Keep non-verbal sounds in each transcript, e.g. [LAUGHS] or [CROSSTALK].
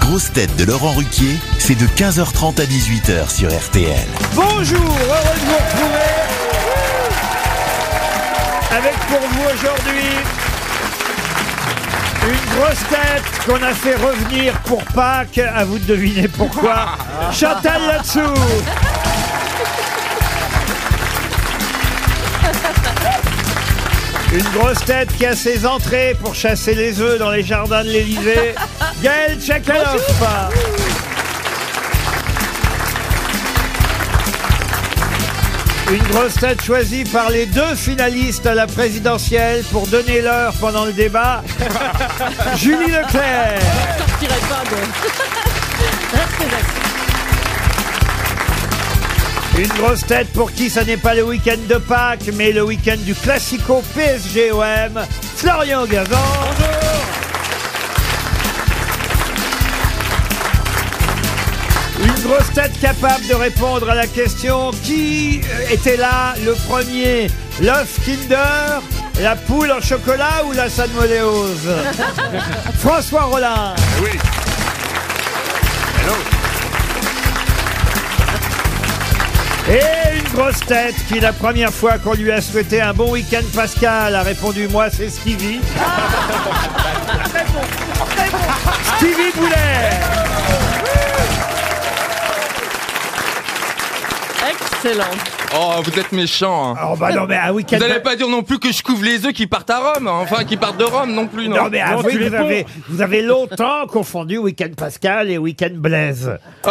grosses têtes de Laurent Ruquier, c'est de 15h30 à 18h sur RTL. [LAUGHS] Bonjour, heureux de vous retrouver avec pour vous aujourd'hui une grosse tête qu'on a fait revenir pour Pâques, à vous de deviner pourquoi, Chantal Latsou. Une grosse tête qui a ses entrées pour chasser les œufs dans les jardins de l'Élysée, Gaël Tchakalov. Une grosse tête choisie par les deux finalistes à la présidentielle pour donner l'heure pendant le débat. [LAUGHS] Julie Leclerc. sortirai pas [LAUGHS] Une grosse tête pour qui ça n'est pas le week-end de Pâques, mais le week-end du Classico PSGOM. Florian Gazan. Une grosse tête capable de répondre à la question qui euh, était là le premier L'œuf Kinder, la poule en chocolat ou la salmoléose François Rollin. Oui. Hello. Et une grosse tête qui, la première fois qu'on lui a souhaité un bon week-end pascal, a répondu Moi, c'est Stevie. Ah. Stevie Boulet Excellent. Oh, vous êtes méchant. Oh, bah non, mais un Vous week-end. n'allez pas dire non plus que je couvre les œufs qui partent à Rome, hein, enfin qui partent de Rome non plus, non Non, mais avouez tu que les vous ponds. avez, vous avez longtemps confondu week-end pascal et week-end blaise. Oh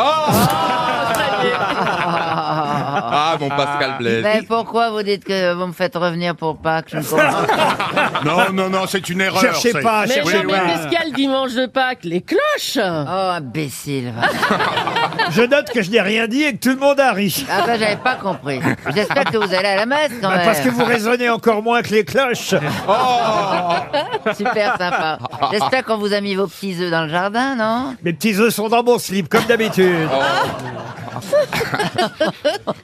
Ah, mon Pascal Euh, Blaise. Ben, Mais Ben, pourquoi vous dites que vous me faites revenir pour Pâques Je ne comprends pas. Non, non, non, c'est une erreur. cherchez c'est- pas, Mais cherchez non, mais pas. qu'est-ce qu'il y a le dimanche de Pâques Les cloches Oh, imbécile. va. Je note que je n'ai rien dit et que tout le monde a ri. Bah, Ah ben, j'avais pas compris. J'espère que vous allez à la messe quand même. Ben, Parce que vous raisonnez encore moins que les cloches. Super sympa. J'espère qu'on vous a mis vos petits œufs dans le jardin, non Mes petits œufs sont dans mon slip, comme d'habitude. Oh.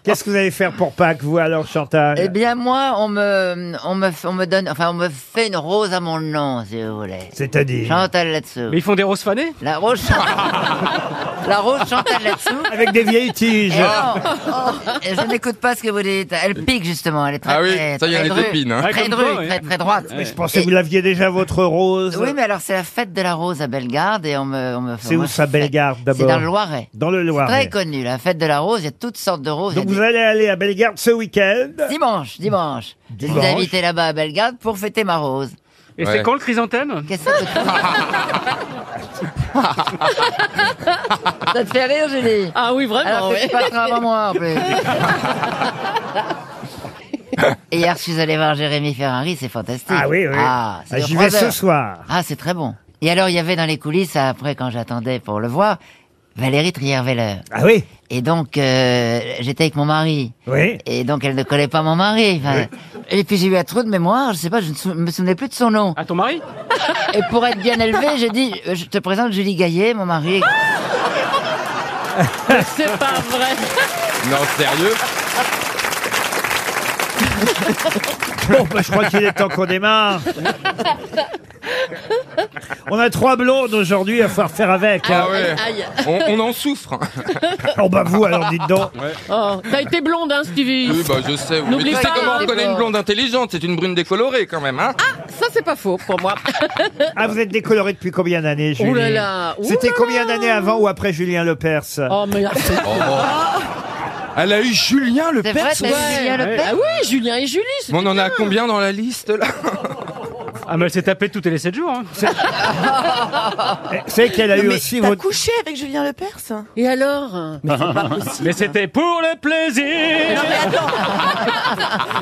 Qu'est-ce que vous allez faire pour Pâques, vous, alors, Chantal Eh bien, moi, on me, on me, on me donne, enfin, on me fait une rose à mon nom, si vous voulez. C'est-à-dire Chantal là-dessous. Mais ils font des roses fanées La rose, [LAUGHS] la rose Chantal là-dessous. Avec des vieilles tiges. Et non, et je n'écoute pas ce que vous dites. Elle pique justement, elle est très Ah oui, très, ça y très est, elle est drue, épine, hein. Ouais, Très comme drue, toi, ouais. très, très droite. Je pensais que vous l'aviez déjà, votre rose. euh, Oui, mais alors c'est la fête de la rose à Bellegarde et on me. on me- C'est on où me ça, fait- Bellegarde, C'est d'abord dans le Loiret. Dans le Très Loiret. connu, la fête de la rose, il y a toutes sortes de roses. Donc Il y a vous allez aller à [LAUGHS] Bellegarde ce week-end. des- Dimanche, dimanche. Je vous Dimanche. invité là-bas à Bellegarde pour fêter ma rose. Et Ouais. c'est quand le chrysanthème Qu'est-ce que [LAUGHS] Ça te fait rire, Julie Ah oui, vraiment, Alors que oui. tu passeras avant moi, en plus. [LAUGHS] Et hier, je suis allé voir Jérémy Ferrari, c'est fantastique. Ah oui, oui. Ah, c'est Ah, dans J'y trois vais ce heures. soir. Ah, c'est très bon. Et alors, il y avait dans les coulisses, après, quand j'attendais pour le voir, Valérie Trierweiler. Ah oui Et donc, euh, j'étais avec mon mari. Oui. Et donc, elle ne connaît pas mon mari. Enfin, Et puis, j'ai eu un trou de mémoire, je sais pas, je ne sou- me souvenais plus de son nom. Ah, À ton mari Et pour être bien élevé, j'ai dit, euh, je te présente Julie Gaillet, mon mari. Ah C'est pas vrai. Non, sérieux Bon, bah, je crois qu'il est temps qu'on démarre. On a trois blondes aujourd'hui, il va falloir faire avec. hein. Ah ouais. Aïe. on, on en souffre. [LAUGHS] Oh bah vous, alors dites donc. Oh, t'as été blonde, hein, Oui, Stevie bah je sais. Mais N'oublie tu sais pas, hein. comment on c'est connaît bon. une blonde intelligente C'est une brune décolorée quand même, hein Ah, Ça, c'est pas faux pour moi. Ah, vous êtes décoloré depuis combien d'années, Julie Ouh là là, ouh C'était là combien là. d'années avant ou après Julien Lepers Oh, mais. Elle a eu Julien le C'est vrai, père. t'as vu Julien Lepers Ah oui, Julien et Julie. c'est- On en a combien dans la liste là [LAUGHS] Ah, mais elle s'est tapée toutes les 7 jours. hein. C'est Eh, qu'elle a eu aussi Ah, T'as votre... couché avec Julien Lepers Et alors [LAUGHS] [LAUGHS] Mais c'était pour le plaisir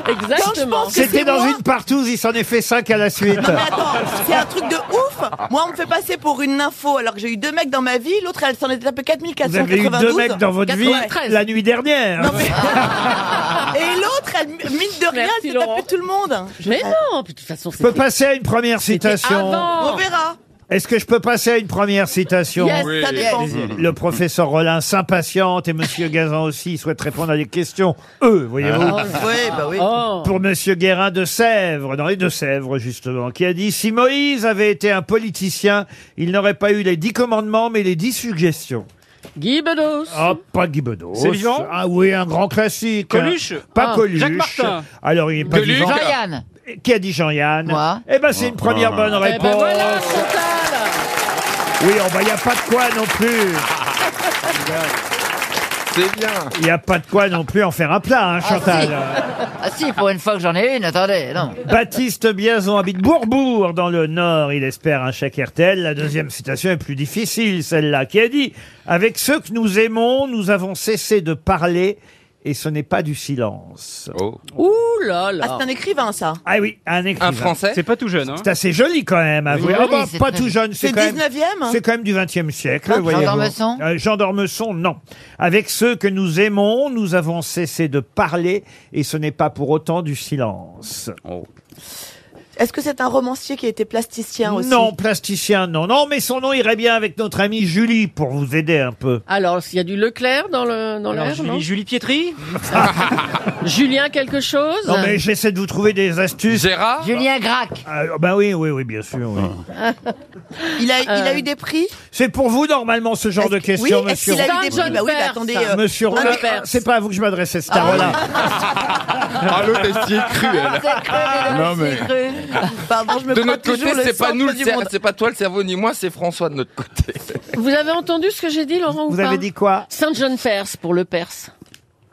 Exactement. pense- C'était c'est dans moi une partouze, il s'en est fait cinq à la suite. Mais attends, c'est un truc de ouf Moi, on me fait passer pour une info alors que j'ai eu deux mecs dans ma vie, l'autre, elle s'en est tapée Vous avez eu 4492. deux mecs dans votre vie 93. la nuit dernière. Non, [LAUGHS] mais- [LAUGHS] Et l'autre, elle, mine de rien, Merci, elle s'est Laurent. tapée tout le monde. Mais non, puis de toute façon, Je peux c'était passer à une première citation. avant. On verra. Est-ce que je peux passer à une première citation Yes. Ça dépend. Le professeur Rollin s'impatiente et Monsieur Gazan aussi souhaite répondre à des questions. Eux, Ah. voyez-vous. Oui, bah oui. Oh. Pour Monsieur Guérin de Sèvres, dans les Deux-Sèvres justement, qui a dit « Si Moïse avait été un politicien, il n'aurait pas eu les dix commandements, mais les dix suggestions. [LAUGHS] Guy Bedos. » Ah, pas Guy Bedos. C'est vivant Ah oui, un grand classique. hein. Coluche Pas Ah, Coluche. Jacques Martin. Alors, il est pas Deluc. vivant. Jean-Yann, Qui a dit Jean-Yann Moi. [LAUGHS] Eh ben, c'est une première Ah. bonne Eh réponse. ben voilà, Chantal Oui, oh, bah, il n'y a pas de quoi non plus. [LAUGHS] C'est bien. Il n'y a pas de quoi non plus en faire un plat, hein, Chantal. ah si, pour une fois que j'en ai une, attendez, non. [LAUGHS] Baptiste Biazon habite Bourbourg, dans le Nord. Il espère un chèque RTL. La deuxième citation est plus difficile, celle-là, qui a dit « Avec ceux que nous aimons, nous avons cessé de parler et ce n'est pas du silence. Oh. Ouh là Ah, c'est là un écrivain, ça. » Ah oui, un écrivain. Un français C'est pas tout jeune, hein C'est assez joli quand même, avouez. Oui, Ah bah, c'est pas très tout bien. jeune, c'est C'est quand même... 19e C'est quand même du XXe siècle, Jean voyez-vous. d'Ormesson Euh, Jean d'Ormesson, non. Avec ceux que nous aimons, nous avons cessé de parler et ce n'est pas pour autant du silence. Oh. Est-ce que c'est un romancier qui a été plasticien Ah, aussi Non, plasticien, non. Non, mais son nom irait bien avec notre amie Julie pour vous aider un peu. Alors, s'il y a du Leclerc dans le dans Alors, l'air, non Julie, [LAUGHS] Julie Pietri [LAUGHS] Julien quelque Ah, chose Non, mais j'essaie de vous trouver des astuces. Gérard Ah. Julien Gracq, Ah, ben oui, oui, oui, bien sûr. oui. Il a, il a Euh. eu des prix C'est pour vous normalement ce genre de Est-ce que- questions, oui, est-ce monsieur. qu'il a eu des Saint John prix Bah oui, mais Perse. attendez. Ah, Monsieur Ah, Rollin, mais- c'est pas à vous que je m'adressais, cette là Ah, l'autre est si cruel. Non, mais. Pardon, je me De prends notre côté, toujours le c'est pas centre nous, le du cer- monde. c'est pas toi le cerveau ni moi, c'est François de notre côté. Vous avez entendu ce que j'ai dit, Laurent, ou Vous pas avez dit quoi Saint-John Perse pour le Perse.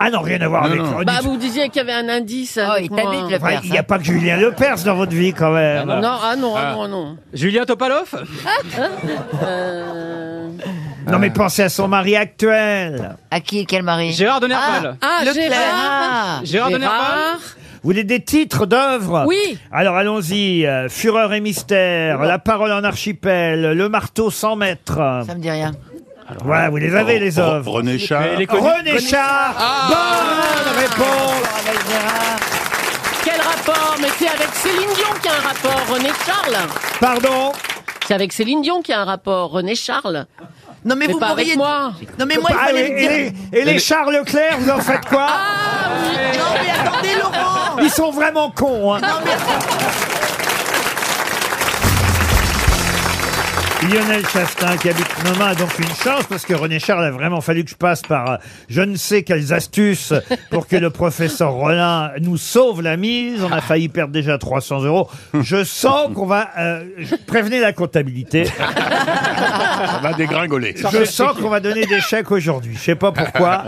Ah non, rien à voir avec. non. Oh, Bah, dites- vous disiez qu'il y avait un indice. oh, avec il moi. t'habite le Enfin, Perse. Il n'y a hein. pas que Julien Lepers dans votre vie quand même. Non, ah non, ah non, ah non. Julien Topalov Ah, [LAUGHS] Euh, Non mais pensez à son mari actuel. À qui, quel mari Gérard de Nerval Ah, Leclerc. Gérard. Gérard de Nerval Vous voulez des titres d'œuvres Oui. Alors allons-y. euh, Fureur et mystère, La parole en archipel, Le marteau sans maître. Ça me dit rien. Voilà, vous les avez les œuvres. René Char. Elle est connue. Ah, René Char, Ah, bonne réponse. Quel rapport Mais c'est avec Céline Dion qu'il y a un rapport, René Charles. Pardon. C'est avec Céline Dion qu'il y a un rapport, René Charles. Non, Mais mais vous pas pourriez. avec moi. Non, mais moi, il Ah, et, fallait me et dire. Ah, les, et les Charles Leclerc, vous en faites quoi Non, mais attendez, Laurent Ils sont vraiment cons. hein. Lionel Chastain qui habite Noma a donc une chance parce que René Charles a vraiment fallu que je passe par euh, je ne sais quelles astuces pour que le professeur Rollin nous sauve la mise. On a failli perdre déjà 300 euros. Je sens qu'on va euh, je- prévenez la comptabilité. [LAUGHS] Ça va dégringoler. Je sens qu'on va donner des chèques aujourd'hui. Je sais pas pourquoi.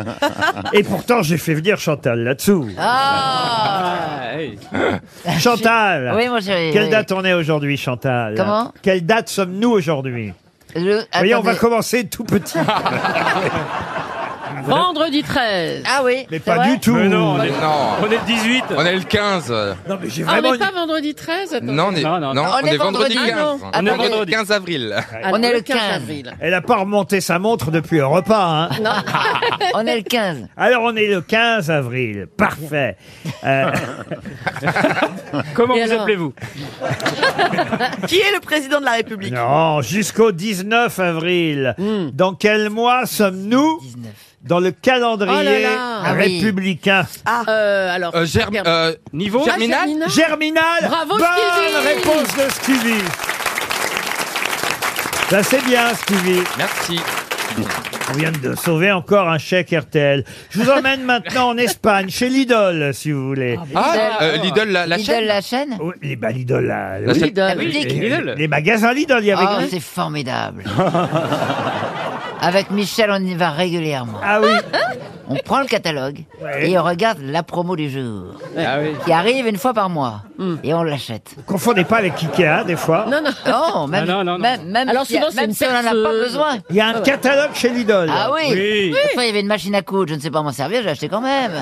Et pourtant j'ai fait venir Chantal là-dessous. Ah, hey. [LAUGHS] Chantal. [LAUGHS] Oui, mon chéri. Quelle oui. date on est aujourd'hui, Chantal Comment Quelle date sommes-nous aujourd'hui Le- Vous voyez, on va attendez. commencer [LAUGHS] tout petit, Vendredi 13. Ah oui. mais c'est pas vrai du tout. Mais non, on est, Non, on est le 18. on est le 15. Non, mais j'ai Ah, vraiment. mais pas vendredi 13 attends. Non, on est, Non, non. non, On est vendredi, ah non. 15. Ah, On est pardon. vendredi 15 avril. Alors, On est le 15. avril. Elle a pas remonté sa montre depuis un repas. hein. [LAUGHS] On est le 15. Alors on est le 15 avril. Parfait. [LAUGHS] Euh, Comment Et vous alors appelez-vous Qui est le président de la République non, jusqu'au 19 avril. Hmm. Dans quel mois sommes-nous 19. dans le calendrier Oh là là. Ah oui. républicain Euh, alors. Euh, Germ- regarde. euh, Niveau Ah, Germinal Germinal Germinal. Bravo, Bonne Stevie. réponse de Stevie. Ça c'est bien, Stevie. Merci. On vient de sauver encore un chèque RTL. Je vous emmène maintenant en Espagne, chez Lidl, si vous voulez. Ah, euh, Lidl, la, la Lidl, chaîne la chaîne Oui, les bah, Lidl, là, La oui. chaîne- La Ah Lidl. publique. Lidl. Les magasins Lidl, il y avait. Oh, c'est formidable. Avec Michel, on y va régulièrement. Ah oui. [LAUGHS] On prend le catalogue Ouais. et on regarde la promo du jour, Ah oui. Hmm. qui arrive une fois par mois, et on l'achète. Confondez pas avec Ikea, des fois. Non, non. Non, même, Ah, non, non, non. même, même Alors si, souvent, c'est même une si on en a pas perceuse. besoin. Il y a un catalogue chez Lidl. Ah oui. Oui. [LAUGHS] Parfois, il y avait une machine à coudre, je ne sais pas m'en servir, je l'ai acheté quand même.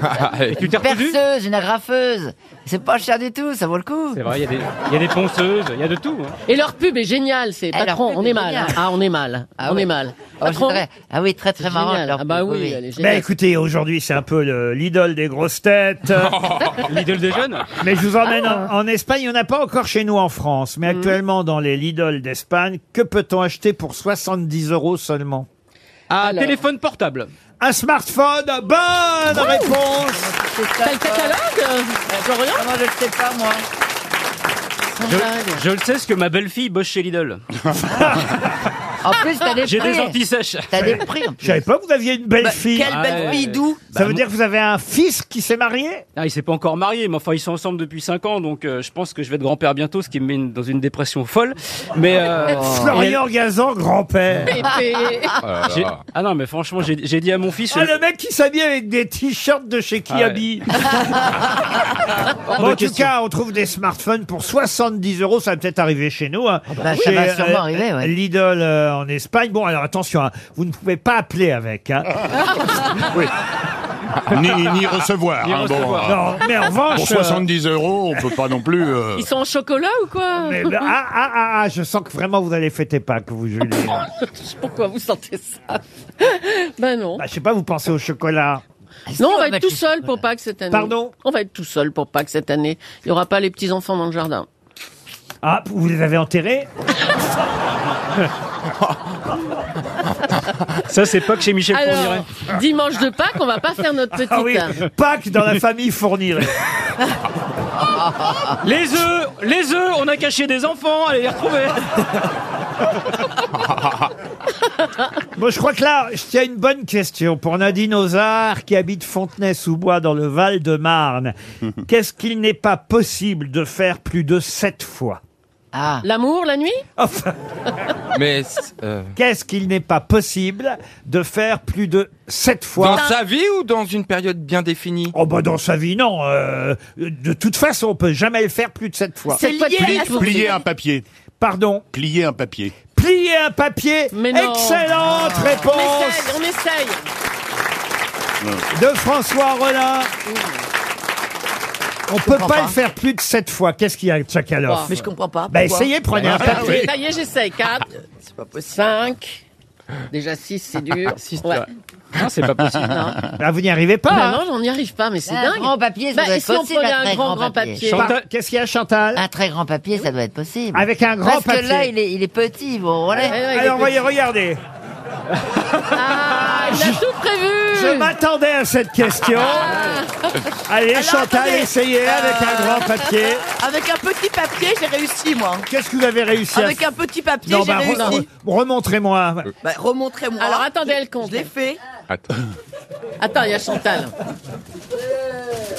Ah, Tu Une t'es recousu perceuse, une agrafeuse. C'est pas cher du tout, ça vaut le coup. C'est vrai, il y, a des- il y a des ponceuses, il y a de tout. hein. Et leur pub est géniale, c'est Ah, leur patron, pub on est est mal. géniale. Ah, on est mal. Ah on oui. est mal. Oh, c'est Patron, vrai. Ah oui, très très c'est marrant. génial. leur Ah bah pub, oui, elle est Ben géniale. écoutez, aujourd'hui c'est un peu le- l'idole des grosses têtes. Euh, [LAUGHS] L'idole des jeunes Mais je vous emmène Ah. en, en Espagne. Il n'y en a pas encore chez nous en France. Mm. Mais actuellement, dans les Lidl d'Espagne, que peut-on acheter pour 70 euros seulement Ah, Alors. téléphone portable. Un smartphone Bonne réponse T'as le catalogue, Euh, [LAUGHS] Florian Comment je le sais pas, moi Je, je le sais, parce que ma belle-fille bosse chez [LAUGHS] Lidl. En plus, [LAUGHS] t'as des J'ai des prix. antisèches. T'as des prix. en Je plus. savais pas que vous aviez une belle Bah, fille. Quelle belle Ah, Ouais. Bah, fille d'où Ça veut dire que vous avez un fils qui s'est marié Ah, il s'est pas encore marié, mais enfin, ils sont ensemble depuis 5 ans, donc euh, je pense que je vais être grand-père bientôt, ce qui me met une- dans une dépression folle. Mais. euh, [LAUGHS] Ah, Florian Gazan, grand-père. [LAUGHS] j'ai- Ah non, mais franchement, j'ai j'ai dit à mon fils. Ah, euh, le mec qui s'habille avec des t-shirts de Ah chez [LAUGHS] Kiabi. Bon, en tout question. cas, on trouve des smartphones pour 70 euros. Ça va peut-être arriver chez nous. hein. bah, ça Chez, va sûrement arriver, ouais. Lidl euh, en Espagne. Bon, alors attention, hein, vous ne pouvez pas appeler avec. hein. Ni, ni recevoir. Ni hein, bon, recevoir. euh, Non, mais en revanche. pour 70 euros, on peut pas non plus. euh, Ils sont en chocolat ou euh, quoi [LAUGHS] mais- mais- ah, [LAUGHS] ah, ah, ah, je sens que vraiment vous allez fêter Pâques, vous, Julie. Ah Pourquoi vous sentez ça [LAUGHS] Ben non. Bah, je sais pas, vous pensez au chocolat. Non, on va Bah, être tout tu- seul pour Pâques cette année. Pardon On va être tout seul pour Pâques cette année. Il n'y aura pas les petits-enfants dans le jardin. Ah, vous les [LAUGHS] avez enterrés Ça, c'est pas que chez Michel Fourniret. Alors, dimanche de Pâques, on va pas faire notre petite. [LAUGHS] Ah oui, Pâques dans la famille Fourniret. Les œufs Les œufs On a caché des enfants, allez les retrouver Bon, je crois que là, je tiens une bonne question pour Nadine Ozard qui habite Fontenay-sous-Bois dans le Val-de-Marne. Qu'est-ce qu'il n'est pas possible de faire plus de sept fois Ah, L'amour, la nuit Enfin, Mais c'est- euh, qu'est-ce qu'il n'est pas possible de faire plus de sept fois dans sa vie ou dans une période bien définie Oh bah dans sa vie, non. euh, de toute façon, on peut jamais le faire plus de sept fois. Cette lié fois de à plus, la faut- plier un papier. Pardon. Plier un papier. Plier un papier. Mais non. Excellente Ah. On réponse essaye, on essaye. Mm. de François Mm. Rollin. On peut pas, comprends pas. le faire plus de sept fois. Qu'est-ce qu'il y a, Tchakalov Mais je comprends pas. Bah pourquoi Ah, essayez, prenez un Ah Ça papier. y est, j'essaye. 4, 5, déjà 6, c'est dur. Six, Ouais. ouais. [LAUGHS] Non, c'est pas possible. Non. Là, vous n'y arrivez pas. Bah hein. non, on n'y arrive pas, mais c'est un dingue. grand papier, ça Bah, doit et être si on possible. prenait un très grand, grand papier Par- Chantal- Qu'est-ce qu'il y a, Chantal Un très grand papier, ça doit être possible. Avec un grand Parce papier. que là, il est, il est petit, bon, voilà. Ouais, ouais, il est Alors, voyez, regardez. Ah, il a tout prévu Je m'attendais à cette [LAUGHS] question. Allez, Chantal, attendez. essayez avec un grand papier. Avec un petit papier, j'ai réussi, moi. Qu'est-ce que vous avez réussi à Avec un petit papier, j'ai bah, re- réussi. re- remontrez-moi. Euh, Bah, Remontrez-moi. Alors, attendez, elle compte. Je l'ai fait. Attends. Attends, il y a Chantal.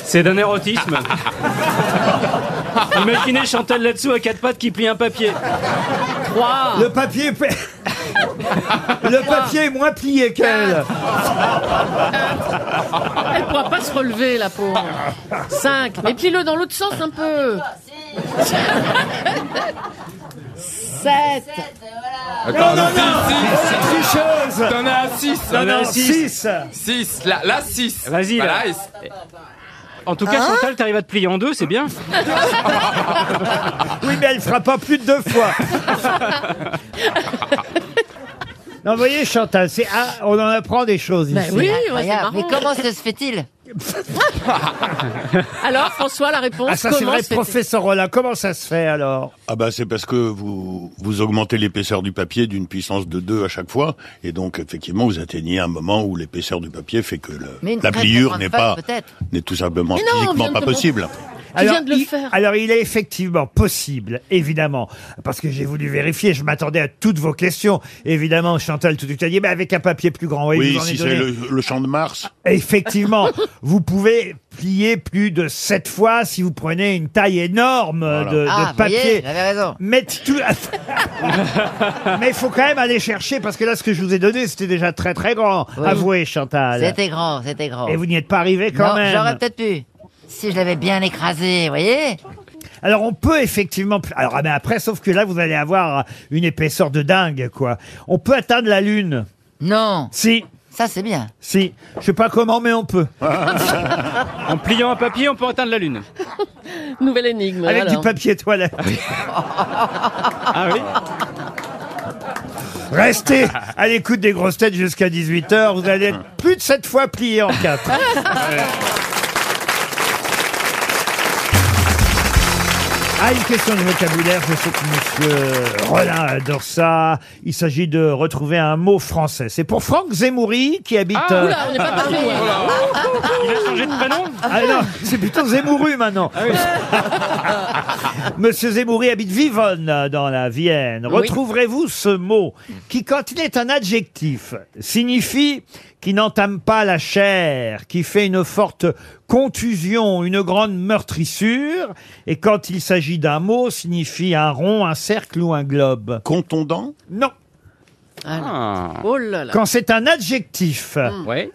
C'est d'un érotisme. Imaginez Chantal là-dessous à quatre pattes qui plie un papier. 3, Le papier. est pe- Le papier est moins plié qu'elle. Ah. elle pourra pas se relever, la pauvre. 5, mais plie-le dans l'autre sens un peu. 7, [LAUGHS] Attends, non, non, six, six. Tricheuse. T'en as 6 Non, non, six. 6. 6 Là, là 6 Vas-y, là. En tout Hein cas, Chantal, t'arrives à te plier en deux, c'est bien. Oui, mais elle fera pas plus de deux fois. Non, vous voyez, Chantal, c'est ah, on en apprend des choses Ben ici. oui, ouais, c'est Incroyable. marrant. Mais comment ça se fait-il Alors, François, la réponse, Ah, ça, c'est comment vrai, se fait-il [LAUGHS] professeur Rollin. Comment ça se fait alors Ah bah c'est parce que vous, vous augmentez l'épaisseur du papier d'une puissance de 2 à chaque fois et donc effectivement vous atteignez un moment où l'épaisseur du papier fait que le- Mais une la très, très pliure grande n'est feuille, pas peut-être. n'est tout simplement Mais non, on vient physiquement de pas comprendre. possible. viens de le il, faire. alors, il est effectivement possible, évidemment, parce que j'ai voulu vérifier, je m'attendais à toutes vos questions. Évidemment, Chantal, tout de suite, elle dit, mais avec un papier plus grand. Oui, vous en ai si donné. c'est le, le champ de Mars, [LAUGHS] Effectivement, [LAUGHS] vous pouvez plier plus de sept fois si vous prenez une taille énorme euh, de, de Ah, vous papier. voyez, j'avais raison. Mais tout... [LAUGHS] Mais il faut quand même aller chercher, parce que là, ce que je vous ai donné, c'était déjà très très grand. Oui. Avouez, Chantal. C'était grand, c'était grand. Et vous n'y êtes pas arrivé quand Non, même. J'aurais peut-être pu. Si je l'avais bien écrasé, vous voyez Alors on peut effectivement, alors ah, mais après, sauf que là vous allez avoir une épaisseur de dingue quoi. On peut atteindre la lune, Non, si. Ça, c'est bien. Si. Je sais pas comment, mais on peut. En pliant un papier, on peut atteindre la Lune. Nouvelle énigme. Avec alors. du papier toilette. [LAUGHS] Ah oui Restez à l'écoute des grosses têtes jusqu'à 18h. Vous allez être plus de 7 fois pliés en quatre. Ah, une question de vocabulaire, je sais que Monsieur Rollin adore ça. Il s'agit de retrouver un mot français. C'est pour Franck Zemmouri qui habite... euh, Ah, Oula, on n'est pas parti. hein. Il a changé de prénom ah non, c'est plutôt Zemmouru maintenant. Ah, [LAUGHS] Monsieur Zemmouri habite Vivonne dans la Vienne. Retrouverez-vous ce mot qui, quand il est un adjectif, signifie qui n'entame pas la chair, qui fait une forte contusion, une grande meurtrissure, et quand il s'agit d'un mot, signifie un rond, un cercle ou un globe. Contondant Non, Ah. Oh là là. Hmm. quand c'est un adjectif, Ouais.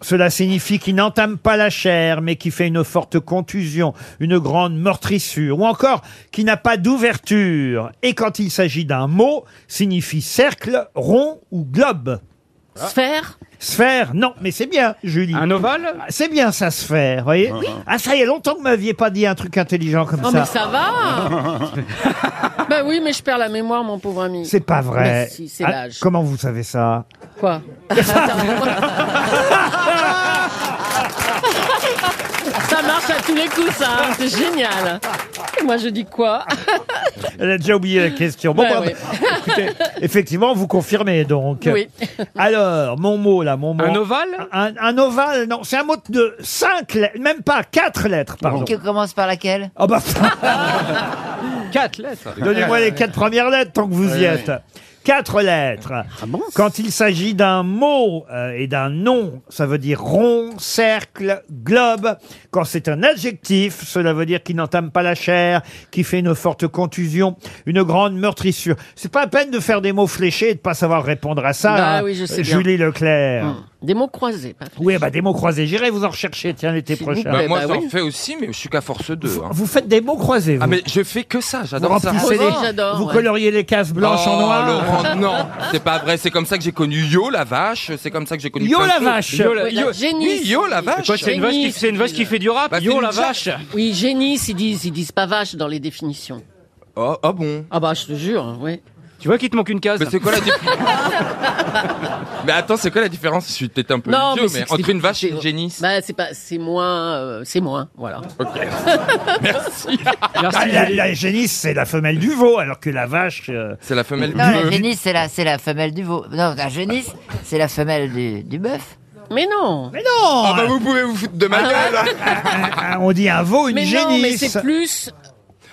Cela signifie qu'il n'entame pas la chair, mais qui fait une forte contusion, une grande meurtrissure, ou encore qui n'a pas d'ouverture. Et quand il s'agit d'un mot, signifie cercle, rond ou globe. Ah. Sphère Sphère, non, mais c'est bien, Julie. Un ovale Ah, C'est bien ça, sphère, voyez Ah, ça y est, longtemps que vous m'aviez pas dit un truc intelligent comme Oh, ça. mais ça va Bah oui, mais je perds la mémoire, mon pauvre ami. C'est pas vrai. Mais si, c'est Ah, l'âge. comment vous savez ça [LAUGHS] Quoi Ça marche à tous les coups, ça. hein. C'est génial. Et moi, je dis quoi Elle a déjà oublié la question. Ouais, bah, ouais. écoutez, [LAUGHS] effectivement, vous confirmez donc. Oui. Alors, mon mot là, mon mot. Un ovale Un, un ovale, non, c'est un mot de 5 lettres, même pas 4 lettres, pardon. Qui commence par laquelle Oh bah, [LAUGHS] Quatre lettres. [LAUGHS] donnez-moi les 4 premières lettres tant que vous y êtes. 4 lettres. Quand il s'agit d'un mot euh, et d'un nom, ça veut dire rond, cercle, globe. Quand c'est un adjectif, cela veut dire qu'il n'entame pas la chair, qui fait une forte contusion, une grande meurtrissure. C'est pas à peine de faire des mots fléchés et de pas savoir répondre à [LAUGHS] ça. Bah hein, oui, je sais bien. Hum. [LAUGHS] Julie Leclerc. Des mots croisés. pas- Oui, bah des mots croisés. J'irai vous en rechercher, tiens, l'été S'il vous prochain. Bah, Eh moi, bah j'en oui. fais aussi, mais je suis qu'à force d'eux. hein. Vous faites des mots croisés, vous. Ah, mais je fais que ça, vous j'adore ça. remplissez Ah les- oui, j'adore, vous ouais. coloriez les cases blanches en Oh, noir. [LAUGHS] Laurent, non, c'est pas vrai. C'est comme ça que j'ai connu Yo la vache. C'est comme ça que j'ai connu. Yo plein de la vache choses. Yo la, Oui, la yo- génisse. Oui, Yo la C'est vache. quoi, c'est une vache qui, c'est une vache qui fait du rap Bah, Yo c'est la une vache Oui, génisse, ils disent, ils disent pas vache dans les définitions. oh, ah bon. Ah bah, je te jure, oui. Tu vois qu'il te manque une case Mais c'est quoi la différence Mais attends, c'est quoi la différence Je suis peut-être un peu Non, vieux, mais, c'est que entre c'est- une vache et c'est- une génisse. Bah, c'est pas, c'est moins, euh, c'est moins, voilà. [LAUGHS] Ok. Merci. Merci. Ah, la, la génisse, c'est la femelle du veau, alors que la vache. euh, C'est la femelle. Non, la bleue. génisse, c'est la, c'est la femelle du veau. Non, la génisse, c'est la femelle du, du bœuf. Mais non. Mais non Ah bah vous pouvez vous foutre de ma gueule. Ah, On dit un veau, une mais génisse. non, mais c'est plus.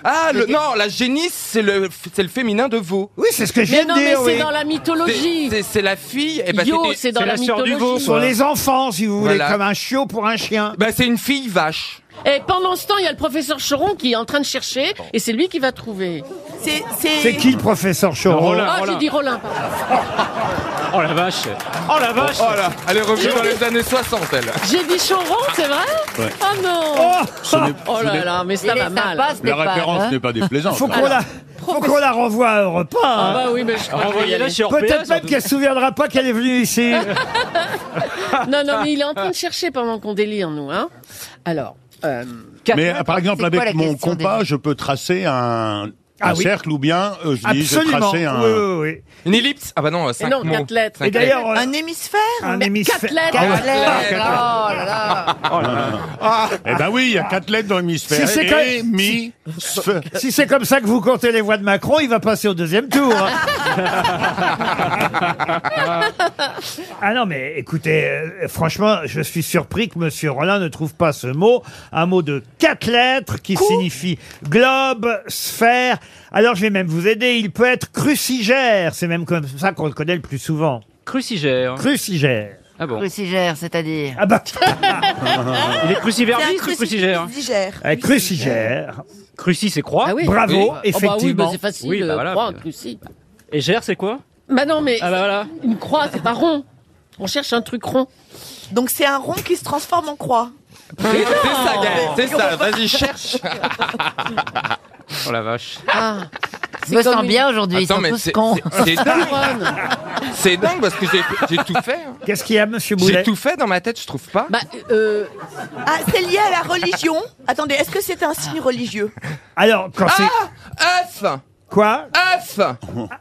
Ah le, non, la génisse c'est le c'est le féminin de veau. Oui, c'est ce que je Mais viens non, de mais dire. c'est oui. dans la mythologie. C'est c'est- c'est la fille. Et bah, Yo, c'était- c'est dans c'est la, la sœur du mythologie. veau, Ce sont les enfants, si vous voulez, Voilà. comme un chiot pour un chien. bah, c'est une fille vache. Et pendant ce temps, il y a le professeur Choron qui est en train de chercher, et c'est lui qui va trouver. C'est C'est qui le professeur Oh, Choron Roland. Ah, Rollin. j'ai dit Rollin, pardon. Oh la vache Oh la vache Oh là, elle est revenue dans les années 60 elle. J'ai dit Choron, c'est vrai Ah. Ouais. Oh non Ce n'est- Oh ce là n'est- là, mais Il ça est va sympa, mal. ce n'est La pas, Ah, référence hein. n'est pas déplaisante. Faut hein. qu'on la, faut qu'on la renvoie à Europe 1, hein. Ah bah oui, mais je crois qu'il y Renvoyez-la aller. chez Orpea Peut-être même surtout. qu'elle se souviendra pas qu'elle est venue ici. Non, non, mais il est en train de chercher pendant qu'on délire, nous. Hein. Alors, euh, Mais euh, par exemple, C'est quoi avec la mon question compas, déjà je peux tracer un, un Ah oui. cercle ou bien euh, je dis je Absolument. tracer un. Oui, oui, oui. Une ellipse Ah bah non, 5 non, mots. quatre lettres. Et Cinq d'ailleurs, euh, Un hémisphère un mais hémisphère. Ah quatre Ah, lettres. Ah, Quatre ouais. lettres, Ouais. oh là là. Eh ben oui, il y a quatre lettres dans l'hémisphère. Ah. Si c'est quand- Et mi. sphère. Si c'est comme ça que vous comptez les voix de Macron, il va passer au deuxième tour. [LAUGHS] hein. ah non, mais écoutez, euh, franchement, je suis surpris que Monsieur Rollin ne trouve pas ce mot, un mot de quatre lettres qui signifie globe, sphère. Alors, je vais même vous aider. Il peut être crucigère. C'est même comme ça qu'on le connaît le plus souvent. Crucigère. Crucigère. Ah bon. Crucigère, c'est-à-dire. Ah bah, Il est cruciverbiste ou crucigère crucifix digère. euh, crucigère. Cruci hein. c'est croix. Ah oui. Oh Bravo, bah oui, bah effectivement. c'est facile. Oui, bah euh, voilà, croix, mais- cruci. Et gère c'est quoi Bah non, mais Ah bah voilà. une croix, c'est pas rond. On cherche un truc rond. Ah. Donc c'est un rond qui se transforme en croix. C'est c'est ça, Gaël, c'est ça. Vas-y, cherche. Oh la vache. Ah, Je me sens bien aujourd'hui, ils Attends, sont mais tous c'est cons. c'est- c'est dingue. Ah, C'est dingue parce que j'ai j'ai tout fait. hein. Qu'est-ce qu'il y a, monsieur J'ai Boulet tout fait dans ma tête, je trouve pas. Bah, euh, Ah, c'est lié à la religion Attendez, est-ce que c'est un signe religieux Alors, quand c'est... Ah F Quoi F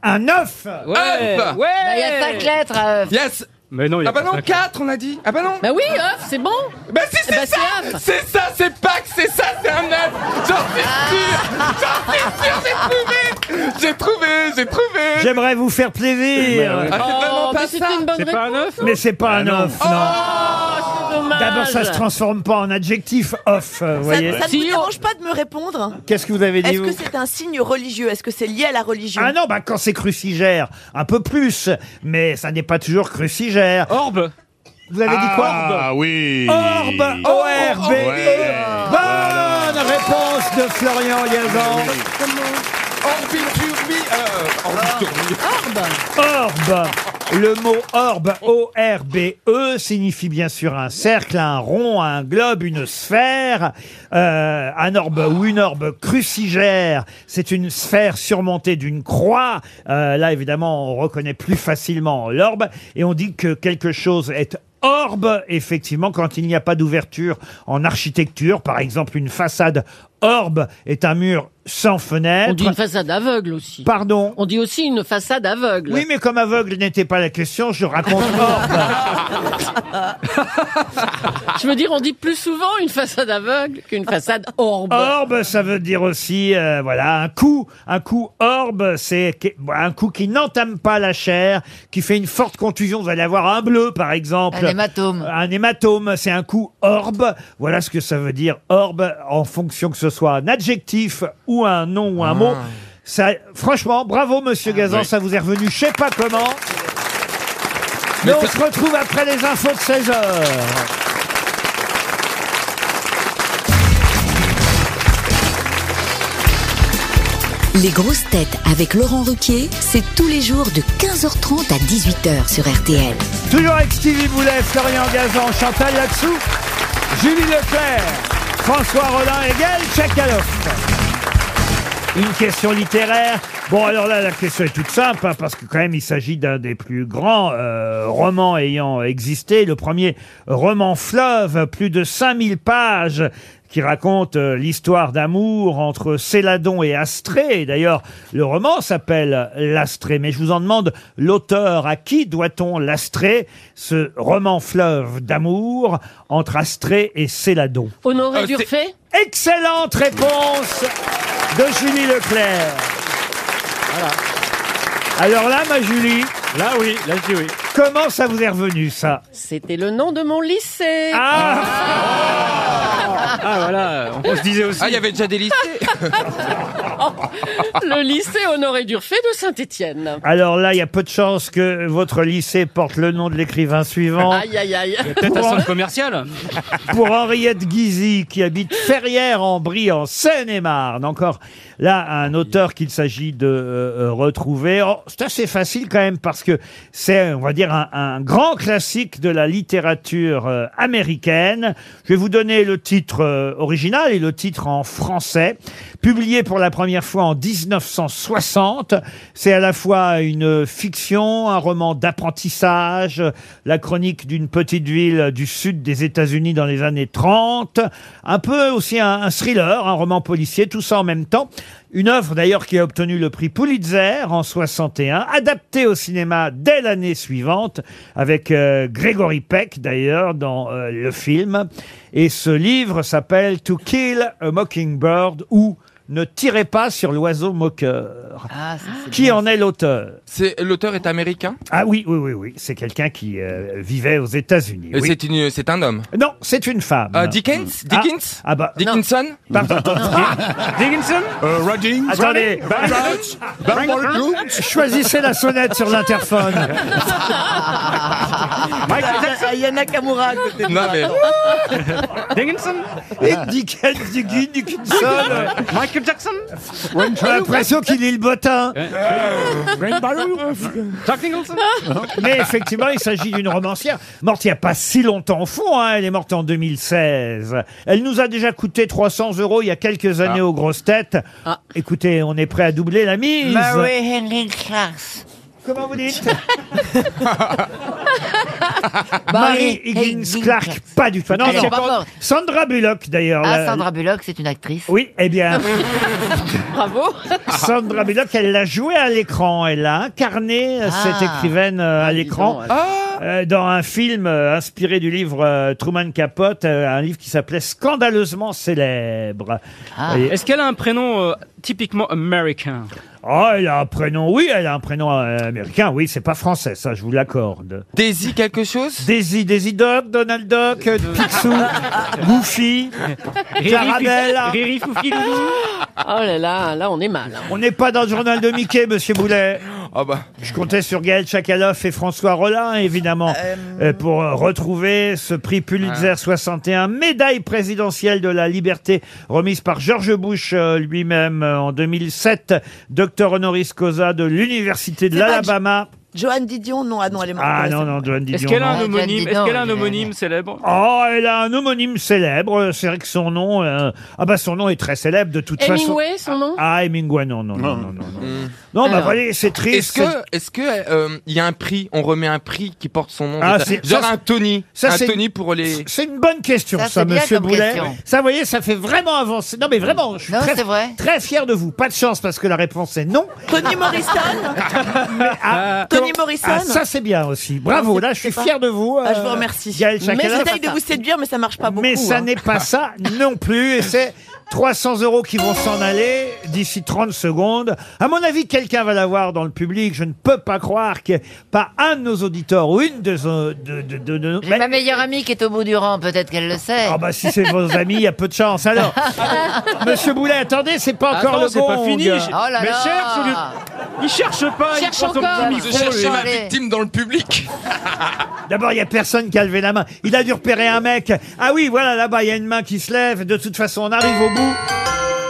Un œuf Hop Ouais Bah, Il y a cinq lettres. euh, Yes Mais non, il y a Ah bah pas non, cinq lettres. 4 on a dit Ah bah non bah oui, œuf, c'est bon. Bah si c'est bah, ça c'est F. C'est ça, c'est Pâques, c'est ça, c'est un œuf J'en suis sûr J'en suis sûr, j'ai trouvé J'ai trouvé, j'ai trouvé J'aimerais vous faire plaisir. Ah c'est Oh, vraiment mais pas c'était ça une bonne C'est pas réponse. un œuf Mais c'est Ah pas un Oh, œuf, non. Oh, Dommage. D'abord, ça se transforme pas en adjectif off, euh, vous Ça, voyez. ça ne Si vous on- dérange pas de me répondre Qu'est-ce que vous avez dit, Est-ce que vous c'est un signe religieux Est-ce que c'est lié à la religion Ah non, bah quand c'est crucigère, un peu plus, mais ça n'est pas toujours crucigère. Orbe Vous avez dit quoi Ah oui Orbe Orbe, O-R-B-E. Ouais. Bonne réponse de Florian Gazan. Orbiturbi euh, Orbiturbi Orbe. Le mot orbe, O-R-B-E, E, signifie bien sûr un cercle, un rond, un globe, une sphère. Euh, un orbe ou une orbe crucigère, c'est une sphère surmontée d'une croix. Euh, là, évidemment, on reconnaît plus facilement l'orbe. Et on dit que quelque chose est orbe, effectivement, quand il n'y a pas d'ouverture en architecture. Par exemple, une façade orbe est un mur sans On dit fenêtre. une façade aveugle aussi. Pardon On dit aussi une façade aveugle. oui, mais comme aveugle n'était pas la question, je raconte orbe. Je veux dire, on dit plus souvent une façade aveugle qu'une [LAUGHS] façade Oh, orbe. Orbe, ça veut dire aussi, euh, voilà, un coup. Un coup orbe, c'est que- un coup qui n'entame pas la chair, qui fait une forte contusion. Vous allez avoir un bleu, par exemple. Un hématome. Un hématome, c'est un coup orbe. Voilà ce que ça veut dire orbe, en fonction que ce soit un adjectif ou un nom ou un mot. Ça, franchement, bravo, monsieur Gazan, ça vous est revenu, je sais pas comment. Mais, Mais on ça- se retrouve après les infos de 16 heures. Les grosses têtes avec Laurent Ruquier, c'est tous les jours de 15h30 à 18h sur RTL. Toujours avec Stevie Boulet, Florian Gazan, Chantal Latsou, Julie Leclerc, François Rollin et Gaël Tchakaloff. Une question littéraire. Bon, alors là, la question est toute simple, hein, parce que quand même, il s'agit d'un des plus grands euh, romans ayant existé. Le premier roman fleuve, plus de 5000 pages, qui raconte euh, l'histoire d'amour entre Céladon et Astrée. Et D'ailleurs, le roman s'appelle L'Astrée. Mais je vous en demande l'auteur. À qui doit-on l'Astrée, ce roman fleuve d'amour entre Astrée et Céladon Honoré Euh, c'est- Durfay Excellente réponse de Julie Leclerc. Alors là, ma Julie, Là oui, là je dis oui. comment ça vous est revenu ça C'était le nom de mon lycée. Ah Ah voilà, on on se disait aussi. Ah il y avait déjà des lycées [LAUGHS] Le lycée Honoré Durfay de Saint-Étienne. Alors là, il y a peu de chances que votre lycée porte le nom de l'écrivain [LAUGHS] suivant. Aïe, aïe, aïe. Peut-être un centre commercial pour Henriette Guizy, qui habite Ferrières-en-Brie, en Seine-et-Marne. Encore là, un auteur qu'il s'agit de euh, euh, retrouver. Oh, c'est assez facile quand même, parce que c'est, on va dire, un, un grand classique de la littérature euh, américaine. Je vais vous donner le titre euh, original et le titre en français. Publié pour la première fois en 1960, c'est à la fois une fiction, un roman d'apprentissage, la chronique d'une petite ville du sud des États-Unis dans les années 30, un peu aussi un, un thriller, un roman policier, tout ça en même temps. Une œuvre d'ailleurs qui a obtenu le prix Pulitzer en 61, adaptée au cinéma dès l'année suivante, avec euh, Gregory Peck d'ailleurs dans euh, le film. Et ce livre s'appelle To Kill a Mockingbird ou Ne tirez pas sur l'oiseau moqueur. Ah, ça, c'est Qui bien. en est l'auteur C'est- L'auteur est américain Ah oui, oui, oui, oui. C'est quelqu'un qui euh, vivait aux États-Unis. Et oui. c'est une- c'est un homme Non, c'est une femme. Euh, Dickens Dickens Ah bah, Dickinson pardon, Dickinson Euh, Ruddings attendez, choisissez la sonnette sur l'interphone. [LAUGHS] Ah, Il y en a Kamura à côté de Non mais... Dickinson Et Dickens, Dickens, Dickinson, euh, Mike Michael Jackson J'ai l'impression qu'il lit le bottin. Euh, Jack Nicholson Hein Mais effectivement, il s'agit d'une romancière morte il n'y a pas si longtemps au fond. hein. Elle est morte en 2016. Elle nous a déjà coûté 300 euros il y a quelques années Ah. aux grosses têtes. Écoutez, on est prêt à doubler la mise. Bah Marie Henry Clark. Comment vous dites Marie Marie Higgins Clark. Pas du tout. Bah Non, Elle est non. pas morte. Sandra Bullock d'ailleurs. Ah, la- Sandra Bullock, c'est une actrice. Oui, eh [LAUGHS] bien, Bravo. [LAUGHS] Sandra Bullock, elle l'a jouée à l'écran. Elle a incarné euh, cette Ah. écrivaine euh, à l'écran. Euh, dans un film euh, inspiré du livre euh, Truman Capote, euh, un livre qui s'appelait Scandaleusement célèbre. Ah. Et- Est-ce qu'elle a un prénom euh, typiquement américain oh, elle a un prénom, oui, elle a un prénom euh, américain, oui, c'est pas français, ça, je vous l'accorde. Daisy quelque chose Daisy, Daisy Doc, Donald Duck, euh, [LAUGHS] Picsou, Goofy, Clarabella. Riri Foufi Loulou Oh là là, là on est mal. hein. On n'est pas dans le journal de Mickey, monsieur Boulet. Ah bah. Je comptais sur Gaël Tchakaloff et François Rollin, évidemment, euh, pour euh, retrouver ce prix Pulitzer Ah. 61, médaille présidentielle de la liberté remise par George Bush euh, lui-même euh, en 2007, docteur honoris causa de l'Université de C'est pas l'Alabama. Joanne Didion, non, ah non, elle est morte. Ah Ouais, non, c'est- non, Joan Est-ce Didion. qu'elle a non. un Dion, non. homonyme Est-ce qu'elle a un Dion, homonyme célèbre Oh, elle a un homonyme célèbre. C'est vrai que son nom, euh, ah bah son nom est très célèbre de toute façon. Hemingway, son Hein nom Ah, Hemingway, non, non, non, non, non. Non, non bah Alors. voyez, c'est Est-ce triste. que, est-ce que, euh, il y a un prix, on remet un prix qui porte son nom Ah, de- c'est- Genre ça, un Tony. ça, un c'est- Tony pour les. C'est une bonne question, ça, Ça, c'est bien monsieur comme Boulet. question. Ça, vous voyez, ça fait vraiment avancer. Non, mais vraiment, je suis Non, très, c'est vrai. très fier de vous. Pas de chance, parce que la réponse est [LAUGHS] non. Tony Morrison Ah, Tony comment- Morrison Ah, ça, c'est bien aussi. Bravo, Non, c'est- là, je suis c'est pas- fier de vous. Ah, je euh, vous remercie. Yael Chakaloff. J'essaye de vous séduire, mais ça marche pas beaucoup. Mais ça hein. n'est pas ça non plus. Et c'est 300 euros qui vont s'en aller d'ici 30 secondes. À mon avis, quelqu'un va l'avoir dans le public. Je ne peux pas croire que pas un de nos auditeurs ou une de, nos- de, de, de- de- J'ai Mais- ma meilleure amie qui est au bout du rang, peut-être qu'elle le sait. Ah bah si c'est vos amis, il y a peu de chance. Alors, Monsieur Boulet, attendez, c'est pas encore Attends, le c'est gong. pas fini. j'ai- Oh là Mais là. cherche, au lieu- il cherche pas. Cherche il prend son petit encore. micro. Je cherchais ma Allez. victime dans le public. D'abord, il y a personne qui a levé la main. Il a dû repérer un mec. Ah oui, voilà, là-bas, il y a une main qui se lève. De toute façon, on arrive au bout.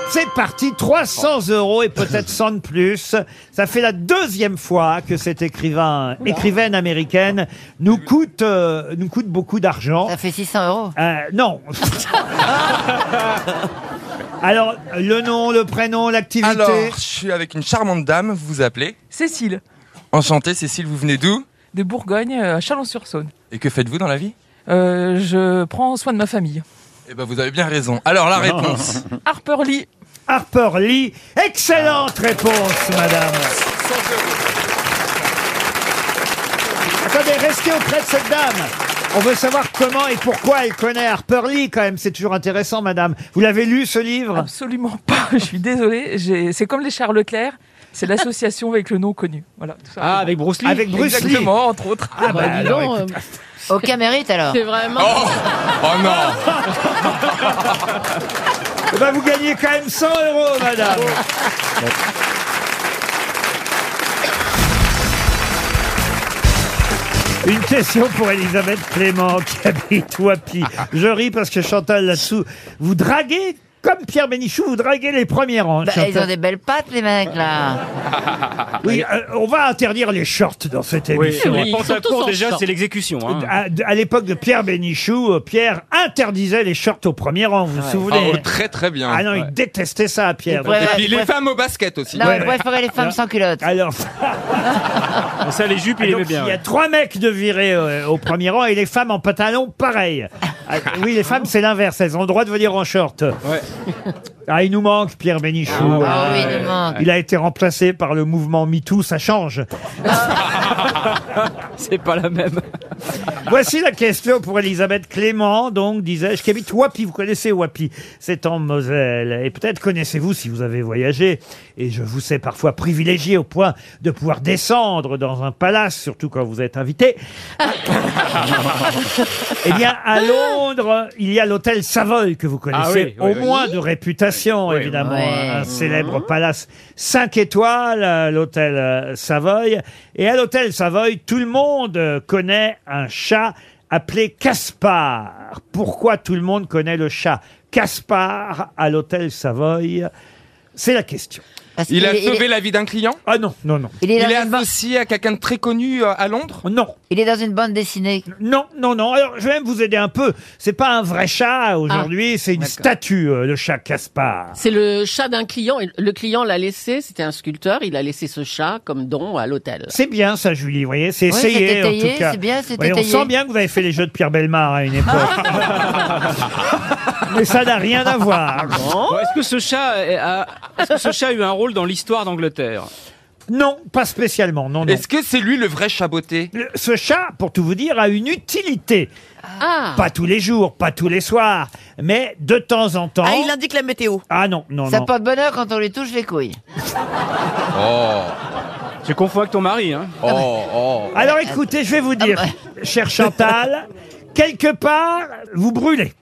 C'est parti, 300 euros et peut-être 100 de plus. Ça fait la deuxième fois que cet écrivain, écrivaine américaine, nous coûte, euh, nous coûte beaucoup d'argent. Ça fait 600 euros. Euh, [LAUGHS] non. Alors, le nom, le prénom, l'activité. Alors, je suis avec une charmante dame, vous vous appelez Cécile, Enchantée, Cécile, vous venez d'où de Bourgogne euh, à Chalon-sur-Saône. Et que faites-vous dans la vie Euh, je prends soin de ma famille. Eh ben, vous avez bien raison. Alors, la réponse. Harper Lee, Harper Lee. Excellente réponse, madame. Attendez, restez auprès de cette dame. On veut savoir comment et pourquoi elle connaît Harper Lee, quand même. C'est toujours intéressant, madame. Vous l'avez lu, ce livre absolument pas. [LAUGHS] Je suis désolée. j'ai- C'est comme les Charles Leclerc. C'est l'association avec le nom connu. Voilà. tout simplement. Ah, avec Bruce Lee. Avec Bruce Lee. Exactement, entre autres. Ah, bah, Dis alors, donc, euh, [LAUGHS] Aucun mérite alors. Bah, c'est vraiment. Oh, oh non Eh ben, vous gagnez quand même 100 euros, madame. Une question pour Elisabeth Clément qui habite Wapi. Je ris parce que Chantal là-dessous, vous draguez comme Pierre Bénichou, vous draguez les premières rangs. Bah, ils ont Chantal. des belles pattes, les mecs, là. [LAUGHS] Ah, Oui, bah, euh, on va interdire les shorts dans cette Oui, émission. les Oui, penses à surtout court sans déjà, sang. c'est l'exécution. hein. À, à l'époque de Pierre Bénichou, euh, Pierre interdisait les shorts au premier rang, vous vous souvenez Oh, Très très bien. Ah non, il détestait ça, Pierre. Il pourrait- Et puis Ouais, les ouais. femmes au basket aussi. Non, Ouais, on ouais. préférait les femmes sans culotte. Alors, Ça, les jupes, Ah, il Ah, donc, aimait il y bien. a trois mecs de virés euh, au premier rang et les femmes en pantalon, pareil. [LAUGHS] Ah, oui, les femmes, c'est l'inverse, elles ont le droit de venir en short. Ah, il nous manque Pierre Bénichou. Ah oui, il nous manque. Il a été remplacé par le mouvement MeToo, ça change. [LAUGHS] C'est pas la même. Voici la question pour Elisabeth Clément, donc, disais-je, qui habite Wapi. Vous connaissez Wapi, c'est en Moselle. Et peut-être connaissez-vous si vous avez voyagé. Et je vous sais parfois privilégié au point de pouvoir descendre dans un palace, surtout quand vous êtes invité. eh bien, à Londres, il y a l'hôtel Savoy que vous connaissez oui, Ah oui, au oui. moins de réputation, Oui, oui. évidemment. Ouais. Un célèbre palace 5 étoiles, euh, l'hôtel euh, Savoy. Et à l'hôtel Savoy, tout le monde euh, connaît un chat appelé Caspar. Pourquoi tout le monde connaît le chat Caspar à l'hôtel Savoy C'est la question. Il a sauvé la vie d'un client Ah non, non, non. Il Il est est, dans une associé à quelqu'un de très connu euh, à Londres Non. Il est dans une bande dessinée. Non, non, non. Alors, je vais même vous aider un peu. C'est pas un vrai chat aujourd'hui, c'est une statue, euh, le chat Caspar. C'est le chat d'un client. et Le client l'a laissé, c'était un sculpteur, il a laissé ce chat comme don à l'hôtel. C'est bien ça, Julie, vous voyez, c'est Ouais, essayé c'est étayé, en tout cas. c'est bien, c'est Voyez, on étayé. sent bien que vous avez fait les jeux de Pierre Belmar à une époque. Mais ça n'a rien à voir. [LAUGHS] Bon, Est-ce que ce chat a, a- est-ce que ce chat a eu un rôle dans l'histoire d'Angleterre Non, pas spécialement, non, non. Est-ce que c'est lui le vrai chaboté Ce chat, pour tout vous dire, a une utilité. Ah Pas tous les jours, pas tous les soirs, mais de temps en temps. Ah, il indique la météo. Ah non, non, Ça non. porte bonheur quand on les touche les couilles. Oh Tu confonds avec ton mari, hein Oh, oh Ah, bah. Alors écoutez, je vais vous dire, Ah, bah. [LAUGHS] cher Chantal, quelque part, vous brûlez.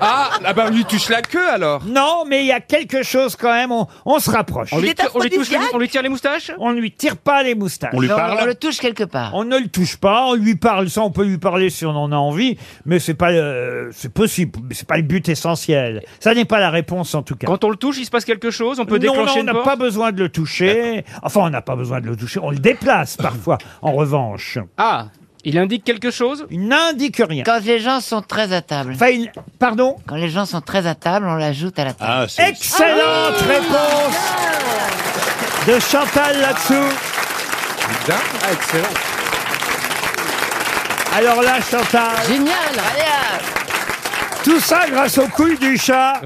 Ah, ah bah, on lui touche la queue alors Non, mais il y a quelque chose quand même, on, on se rapproche. On lui Il est tire- on lui touche les- on lui tire les moustaches On lui tire pas les moustaches. On lui Non, parle on le touche quelque part. On ne le touche pas, on lui parle, ça on peut lui parler si on en a envie, mais c'est pas, euh, c'est possible, mais c'est pas le but essentiel. Ça n'est pas la réponse en tout cas. Quand on le touche, il se passe quelque chose On peut Non, déclencher non, on une n'a porte pas besoin de le toucher. Enfin, on n'a pas besoin de le toucher. On le [LAUGHS] déplace parfois, en revanche. Ah, il indique quelque chose Il n'indique rien. Quand les gens sont très à table. Pardon Quand les gens sont très à table, on l'ajoute à la table. Excellente Ah réponse de Chantal là-dessous. Putain, ah, excellent Alors là, Chantal. Génial Tout ça grâce aux couilles du chat.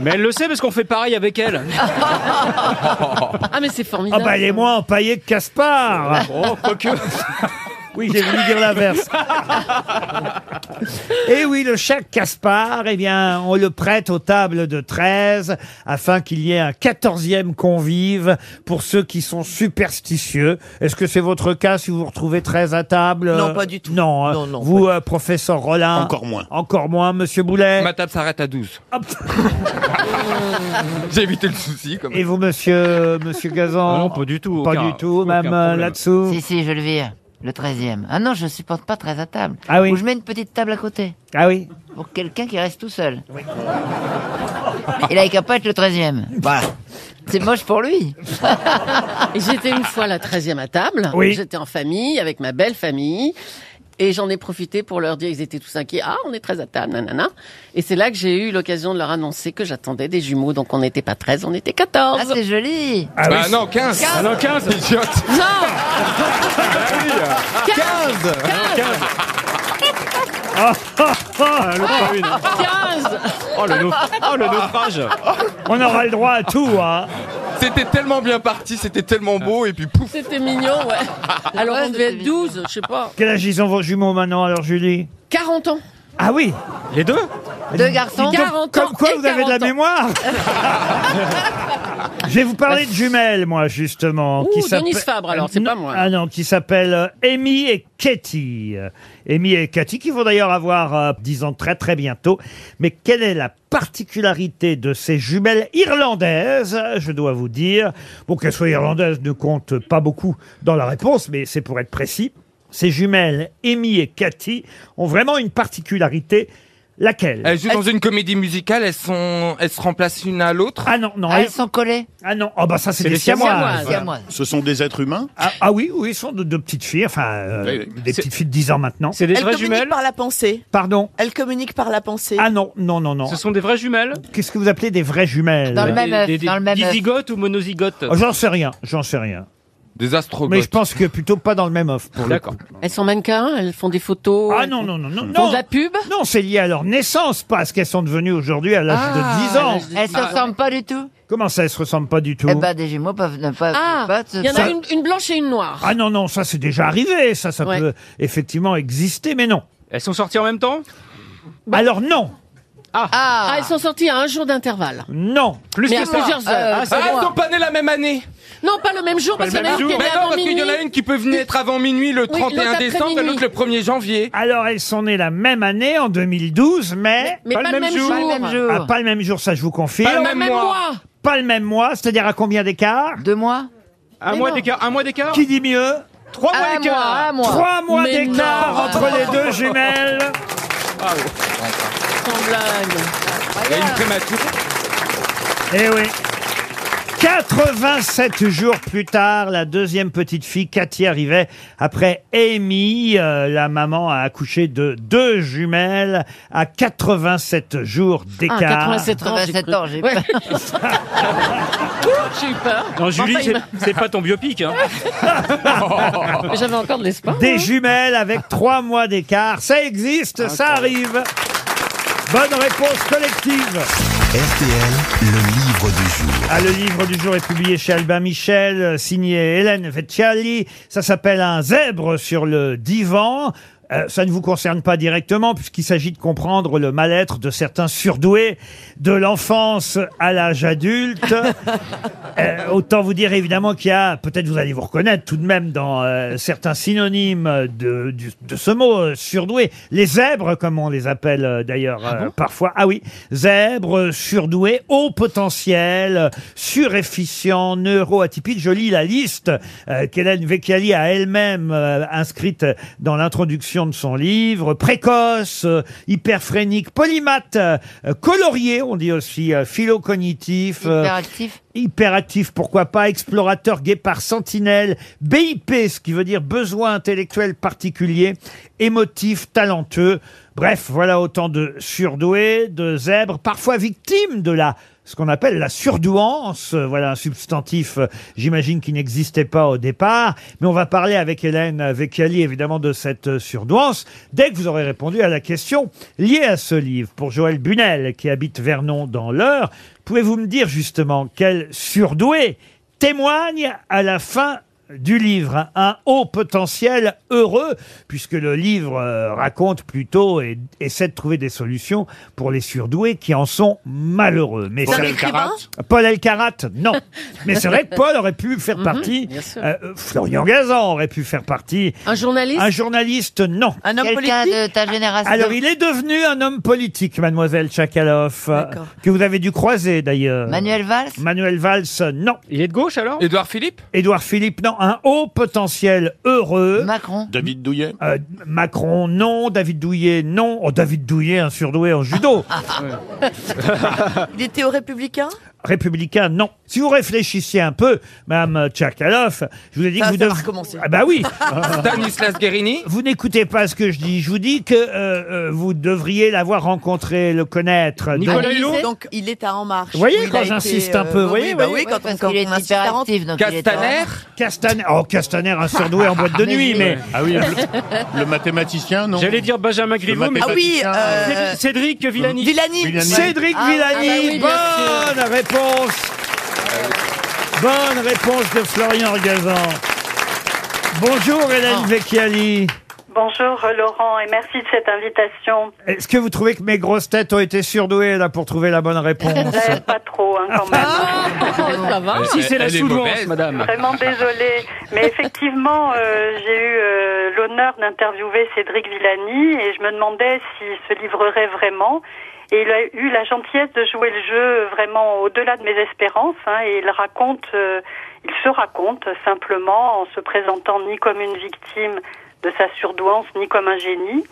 Mais elle le sait parce qu'on fait pareil avec elle. Ah mais c'est Ah formidable. bah elle est moins empaillée que Caspar. Oh, quoique. Oui, [LAUGHS] j'ai voulu dire l'inverse. Et Eh oui, le chat Caspar, eh bien, on le prête aux tables de 13 afin qu'il y ait un 14e convive pour ceux qui sont superstitieux. Est-ce que c'est votre cas si vous vous retrouvez 13 à table Non, pas du tout. Non, hein. Non, non, vous, euh, professeur Rollin Encore moins. Encore moins, monsieur Boulet Ma table s'arrête à 12. Ah, [LAUGHS] J'ai évité le souci comme Et vous, [LAUGHS] monsieur, monsieur Gazan Ah non, pas du tout, Pas aucun- du tout, aucun même euh, problème. là-dessous. Si, si, je le vire. Le 13e. Ah non, je supporte pas très à table. Ah oui. Ou je mets une petite table à côté. Ah oui. Pour quelqu'un qui reste tout seul. Il a qu'à pas être le 13e. Voilà. C'est moche pour lui. [LAUGHS] Et j'étais une fois la 13e à table. Oui. J'étais en famille, avec ma belle famille. Et j'en ai profité pour leur dire, ils étaient tous inquiets. Ah, on est 13 à table, nanana. Et c'est là que j'ai eu l'occasion de leur annoncer que j'attendais des jumeaux. Donc on n'était pas 13, on était 14. Ah, c'est joli. Ah bah oui, non, 15 Ah non, Ah 15 Idiote. Non Quinze. 15 [LAUGHS] Ah. Oh, le, nauf- oh, le naufrage On aura le droit à tout, hein. C'était tellement bien parti, c'était tellement beau, et puis pouf C'était mignon, [LAUGHS] ouais. Ah, Alors on devait être 12, je sais pas. Quel âge ils ont vos jumeaux maintenant, alors Julie 40 ans. Ah oui Les deux Deux garçons. Dis donc, 40 ans Comme quoi et vous avez de la 40 ans. mémoire Je vais vous parler de jumelles, moi, justement. Ouh, s'appellent- Denise Fabre, alors, c'est pas moi. Ah non, qui s'appellent euh, Amy et Katie. Euh, Amy et Katie, qui vont d'ailleurs avoir euh, 10 ans très très bientôt. Mais quelle est la particularité de ces jumelles irlandaises, je dois vous dire Bon, qu'elles soient irlandaises ne compte pas beaucoup dans la réponse, mais c'est pour être précis. Ces jumelles, Amy et Cathy, ont vraiment une particularité. Laquelle Elles jouent dans une comédie musicale, elles, sont... elles se remplacent une à l'autre Ah non, non. Ah, elles- ils sont collés. Ah non, oh bah ça c'est C'est des les siamois. Siamoises. Tiens, moi. Ce sont des êtres humains Ah, ah oui, oui, ils sont de deux petites filles, enfin euh, Oui, oui. des C'est- petites filles de 10 ans maintenant. C'est des Elle vraies communique jumelles par la pensée. Pardon Elle communique par la pensée. Ah non, non, non, non. Ce sont des vraies jumelles Qu'est-ce que vous appelez des vraies jumelles Dans le même œuf, dans le même euh, œuf. Dizygotes ou monozygotes Oh, J'en sais rien, j'en sais rien. Des astrogotes. Mais je pense que plutôt pas dans le même œuf pour le D'accord. coup. Elles sont mannequins, elles font des photos. Ah elles non, non, non, non. Font Non, de la pub non c'est lié à leur naissance, pas à ce qu'elles sont devenues aujourd'hui à l'âge Ah, de Ah, 10 ans. Elles Ah. se ressemblent pas du tout. Comment ça, elles se ressemblent pas du tout Eh ben, des jumeaux peuvent ne pas. Ah, pas se- il y en a une, une blanche et une noire. Ah non, non, ça c'est déjà arrivé, ça, ça Ouais. peut effectivement exister, mais non. Bah, Elles sont sorties en même temps Alors non, Ah, elles sont sorties à un jour d'intervalle. non. Plus Mais que à ça. plusieurs heures. Ah, Ah, c'est elles moi. sont pas nées la même année Non, pas le même jour, parce qu'il y en a une qui est née Mais non, avant parce qu'il y en a minuit. une qui peut venir être avant minuit le 31 l'autre après décembre et minuit. l'autre le 1er janvier. Alors elles sont nées la même année, en 2012, mais... Mais pas, le même jour. Pas le même jour. Ah, pas le même jour, ça je vous confirme. Pas le Pas le même mois. Pas le même mois, c'est-à-dire à combien d'écart Deux mois Un mois d'écart Un mois d'écart Qui dit mieux Trois mois Un mois, d'écart un mois. Trois mois Mais d'écart non. entre les deux jumelles. Sans blague. Il y a une prématurée. Eh oui. 87 jours plus tard, la deuxième petite fille, Cathy, arrivait après Amy. Euh, la maman a accouché de deux jumelles à 87 jours Ah, d'écart. 87 Ah, ans, j'ai cru. Ouais. J'ai eu peur. Non, Julie, Enfin, il c'est- m'a- [LAUGHS] c'est pas ton biopic. [LAUGHS] Hein. Mais J'avais encore de l'espoir. Des hein. jumelles avec trois mois d'écart. Ça existe, ça arrive. Bonne réponse collective. RTL, le livre du jour. Ah, le livre du jour est publié chez Albin Michel, euh, signé Hélène Vecchiali. Ça s'appelle Un zèbre sur le divan. Euh, ça ne vous concerne pas directement puisqu'il s'agit de comprendre le mal-être de certains surdoués de l'enfance à l'âge adulte. Euh, autant vous dire évidemment qu'il y a, peut-être vous allez vous reconnaître tout de même dans euh, certains synonymes de, du- de ce mot euh, surdoué. Les zèbres, comme on les appelle euh, d'ailleurs euh, parfois. Ah oui, zèbres, euh, surdoués, haut potentiel, euh, surefficient, neuroatypique. Je lis la liste euh, qu'Hélène Vecchiali a elle-même euh, inscrite dans l'introduction de son livre. Précoce, euh, hyperphrénique, polymathe, euh, colorier, on dit aussi, euh, philocognitif. euh, Hyperactif. hyperactif, pourquoi pas, explorateur, guépard, sentinelle, BIP, ce qui veut dire besoin intellectuel particulier, émotif, talentueux. Bref, voilà autant de surdoués, de zèbres, parfois victimes de la ce qu'on appelle la surdouance, Euh, voilà un substantif, euh, j'imagine, qui n'existait pas au départ. Mais on va parler avec Hélène Vecchiali, évidemment, de cette euh, surdouance, dès que vous aurez répondu à la question liée à ce livre. Pour Joël Bunel, qui habite Vernon dans l'Eure, Pouvez-vous me dire justement quel surdoué témoigne à la fin du livre hein. un haut potentiel heureux, puisque le livre euh, raconte plutôt et essaie de trouver des solutions pour les surdoués qui en sont malheureux. Mais Paul ça- Elkarat Paul Elkarat, non. Mais c'est vrai que Paul aurait pu faire partie. bien sûr. euh, Florian Gazan aurait pu faire partie. Un journaliste Un journaliste, non. Un homme Quelqu'un politique de ta génération. Alors il est devenu un homme politique, mademoiselle Tchakaloff, euh, D'accord. que vous avez dû croiser d'ailleurs. Manuel Valls Manuel Valls, non. Il est de gauche alors Édouard Philippe Édouard Philippe, non. Un haut potentiel heureux. Macron David Douillet Euh, Macron, non. David Douillet, non. Oh, David Douillet, un surdoué en judo. Il était aux Républicains Républicain, non. Si vous réfléchissiez un peu, Madame Tchakaloff, je vous ai dit Ça, que vous ça va devez- recommencer. Ah bah oui, Stanislas Guérini vous n'écoutez pas ce que je dis. Je vous dis que euh, euh, vous devriez l'avoir rencontré, le connaître. Nicolas Ah, Donc- Hulot Donc il est à En Marche. Vous voyez où il quand a été, j'insiste un peu, oui, vous voyez, bah vous voyez, oui, quand on parce quand qu'il est on insiste à rentrer. hyperactif, donc il est Castaner Castaner, oh Castaner, un surdoué en boîte de Mais nuit, oui. mais [LAUGHS] Ah oui, le, le mathématicien, non J'allais dire Benjamin Griveaux, mais Ah oui, euh, Ah, Cédric- Cédric Villani. Villani. Villani. Cédric Ah, Villani, ah bonne réponse. Bonne réponse de Florian Gazan. Bonjour Hélène Vecchiali. Bonjour euh, Laurent et merci de cette invitation. Est-ce que vous trouvez que mes grosses têtes ont été surdouées là pour trouver la [LAUGHS] bonne réponse Ouais, Euh, pas trop hein, quand même. Ah, oh, Ça va Si c'est la Elle est sous-douance, mauvaise. madame. Vraiment désolée. Mais effectivement, euh, j'ai eu euh, l'honneur d'interviewer Cédric Villani et je me demandais s'il se livrerait vraiment. Et il a eu la gentillesse de jouer le jeu vraiment au-delà de mes espérances. hein, et il raconte, euh, il se raconte simplement en se présentant ni comme une victime de sa surdouance, ni comme un génie.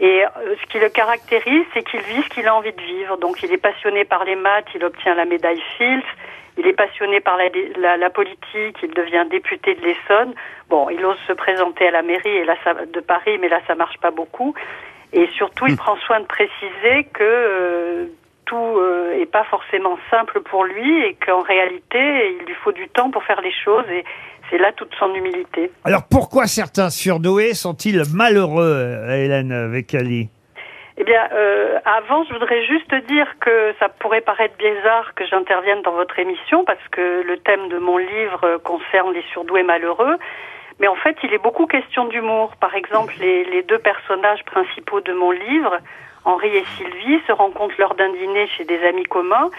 Et euh, ce qui le caractérise, c'est qu'il vit ce qu'il a envie de vivre. Donc il est passionné par les maths, il obtient la médaille Fields, il est passionné par la, la- la politique, il devient député de l'Essonne. Bon, il ose se présenter à la mairie et là, ça, de Paris, mais là ça marche pas beaucoup. Et surtout, il prend soin de préciser que euh, tout euh, est pas forcément simple pour lui et qu'en réalité, il lui faut du temps pour faire les choses et c'est là toute son humilité. Alors pourquoi certains surdoués sont-ils malheureux, Hélène Vecchiali Eh bien, euh, avant, je voudrais juste dire que ça pourrait paraître bizarre que j'intervienne dans votre émission parce que le thème de mon livre euh, concerne les surdoués malheureux. Mais en fait, il est beaucoup question d'humour. Par exemple, les, les deux personnages principaux de mon livre, Henri et Sylvie, se rencontrent lors d'un dîner chez des amis communs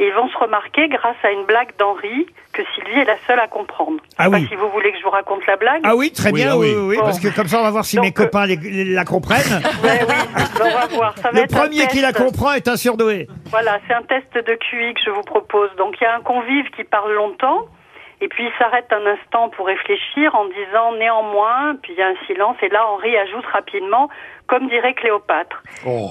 et ils vont se remarquer grâce à une blague d'Henri que Sylvie est la seule à comprendre. Je sais Ah pas oui. si vous voulez que je vous raconte la blague. Ah oui, très Oui, bien, ah oui, oui. oui, oui, Bon. parce que comme ça on va voir si Donc, mes copains les- les- la comprennent. Ouais, oui, on va voir. Ça va Le être un premier qui la test. comprend est un surdoué. Voilà, c'est un test de QI que je vous propose. Donc il y a un convive qui parle longtemps et puis il s'arrête un instant pour réfléchir en disant néanmoins, puis il y a un silence et là Henri ajoute rapidement comme dirait Cléopâtre.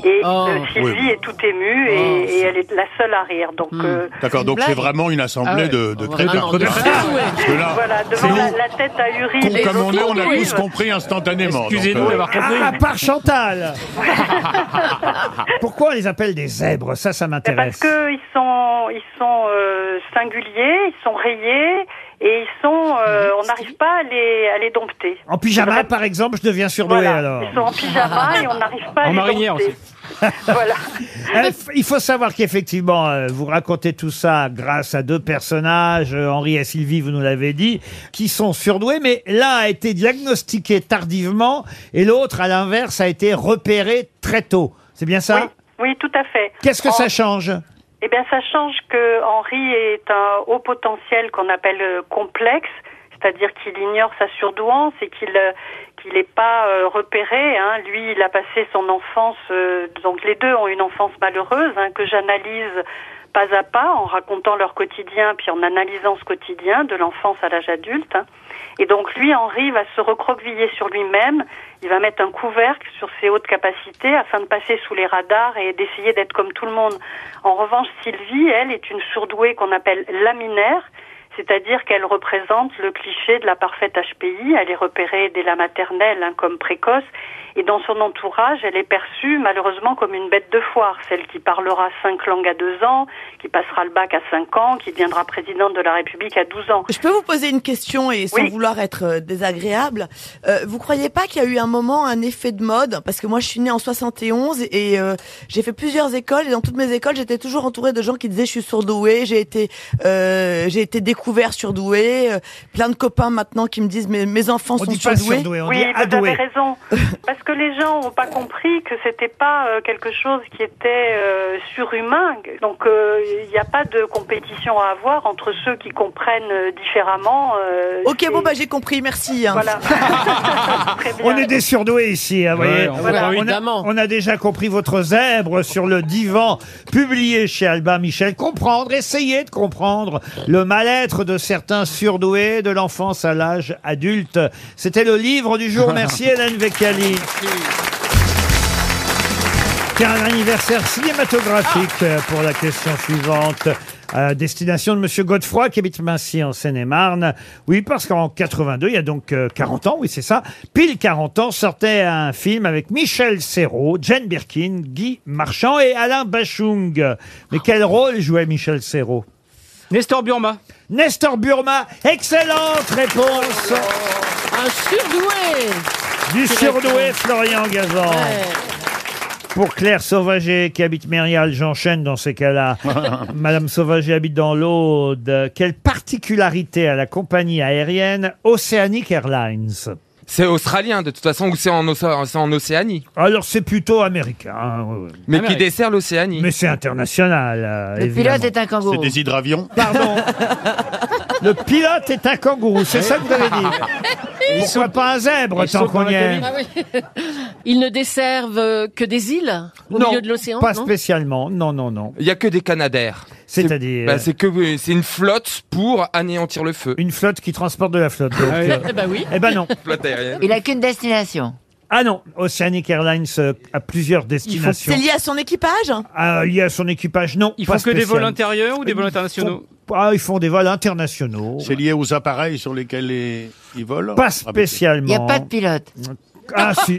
Et Oh. euh, Sylvie Oui. est toute émue et, Oh, et elle est la seule à rire. Donc, euh, D'accord, donc c'est vraiment une assemblée de, de crétins. Parce que là, Voilà, devant la, la tête ahurie. con les comme on est, on a autres tous compris instantanément. Excusez-nous donc, euh, d'avoir Ah, à part Chantal Pourquoi on les appelle des zèbres Ça, ça Mais Eh, Parce m'intéresse. que ils sont, ils sont euh, singuliers, ils sont rayés et ils sont, euh, Mhm. on n'arrive pas à les, à les dompter. En pyjama, par exemple, je deviens surdoué Voilà, alors. Ils sont en pyjama et on n'arrive pas à En les marinière dompter. [LAUGHS] [LAUGHS] voilà. Euh, f- Il faut savoir qu'effectivement, euh, vous racontez tout ça grâce à deux personnages, euh, Henri et Sylvie, vous nous l'avez dit, qui sont surdoués, mais l'un a été diagnostiqué tardivement et l'autre, à l'inverse, a été repéré très tôt. C'est bien ça Oui, tout à fait. Qu'est-ce que En- ça change Eh bien, ça change que Henri est un haut potentiel qu'on appelle euh, complexe, c'est-à-dire qu'il ignore sa surdouance et qu'il euh, qu'il n'est pas euh, repéré. hein. Lui, il a passé son enfance, euh, donc les deux ont une enfance malheureuse hein, que j'analyse pas à pas en racontant leur quotidien, puis en analysant ce quotidien de l'enfance à l'âge adulte. hein. Et donc lui, Henri, va se recroqueviller sur lui-même, il va mettre un couvercle sur ses hautes capacités afin de passer sous les radars et d'essayer d'être comme tout le monde. En revanche, Sylvie, elle, est une surdouée qu'on appelle laminaire, c'est-à-dire qu'elle représente le cliché de la parfaite HPI, elle est repérée dès la maternelle hein, comme précoce, et dans son entourage, elle est perçue malheureusement comme une bête de foire, celle qui parlera cinq langues à deux ans, qui passera le bac à cinq ans, qui deviendra présidente de la République à 12 ans. Je peux vous poser une question et sans vouloir être euh, désagréable, euh, vous croyez pas qu'il y a eu un moment un effet de mode Parce que moi, je suis née en 71 et euh, j'ai fait plusieurs écoles et dans toutes mes écoles, j'étais toujours entourée de gens qui disaient je suis surdouée, j'ai été, euh, j'ai été découvert surdouée, euh, plein de copains maintenant qui me disent mes, mes enfants sont surdoués. oui, vous avez [LAUGHS] raison. Parce que les gens n'ont pas compris que c'était pas euh, quelque chose qui était euh, surhumain. Donc euh, il n'y a pas de compétition à avoir entre ceux qui comprennent euh, différemment. euh, Ok, c'est- bon bah j'ai compris, merci. hein. Voilà. On est des surdoués ici, hein, vous Ouais, voyez. on Voilà. voit, on, a, on a déjà compris votre zèbre sur le divan, publié chez Albin Michel. Comprendre, essayer de comprendre le mal-être de certains surdoués de l'enfance à l'âge adulte. C'était le livre du [LAUGHS] jour. Merci Hélène Vecchiali. Tiens, un anniversaire cinématographique euh, pour la question suivante. À destination de Monsieur Godefroy, qui habite Mincy en Seine-et-Marne. Oui, parce qu'en 82, il y a donc euh, 40 ans, oui, c'est ça, pile 40 ans, sortait un film avec Michel Serrault, Jane Birkin, Guy Marchand et Alain Bachung. Mais quel rôle jouait Michel Serrault Nestor Burma. Nestor Burma, excellente réponse Un surdoué Du Qui surdoué répond. Florian Gazan pour Claire Sauvager qui habite Mérial, j'enchaîne dans ces [LAUGHS] cas-là. Madame Sauvager habite dans l'Aude. Quelle particularité à la compagnie aérienne Oceanic Airlines C'est australien de toute façon ou c'est en, Oce- c'est en Océanie Alors c'est plutôt américain. hein, ouais, ouais. Mais qui dessert l'Océanie. Mais c'est international. euh, Le évidemment. pilote est un kangourou. C'est des hydravions [LAUGHS] Pardon. Le pilote est un kangourou, c'est ça que vous [LAUGHS] avez dit. Pourquoi pas un zèbre Ils tant sont qu'on dans y la est cabine. Ah oui. [LAUGHS] Ils ne desservent euh, que des îles au milieu de l'océan. Pas non spécialement, non, non, non. Il y a que des Canadaires. C'est-à-dire Bah, c'est que c'est une flotte pour anéantir le feu. Une flotte qui transporte de la Ah flotte. donc, euh, Eh ben non. Flotte aérienne. Il a qu'une destination. Ah non, Oceanic Airlines euh, a plusieurs destinations. C'est lié à son équipage Ah, il y a son équipage, non. Ils pas font que des spécial. vols intérieurs ou des vols internationaux Ah, ils font des vols internationaux. C'est lié aux appareils sur lesquels les- ils volent Ah, Pas spécialement. Il y a pas de pilote. Ah [LAUGHS] si.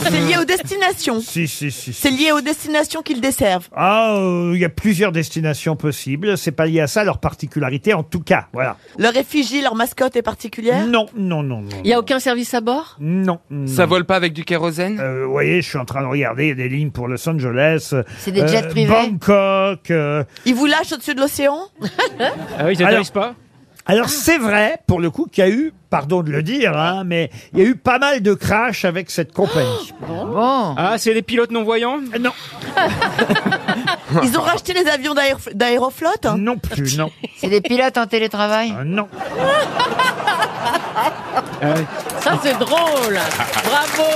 C'est lié aux destinations. Si, si, si. C'est lié aux destinations qu'ils desservent. Ah, euh, il y a plusieurs destinations possibles. C'est pas lié à ça, leur particularité en tout cas. Voilà. Leur effigie, leur mascotte est particulière Non, non, non, non. Il n'y a aucun service à bord Non. Euh, Ça vole pas avec du kérosène Vous voyez, je suis en train de regarder, il y a des lignes pour Los Angeles. Euh, C'est des jets privés Bangkok. euh, Ils vous lâchent au-dessus de l'océan Euh. Ah oui, ils atterrissent pas Alors c'est vrai, pour le coup, qu'il y a eu, pardon de le dire, hein, mais il y a eu pas mal de crash avec cette [GASPS] compagnie. Ah, c'est des pilotes non-voyants Non. Ils ont racheté les avions d'aéro- d'Aeroflot Non plus, non. Ah, C'est des pilotes en télétravail Non. Ah Ça c'est drôle. Oh Bravo.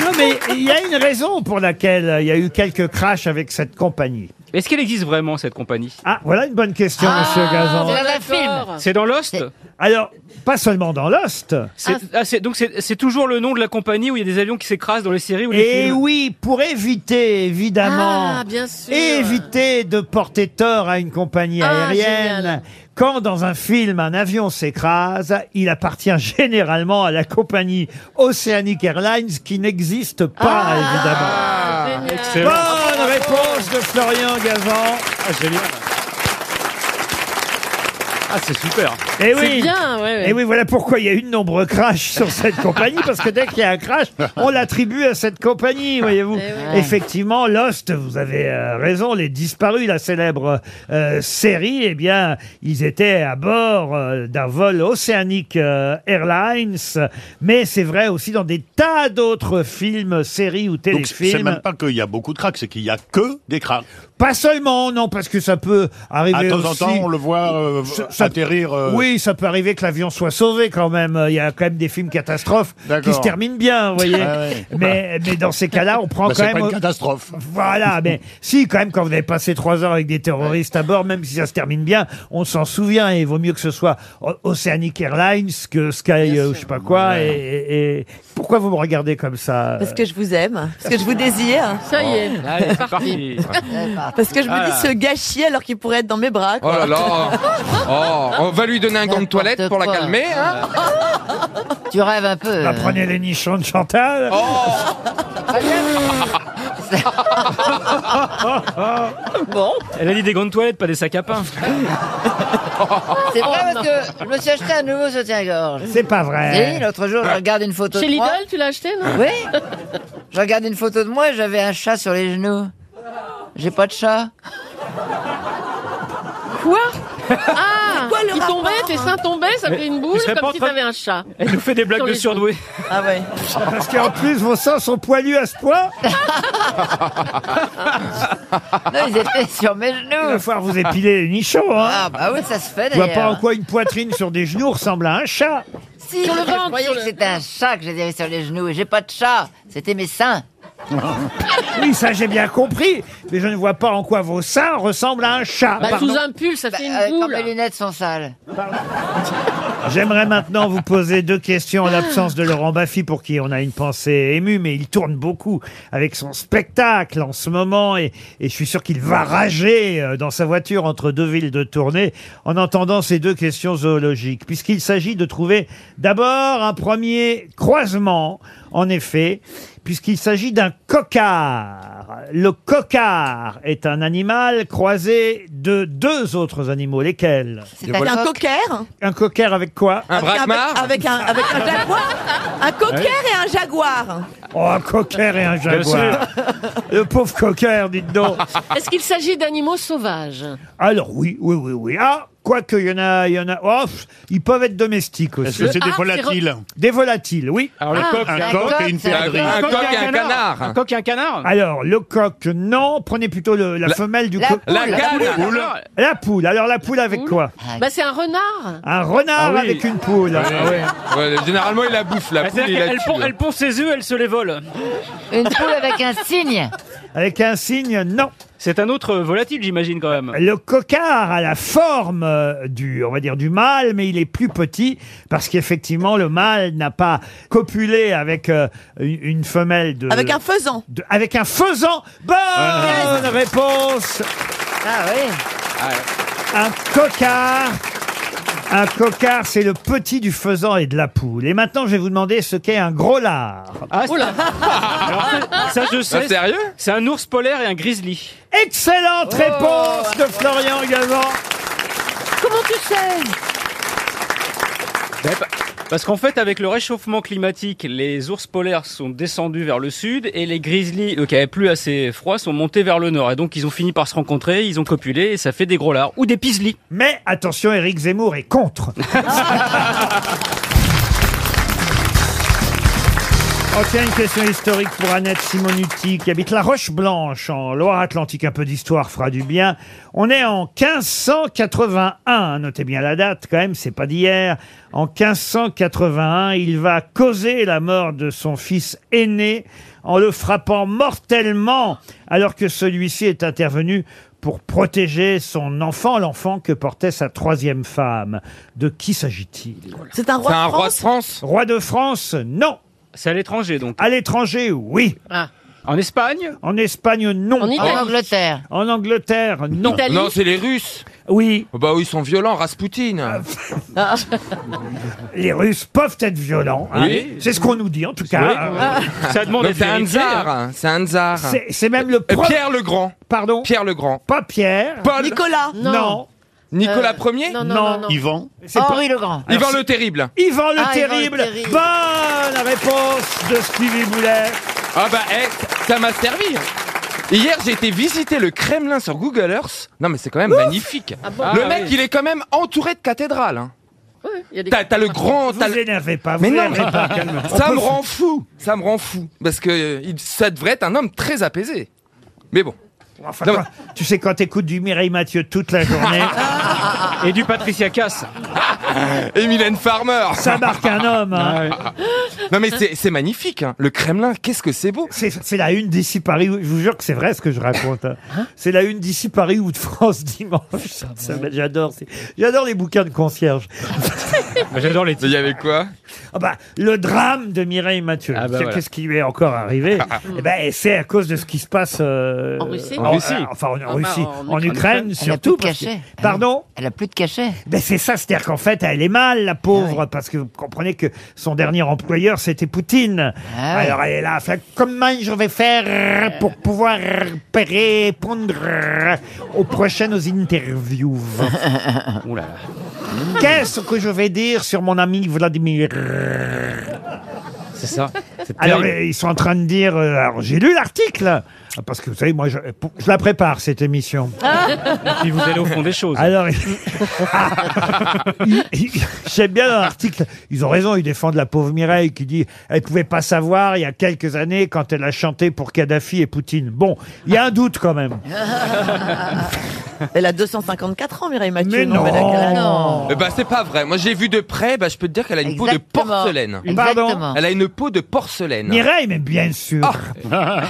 Non, mais il y a une raison pour laquelle il y a eu quelques crashs avec cette compagnie. Est-ce qu'elle existe vraiment, cette compagnie Ah, voilà une bonne question, monsieur Gazan. Ah, C'est dans Lost Alors, pas seulement dans Lost. C'est- ah, c'est- Donc c'est c'est toujours le nom de la compagnie où il y a des avions qui s'écrasent dans les séries ou les Et films. Eh oui, pour éviter, évidemment, Ah, bien sûr. éviter de porter tort à une compagnie Ah, aérienne. génial. Quand dans un film un avion s'écrase, il appartient [LAUGHS] généralement à la compagnie Oceanic Airlines qui n'existe pas, Ah. évidemment. Excellent. Bonne réponse de Florian Gazan. Ah, génial. Ah, c'est super. Et C'est Eh oui. bien, ouais, ouais. Et oui, voilà pourquoi il y a eu de nombreux crashs sur cette compagnie, parce que dès qu'il y a un crash, on l'attribue à cette compagnie, voyez-vous. Eh oui. Effectivement, Lost, vous avez euh, raison, les disparus, la célèbre euh, série, eh bien, ils étaient à bord euh, d'un vol Oceanic euh, Airlines, mais c'est vrai aussi dans des tas d'autres films, séries ou Donc c'est- c'est téléfilms. même pas qu'il y a beaucoup de cracks, c'est qu'il y a que des cracks. Pas seulement, non, parce que ça peut arriver À Ah, temps en aussi- temps, on le voit euh, atterrir. euh, Oui, ça peut arriver que l'avion soit sauvé quand même. Il y a quand même des films catastrophes qui D'accord. se terminent bien, vous voyez. Ah ouais. mais, mais dans ces cas-là, on prend Bah, quand c'est même. pas une catastrophe. Voilà, mais si, quand même, quand vous avez passé trois heures avec des terroristes à bord, même si ça se termine bien, on s'en souvient et il vaut mieux que ce soit O- Oceanic Airlines que Sky, euh, je sais pas quoi. Et, et- et- pourquoi vous me regardez comme ça euh Parce que je vous aime, parce que je vous désire. Ça y est. Allez, c'est parti. Parce que je me Ah dis ce gâchis alors qu'il pourrait être dans mes bras. Oh quoi. là là Oh, on va lui donner un gant de toilette pour la calmer, hein Tu rêves un peu. Bah, prenez les nichons de Chantal. Oh, Oh. bon. Elle a dit des grandes toilettes, pas des sacs à pain. C'est vrai parce que je me suis acheté un nouveau soutien-gorge. C'est pas vrai. Si, l'autre jour, je regarde une photo Chez de moi. Lidl, tu l'as acheté, non Oui. Je regarde une photo de moi et j'avais un chat sur les genoux. J'ai pas de chat. Quoi Ah quoi le Il rapport, tombait, tes seins tombaient, ça Mais faisait une tu boule serais pas en comme si train de- t'avais un chat. Elle nous fait des blagues Sur de les- surdoué. Ah ouais. Parce qu'en plus, vos seins sont poilus à ce point. [LAUGHS] Non, ils étaient sur mes genoux. Il va falloir vous épiler les nichons. Hein. Ah bah oui, ça se fait Je vois pas en d'ailleurs. quoi une poitrine sur des genoux ressemble à un chat. Si, Sur le je ventre, croyais sur que le- c'était un chat que j'avais sur les genoux et j'ai pas de chat. C'était mes seins. Oui, ça j'ai bien compris, mais je ne vois pas en quoi vos seins ressemblent à un chat. Bah, Ah, Pardon. sous un pull, ça Bah, fait euh, une quand boule. mes lunettes sont sales. J'aimerais maintenant vous poser deux questions en l'absence de Laurent Baffy pour qui on a une pensée émue, mais il tourne beaucoup avec son spectacle en ce moment et, et je suis sûr qu'il va rager euh, dans sa voiture entre deux villes de tournée en entendant ces deux questions zoologiques, puisqu'il s'agit de trouver d'abord un premier croisement, en effet, puisqu'il s'agit d'un cocard. Le cocard est un animal croisé de deux autres animaux, lesquels C'est un cocker un cocker avec quoi Un braquemar avec, avec un, avec un jaguar Un cocker et un jaguar Oh, un cocker et un Bien jaguar. Le pauvre cocker, dites donc. Est-ce qu'il s'agit d'animaux sauvages Alors oui, oui, oui, oui. Ah, quoi qu'il y en a, il y en a. Oh, pff, ils peuvent être domestiques aussi. Est-ce que c'est des Ah, volatiles Des volatiles, oui. Alors le Ah, coq, Un un coq coq, et une c'est un perdrix. Un coq et un Un canard coq et un canard Alors le coq, non. Prenez plutôt le- la, La- femelle du la coq. La canne Poule. La poule. Alors la poule avec Poule. quoi Bah c'est un renard. Un renard Ah oui. avec une poule. Ouais, Généralement, il la bouffe, la Ah, poule, c'est-à-dire il la qu'elle tue. pond- Elle pond ses œufs, elle se les vole. Une poule avec un cygne. Avec un signe, non. C'est un autre volatile, j'imagine quand même. Le cocard a la forme euh, du, on va dire, du mâle, mais il est plus petit parce qu'effectivement le mâle n'a pas copulé avec euh, une femelle de. Avec un faisan de- avec un faisan. Bonne Ah. réponse. Ah oui. Un cocard. Un cocard, c'est le petit du faisan et de la poule. Et maintenant, je vais vous demander ce qu'est un gros lard. Ah, c'est- Alors, ça, ça, je Ah, sais. sérieux C'est un ours polaire et un grizzly. Oh. Excellente réponse de Florian Gazan. Comment tu sais bah, Parce qu'en fait, avec le réchauffement climatique, les ours polaires sont descendus vers le sud et les grizzlies, eux, qui n'avaient plus assez froid, sont montés vers le nord. Et donc, ils ont fini par se rencontrer, ils ont copulé et ça fait des gros lards. Ou des pislis. Mais attention, Éric Zemmour est [LAUGHS] contre. On tient Oh, une question historique pour Annette Simonuti qui habite la Roche-Blanche en Loire-Atlantique. Un peu d'histoire fera du bien. On est en 1581. Notez bien la date quand même, c'est pas d'hier. En 1581, il va causer la mort de son fils aîné en le frappant mortellement alors que celui-ci est intervenu pour protéger son enfant, l'enfant que portait sa troisième femme. De qui s'agit-il C'est un roi C'est un de roi de France Roi de France, non. C'est à l'étranger donc Ah. À l'étranger, oui. En Espagne En Espagne, non. En Italie En Angleterre En Angleterre, non. Non, c'est les Russes. Oui. Bah oui, ils sont violents, Raspoutine. Ah. Les Russes peuvent être violents. hein. Oui. C'est ce qu'on nous dit en tout cas. Ah. Euh, Mais C'est un tsar. hein, C'est un tsar. C'est- c'est même le Euh, pre- Pierre le Grand. Pardon Pierre le Grand. Pas Pierre. Paul. Nicolas. Non. Non. Nicolas Euh, Ier non, non, non, non. Yvan. C'est pas- Henri le Grand. Yvan Alors, le Terrible. Yvan le, terrible. Bonne réponse de Stevie Boulet. Ah bah, eh, ça m'a servi. Hier, j'ai été visiter le Kremlin sur Google Earth. Non, mais c'est quand même magnifique. Ah bon le Ah mec, oui. il est quand même entouré de cathédrales. hein. Ouais, il y a des- T'as t'as le grand. Vous énervez pas. vous mais non, énervez [LAUGHS] pas, calme. ça On me peut- rend fou. Ça me rend fou parce que euh, il- ça devrait être un homme très apaisé. Mais bon. Enfin, quand- tu sais, quand t'écoutes du Mireille Mathieu toute la journée. [LAUGHS] Et du Patricia Cass. Et Mylène Farmer. Ça marque un homme, hein. Non mais c'est c'est magnifique. hein. Le Kremlin, qu'est-ce que c'est beau. C'est c'est la une d'ici Paris. où- Je vous jure que c'est vrai ce que je raconte. hein. C'est la une d'ici Paris ou de France [LAUGHS] dimanche. Ça m'a- J'adore. c'est- J'adore les bouquins de concierge. Ah, J'adore les. Il y avait quoi Ah bah, le drame de Mireille Mathieu. bah C'est- voilà. Qu'est-ce qui lui est encore arrivé Eh ben, c'est à cause de ce qui se passe euh, En Russie euh, Russie. enfin, en, en Ah bah, Russie, en en, Ukraine Ukraine. surtout. Elle a plus de parce que- cachet. Pardon Elle a plus de cachet. Ah Ben c'est ça, c'est-à-dire qu'en fait, elle est mal, la pauvre, parce que vous comprenez que son dernier employeur, c'était ouais. Poutine. Alors elle est là, elle fait, comment je vais faire pour pouvoir répondre aux prochaines interviews Oula. Qu'est-ce que je vais dire sur mon ami Vladimir C'est ça. C'est alors, terrible. euh, ils sont en train de dire. euh, alors, j'ai lu l'article, parce que vous savez, moi, je, pour- je la prépare, cette émission. Si vous allez au fond des choses. Alors, [LAUGHS] il- il- j'aime bien dans l'article, ils ont raison, ils défendent la pauvre Mireille qui dit elle pouvait pas savoir il y a quelques années quand elle a chanté pour Kadhafi et Poutine. Bon, il y a un doute quand même. Elle a 254 ans, Mireille Mathieu. Mais mais non. laquelle- Eh ben, c'est pas vrai. Moi, j'ai vu de près. Bah, je peux te dire qu'elle a une peau Exactement. de porcelaine. Une Ah, Pardon Exactement. Elle a une peau de porcelaine. Ah. Mireille, mais bien sûr. Ah.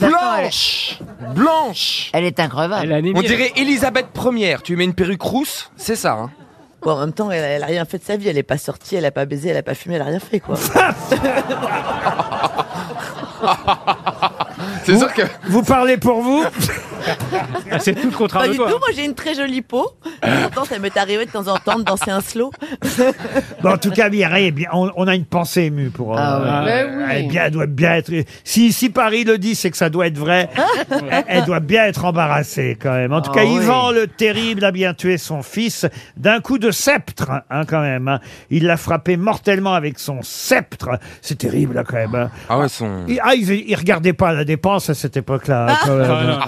Blanche Blanche Elle est incroyable. On dirait Elisabeth Ière. Tu mets une perruque rousse, c'est ça. hein. Bon, en même temps, elle, elle a rien fait de sa vie. Elle est pas sortie, elle a pas baisé, elle a pas fumé, elle a rien fait, quoi. [LAUGHS] C'est sûr que. Vous parlez pour vous C'est tout le contraire Pas de du toi. tout, moi j'ai une très jolie peau. Pourtant, ça m'est arrivé de temps en temps de danser un slow. Bon, en tout cas, Mireille, eh bien, on, on a une pensée émue pour. Ah ouais. euh, Mais oui. elle, bien, elle doit bien être. Si, si Paris le dit, c'est que ça doit être vrai. elle, elle doit bien être embarrassée quand même. En tout Ah cas, oui. Ivan le Terrible a bien tué son fils d'un coup de sceptre, hein, quand même. hein. Il l'a frappé mortellement avec son sceptre. C'est terrible là, quand même. hein. Ah ouais, son. Il- Ah, ils, ils regardaient pas la dépense à cette époque-là. hein, [LAUGHS] quand même. Ah, non, non, non.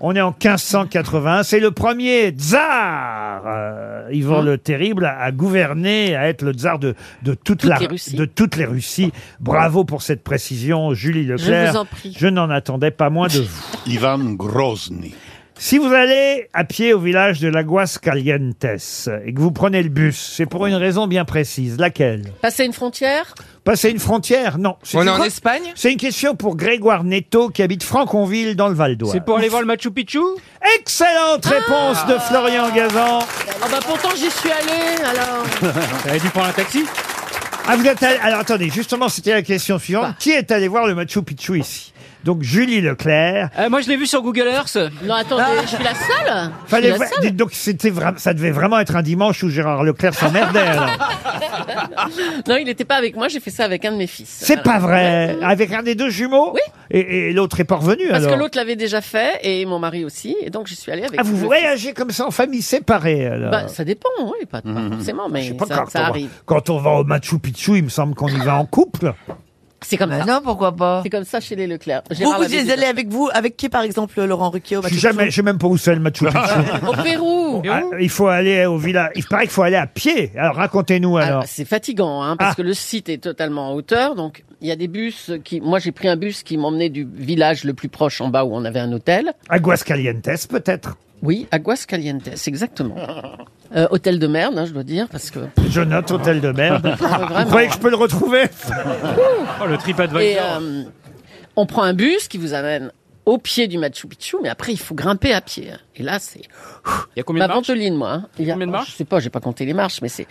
On est en 1580. C'est le premier tsar, euh, Ivan le Terrible, à, à gouverner, à être le tsar de, de toute Toutes la, les Russies. de toutes les Russies. Bravo pour cette précision, Julie Leclerc. vous en prie. Je n'en attendais pas moins de vous. Ivan Grozny. Si vous allez à pied au village de Laguas Calientes et que vous prenez le bus, c'est pour une raison bien précise. Laquelle Passer Bah, une frontière Passer une frontière Non. C'est On une est en re- Espagne C'est une question pour Grégoire Netto qui habite Franconville dans le Val d'Oise. C'est pour aller voir le Machu Picchu Excellente réponse de Florian Gazan. Ah bah pourtant j'y suis allée, alors. [LAUGHS] Vous avez dû prendre un taxi Ah, vous êtes allé- Alors attendez, justement, c'était la question suivante. Bah. Qui est allé voir le Machu Picchu ici Donc Julie Leclerc. Euh, Moi, je l'ai vu sur Google Earth. Non, attendez, je suis la seule. Je suis Ah. Fallait la vra- seule. dites donc c'était vra- ça devait vraiment être un dimanche où Gérard Leclerc [LAUGHS] s'emmerdait. alors. Non, il n'était pas avec moi, j'ai fait ça avec un de mes fils. C'est Voilà. pas vrai. Avec un des deux jumeaux. Oui. Et, et l'autre est pas revenu Parce alors. que l'autre l'avait déjà fait, et mon mari aussi, et donc j'y suis allée avec Ah, vous le- voyagez comme ça en famille séparée alors. bah, Ça dépend, oui, pas, pas forcément, mais Je sais pas, ça, quand, ça on va- arrive. quand on va au Machu Picchu, il me semble qu'on y va en couple. [LAUGHS] C'est comme Bah ça. non, pourquoi pas C'est comme ça chez les Leclerc. Vous, Gérard vous l'avait y déjà allez avec vous, avec qui par exemple, euh, Laurent Ruquier au Je Machu suis jamais, je sais même pas où c'est [LAUGHS] le Machu Picchu. fait. Au Pérou. Ah, il faut aller au village. Il paraît qu'il faut aller à pied. Alors racontez-nous Ah, alors. C'est fatigant, hein, parce Ah. que le site est totalement en hauteur. Donc, il y a des bus qui. Moi, j'ai pris un bus qui m'emmenait du village le plus proche en bas où on avait un hôtel. Aguascalientes peut-être. Oui, Aguas Calientes, exactement. Euh, hôtel de merde, hein, je dois dire, parce que. Je note hôtel [LAUGHS] de merde. Vous Vraiment. croyez que je peux [LAUGHS] le retrouver Oh, le Et TripAdvisor. euh, on prend un bus qui vous amène au pied du Machu Picchu, mais après, il faut grimper à pied. hein. Et là, c'est. Il y a combien de marches moi. hein. Il y a combien de marches Je sais pas, j'ai pas compté les marches, mais c'est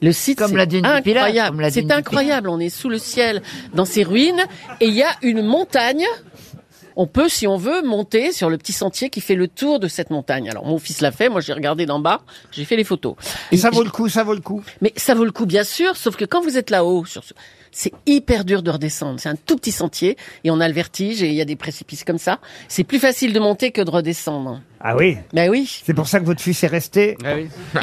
le site. Comme c'est la dune du Pilat, comme incroyable. la C'est dune du incroyable. On est sous le ciel, dans ces ruines, et il y a une montagne. On peut, si on veut, monter sur le petit sentier qui fait le tour de cette montagne. Alors, mon fils l'a fait, moi j'ai regardé d'en bas, j'ai fait les photos. Et ça vaut le coup, ça vaut le coup. Mais ça vaut le coup, bien sûr, sauf que quand vous êtes là-haut, sur ce... c'est hyper dur de redescendre. C'est un tout petit sentier, et on a le vertige, et il y a des précipices comme ça. C'est plus facile de monter que de redescendre. Ah oui Ben oui. C'est pour ça que votre fils est resté Ah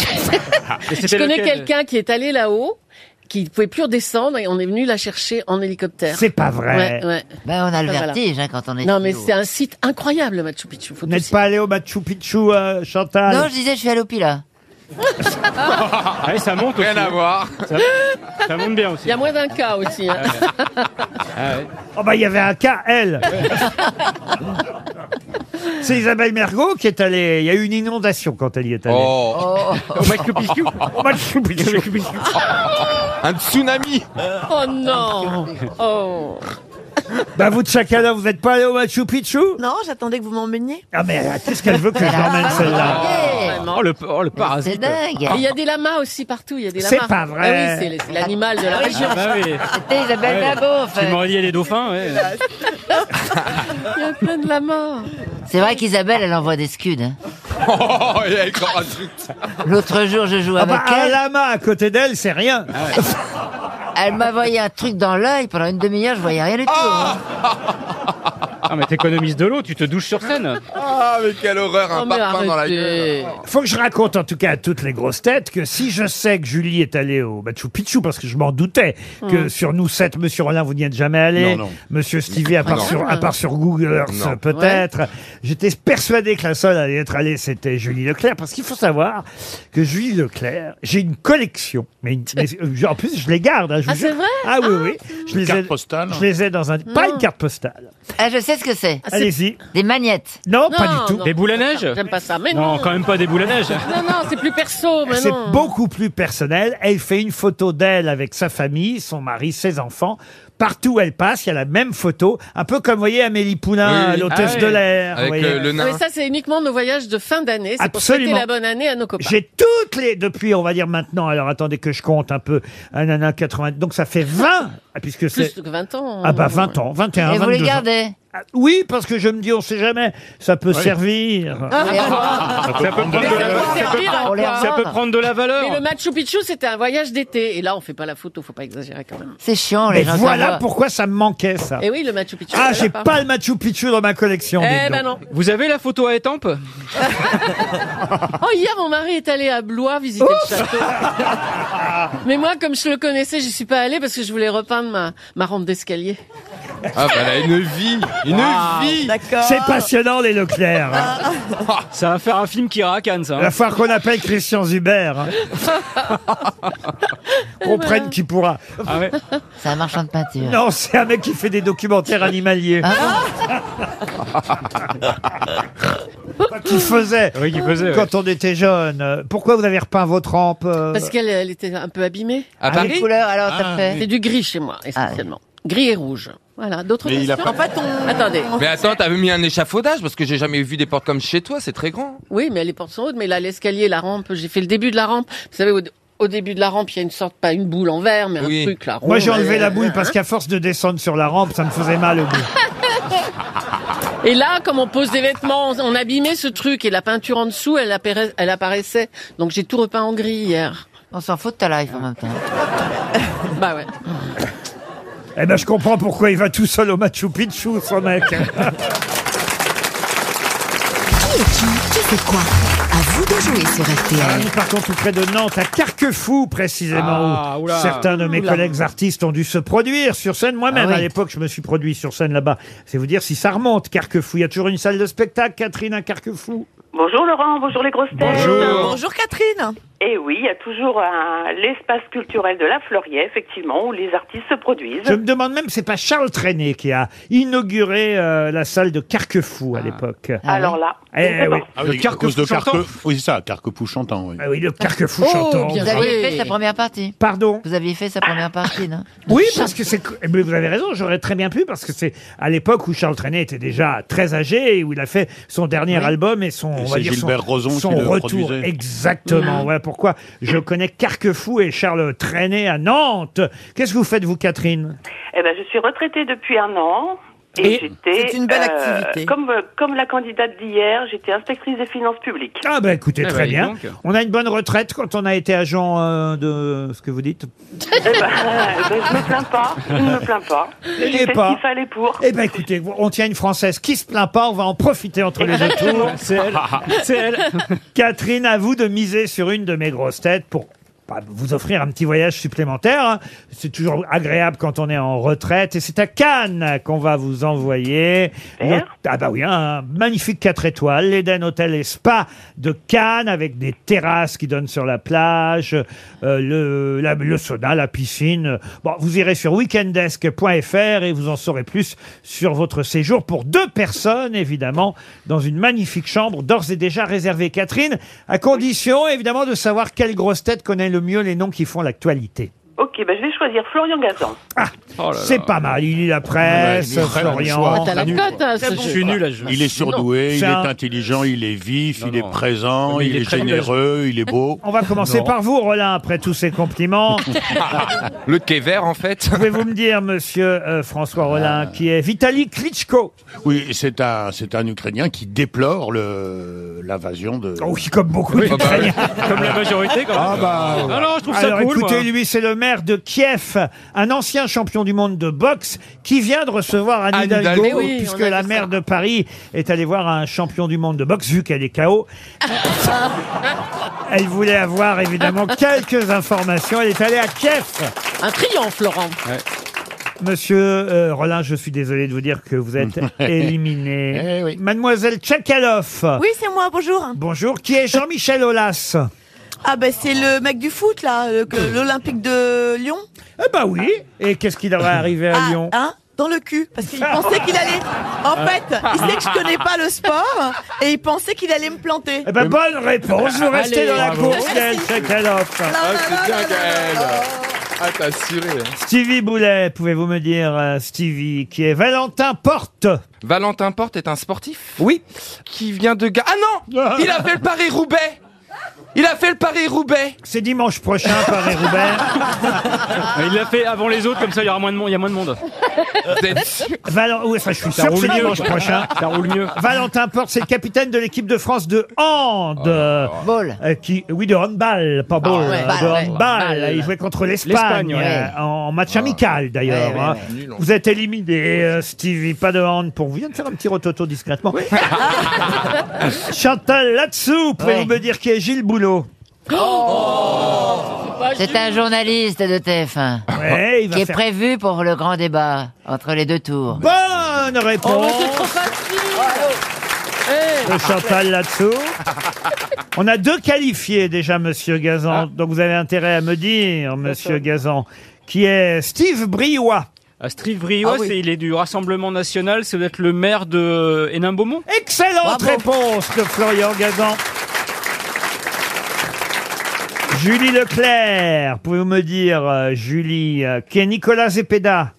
[LAUGHS] Je connais quelqu'un qui est allé là-haut, qui ne pouvait plus redescendre, et on est venu la chercher en hélicoptère. C'est pas vrai. Ouais, ouais. Ben, on a le Voilà. vertige hein, quand on est Non, si mais haut. c'est un site incroyable, le Machu Picchu. Faut Vous tous n'êtes pas allé au Machu Picchu, euh, Chantal Non, je disais, je suis à l'opila. Ouais, Ah, ça monte aussi. Rien à voir. Ça, ça monte bien Il aussi. y a moins d'un cas aussi. [LAUGHS] hein. Ah ouais. Oh [LAUGHS] bah il y avait un cas, elle C'est Isabelle Mergot qui est allée. Il y a eu une inondation quand elle y est allée. Oh. Oh. Au Machu Picchu. Au Machu Picchu. Un tsunami. Oh non Oh bah vous de chacun, vous n'êtes pas allé au Machu Picchu Non, j'attendais que vous m'emmeniez. Ah mais euh, qu'est-ce qu'elle veut que je l'emmène celle-là Oh, le, oh, le parasite. dingue. Et Il y a des lamas aussi partout, il y a des lamas. C'est pas vrai. Ah oui, c'est- c'est l'animal de la région. Ah bah oui. C'était Isabelle Ouais. Dabo, Tu m'aurais dit, il y a des dauphins, ouais. Il y a plein de lamas. C'est vrai qu'Isabelle, elle envoie des scuds. hein. Oh, il y a encore un truc. L'autre jour, je joue Ah avec bah un elle. lama à côté d'elle, c'est rien. [LAUGHS] Elle m'envoyait un truc dans l'œil pendant une demi-heure, je voyais rien du tout. hein. Ah, mais t'économises de l'eau, tu te douches sur scène. Ah, mais quelle horreur, un Oh, mais parpaing dans la gueule. arrêtez. Faut que je raconte en tout cas à toutes les grosses têtes que si je sais que Julie est allée au Machu Picchu, parce que je m'en doutais Hmm. que sur nous sept, Monsieur Rollin, vous n'y êtes jamais allé, Non, non. Monsieur Stevie, à part, Non. sur, à part sur Google Earth Non. peut-être, j'étais persuadé que la seule à y être allée, c'était Julie Leclerc, parce qu'il faut savoir que Julie Leclerc, j'ai une collection, mais, une- mais, euh, en plus je les garde. hein, je vous Ah, Hmm. c'est jure. vrai Ah oui, oui. Je les, ai, carte postale je les ai dans un... Pas une carte postale. Ah, je sais ce que c'est. Ah, c'est- Allez-y. Des magnettes. Non, Non, pas du tout. non. Des boules à neige J'aime pas ça. Mais non, Non, quand même pas des boules à neige. hein. non, non, c'est plus perso, mais C'est non. beaucoup plus personnel. Elle fait une photo d'elle avec sa famille, son mari, ses enfants. Partout où elle passe, il y a la même photo. Un peu comme, vous voyez, Amélie Poulain, Oui, oui. l'hôtesse Ah oui. de l'air. vous Avec voyez. euh, le Mais nain. ça, c'est uniquement nos voyages de fin d'année. C'est pour souhaiter hein. Absolument. la bonne année à nos copains. J'ai toutes les, depuis, on va dire maintenant, alors attendez que je compte un peu, un nana 80, donc ça fait 20, ah, puisque Plus c'est, que 20 ans. ah bah 20 ans, 21, Et 22 vous les ans. gardez. Ah, Oui, parce que je me dis, on sait jamais, ça peut servir. Ah, Et on- Ça peut prendre de la- Ça peut servir à on les quoi Ah. ça peut prendre de la Mais le valeur. Machu Picchu, c'était un voyage d'été. Et là, on fait pas la photo, faut pas exagérer quand même. C'est chiant, les Et gens. comme voilà moi. pourquoi ça me manquait, ça. Et Eh oui, le Machu Picchu. Ah, ça j'ai va pas le Machu Picchu dans ma collection. Eh dites ben donc. non. Vous avez la photo à étampes Oh, hier, mon mari est allé à Blois visiter le château. Mais moi, comme je le connaissais, j'y suis pas allée parce que je voulais repeindre ma, ma rampe d'escalier. Ah, bah, elle a une vie. Une vie. D'accord. C'est passionnant, les Leclerc. hein. [LAUGHS] Ah. Ça va faire un film qui racane, ça. La hein. fois qu'on appelle Christian Zuber. [LAUGHS] hein. qu'on prenne qui pourra. Ah ouais. C'est un marchand de peinture. Non, c'est un mec qui fait des documentaires Ah. animaliers. ah, qui faisait Oui, qui faisait. ouais. quand on était jeune. Euh, Pourquoi vous avez repeint votre rampe euh, Parce qu'elle elle était un peu abîmée. Ah, À Quelle Paris. couleur alors t'as Ah, fait C'est du gris chez moi, essentiellement. Gris et rouge. Voilà. D'autres Mais il a questions En fait, on. Attendez. Mais attends, t'avais mis un échafaudage parce que j'ai jamais vu des portes comme chez toi, c'est très grand. Oui, mais les portes sont hautes. Mais là, l'escalier, la rampe, j'ai fait le début de la rampe. Vous savez, au, au début de la rampe, il y a une sorte, pas une boule en verre, mais un Oui. truc là. Moi, rond, j'ai enlevé euh, la boule parce qu'à force de descendre sur la rampe, ça me faisait mal au bout. Et là, comme on pose des vêtements, on, on abîmait ce truc et la peinture en dessous, elle, appara- elle apparaissait. Donc j'ai tout repeint en gris hier. On s'en fout de ta life en même temps. [LAUGHS] Bah ouais. Eh ben, je comprends pourquoi il va tout seul au Machu Picchu, son mec. Qui est qui Qui fait quoi À vous de jouer sur Ah, RTL. Nous partons tout près de Nantes, à Carquefou précisément, Ah, où oula. certains de mes collègues artistes ont dû se produire sur scène. Moi-même, Ah oui. à l'époque, je me suis produit sur scène là-bas. C'est vous dire si ça remonte, Carquefou. Il y a toujours une salle de spectacle, Catherine, à Carquefou. Bonjour Laurent, bonjour les grosses têtes. Bonjour Catherine. Et Eh oui, il y a toujours un- l'espace culturel de la Fleuriet, effectivement, où les artistes se produisent. Je me demande même, c'est pas Charles Trenet qui a inauguré euh, la salle de Ah. Carquefou à l'époque. Alors là, Ah Eh oui, Ah oui, le à cause Carquefou de Carque- chantant. Oui, c'est ça, Carquefou chantant. Oui. Ah oui, le Carquefou Oh, chantant. vous aviez fait sa première partie. Pardon Vous aviez fait sa première partie, non Oui, parce que c'est. eh ben, Vous avez raison, j'aurais très bien pu, parce que c'est à l'époque où Charles Trenet était déjà très âgé et où il a fait son dernier album et son. Et on va c'est dire son, Gilbert Rozon qui son le retour. produisait. Exactement. Mhm. Voilà pourquoi je connais Carquefou et Charles Trenet à Nantes. Qu'est-ce que vous faites, vous, Catherine eh ben, je suis retraitée depuis un an. Et, Et j'étais. c'est une belle activité. Comme, euh, comme la candidate d'hier, j'étais inspectrice des finances publiques. Ah, ben écoutez, Eh très ben, dis bien. donc. On a une bonne retraite quand on a été agent euh, de ce que vous dites Eh ben, eh ben, je me plains pas, je ne me plains pas. J'ai N'ayez fait pas. ce qu'il fallait pour. Eh ben écoutez, on tient une Française qui se plaint pas, on va en profiter entre les deux [LAUGHS] tours. C'est elle. C'est elle. Catherine, à vous de miser sur une de mes grosses têtes pour bah, vous offrir un petit voyage supplémentaire. hein. C'est toujours agréable quand on est en retraite. Et c'est à Cannes qu'on va vous envoyer. Super. Not- Ah bah oui, un magnifique 4 étoiles, l'Eden Hotel et Spa de Cannes, avec des terrasses qui donnent sur la plage, euh, le, la- le sauna, la piscine. Bon, vous irez sur weekendesk.fr et vous en saurez plus sur votre séjour pour deux personnes, évidemment, dans une magnifique chambre d'ores et déjà réservée. Catherine, à condition, évidemment, de savoir quelle grosse tête connaît le mieux les noms qui font l'actualité. Ok, ben, je vais choisir Florian Gazan. C'est pas mal, il lit la presse, Ouais, euh, il est très bon Florian. choix. Ah, t'as la Nul, cote, quoi. hein, ce Très jeu. bon choix. nul à ce jeu. Il est surdoué, il C'est est un- intelligent, il est vif, il est présent, Mais il il, est est, très nul à ce généreux, il est beau. On va commencer par vous, Roland, après tous [LAUGHS] ces compliments. [LAUGHS] Le thé vert, en fait. Pouvez-vous me dire, monsieur euh, François Ah. Rollin, qui est Vitali Klitschko Oui, c'est un, c'est un Ukrainien qui déplore le, l'invasion de. Oh, Oui, comme beaucoup d'Ukrainiens. Comme la majorité, quand même. Ah bah, Non, non, je trouve Alors ça cool. écoutez, moi. lui, c'est le maire de Kiev, un ancien champion du monde de boxe, qui vient de recevoir Anne, Anne Hidalgo, Hidalgo. Mais oui, puisque on a la vu maire de Paris est allée voir un champion du monde de boxe, vu qu'elle est KO. Elle voulait avoir, évidemment, quelques informations. Elle est allée à Kiev. Un triomphe, Laurent. Monsieur euh, Rollin, je suis désolé de vous dire que vous êtes éliminé. Mademoiselle Tchakaloff. Oui, c'est moi, bonjour. Bonjour, qui est Jean-Michel Aulas Ah ben c'est le mec du foot là, le- que- l'Olympique de Lyon. Eh ben oui. Et qu'est-ce qui devrait arriver à Lyon Hein dans le cul, parce qu'il pensait qu'il allait. En fait, il sait que je connais pas le sport et il pensait qu'il allait me planter. Eh ben bonne réponse, vous restez Allez, dans Ah, la bravo. course, Gaël Tchakaloff. Ah, c'est bien, Gaël. Ah, t'as assuré. [LAUGHS] hein. Stevie Boulet, pouvez-vous me dire, euh, Stevie, qui est Valentin Porte Valentin Porte est un sportif Oui. qui vient de... Ga- Ah non Il a fait le Paris-Roubaix Il a fait le Paris-Roubaix C'est dimanche prochain, Paris-Roubaix. [LAUGHS] Il l'a fait avant les autres, comme ça il y aura moins de monde. Il y a moins de monde. Valen- Oui, ça, je suis Ça sûr que roule c'est mieux. dimanche prochain. [LAUGHS] Ça roule mieux. Valentin Porte, c'est le capitaine de l'équipe de France de hand. Oh euh, euh, qui, oui, de handball, Ah pas ball. ouais. euh, Balle, de ouais. handball. Balle. Il jouait contre l'Espagne L'Espagne, ouais. euh, en match amical d'ailleurs. Ah. Ouais, ouais, hein. ouais. Nul, on- Vous êtes éliminé, euh, Stevie. Pas de hand pour vous. Viens de faire un petit rototo discrètement. [LAUGHS] Chantal, là-dessous, pouvez-vous Ouais. me dire qui est Gilles Boulot Oh! Oh! C'est un journaliste de TF1 Ouais, il va qui est faire- prévu pour le grand débat entre les deux tours. Bonne Oh, Oh! réponse Eh. Ah, de Chantal là-dessous. On a deux qualifiés déjà, Monsieur Gazan. Donc vous avez intérêt à me dire, Monsieur Gazan, qui est Steve Briois. Ah, Steve Brio, Ah oui. c'est- il est du Rassemblement National, c'est peut-être le maire de Hénin-Beaumont Excellente Bravo. réponse de Florian Gazan. Julie Leclerc, pouvez-vous me dire, euh, Julie, euh, qui est Nicolas Zepeda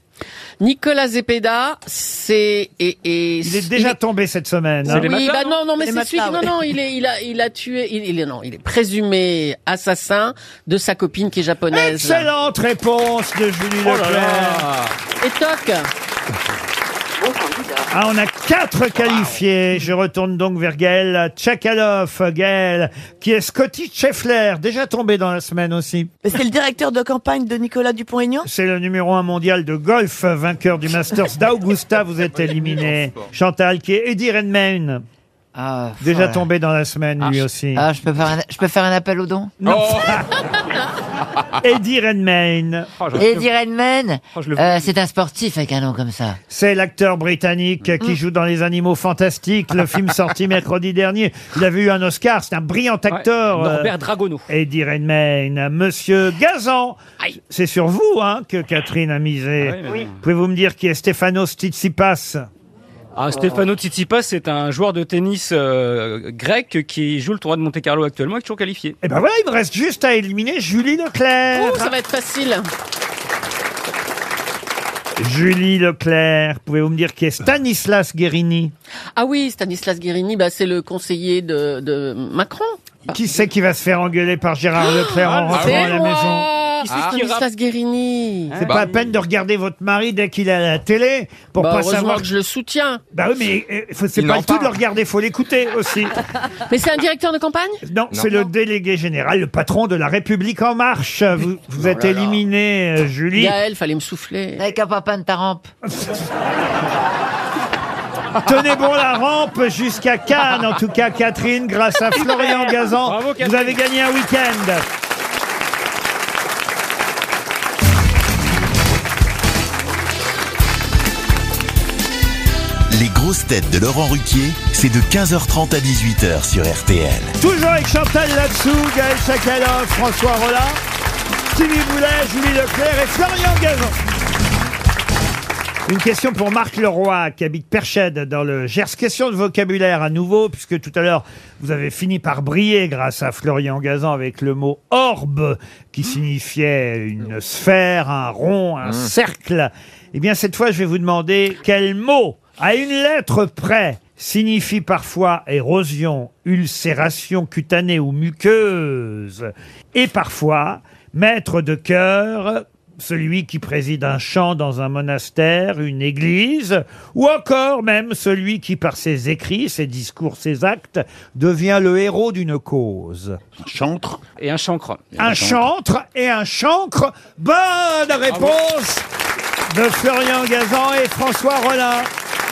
Nicolas Zepeda, c'est et, et- Il est déjà tombé cette semaine. hein. oui, bah non, non, mais Les c'est celui qui- non, matelas, ouais. non, il est, il a, il a tué, il, il est, non, il est présumé assassin de sa copine qui est [LAUGHS] japonaise. Excellente réponse de Julie Oh là Leclerc. Et toc. Ah, on a quatre qualifiés. Je retourne donc vers Gaël Tchakalov. Gaël, qui est Scotty Scheffler, déjà tombé dans la semaine aussi. Mais C'est le directeur de campagne de Nicolas Dupont-Aignan. C'est le numéro un mondial de golf, vainqueur du Masters d'Augusta. Vous êtes éliminé. Chantal, qui est Eddie Redmayne. Ah, pff, Déjà voilà. tombé dans la semaine, lui aussi. Ah, je peux faire un, je peux faire un appel au don Non. [LAUGHS] Eddie Redmayne. Eddie Redman, Oh, je le- euh, c'est un sportif avec un nom comme ça. C'est l'acteur britannique qui joue dans Les Animaux Fantastiques, le film sorti mercredi dernier. Il avait eu un Oscar, c'est un brillant acteur. Ouais, Norbert euh, Dragono. Eddie Redmayne, Monsieur Gazan. C'est sur vous hein, que Catherine a misé. Ah oui, mais Oui. non. Pouvez-vous me dire qui est Stefano Tsitsipas Euh, Ah, Stefano Tsitsipas, c'est un joueur de tennis euh, grec qui joue le tournoi de Monte Carlo actuellement et qui est toujours qualifié. Eh ben voilà, il me reste juste à éliminer Julie Leclerc. Oh, ça va être facile. Julie Leclerc, pouvez-vous me dire qui est Stanislas Guérini Ah oui, Stanislas Guérini, bah, c'est le conseiller de, de Macron. Qui c'est qui va se faire engueuler par Gérard Leclerc en rentrant à la maison Ah, Ah. Qui c'est Stanislas Guérini C'est pas à peine de regarder votre mari dès qu'il est à la télé pour Bah, pas heureusement savoir. que je le soutiens. Bah oui, mais euh, faut- c'est Il pas en le tout de le parle. regarder, faut l'écouter [LAUGHS] aussi. Mais c'est un directeur de campagne Non, c'est le délégué général, le patron de la République en marche. Vous, vous êtes oh là là. éliminé, euh, Julie. Gaël, fallait me souffler. Avec un papa de ta rampe. [LAUGHS] Tenez bon la rampe jusqu'à Cannes, en tout cas Catherine, [LAUGHS] grâce à Florian Gazan. Bravo, Catherine. vous avez gagné un week-end. Les grosses têtes de Laurent Ruquier, c'est de 15h30 à 18h sur RTL. Toujours avec Chantal Latsou, Gaël Chakalov, François Rollin, Stevie Boulet, Julie Leclerc et Florian Gazan. Une question pour Marc Leroy, qui habite Perchède, dans le Gers. Question de vocabulaire à nouveau, puisque tout à l'heure, vous avez fini par briller grâce à Florian Gazan avec le mot orbe, qui signifiait une sphère, un rond, un cercle. Eh bien, cette fois, je vais vous demander quel mot, à une lettre près, signifie parfois érosion, ulcération cutanée ou muqueuse, et parfois maître de cœur, celui qui préside un chant dans un monastère, une église, ou encore même celui qui, par ses écrits, ses discours, ses actes, devient le héros d'une cause. Chantre Et un chancre. Un chantre et un chancre. Bonne réponse de Florian Gazan et François Rollin.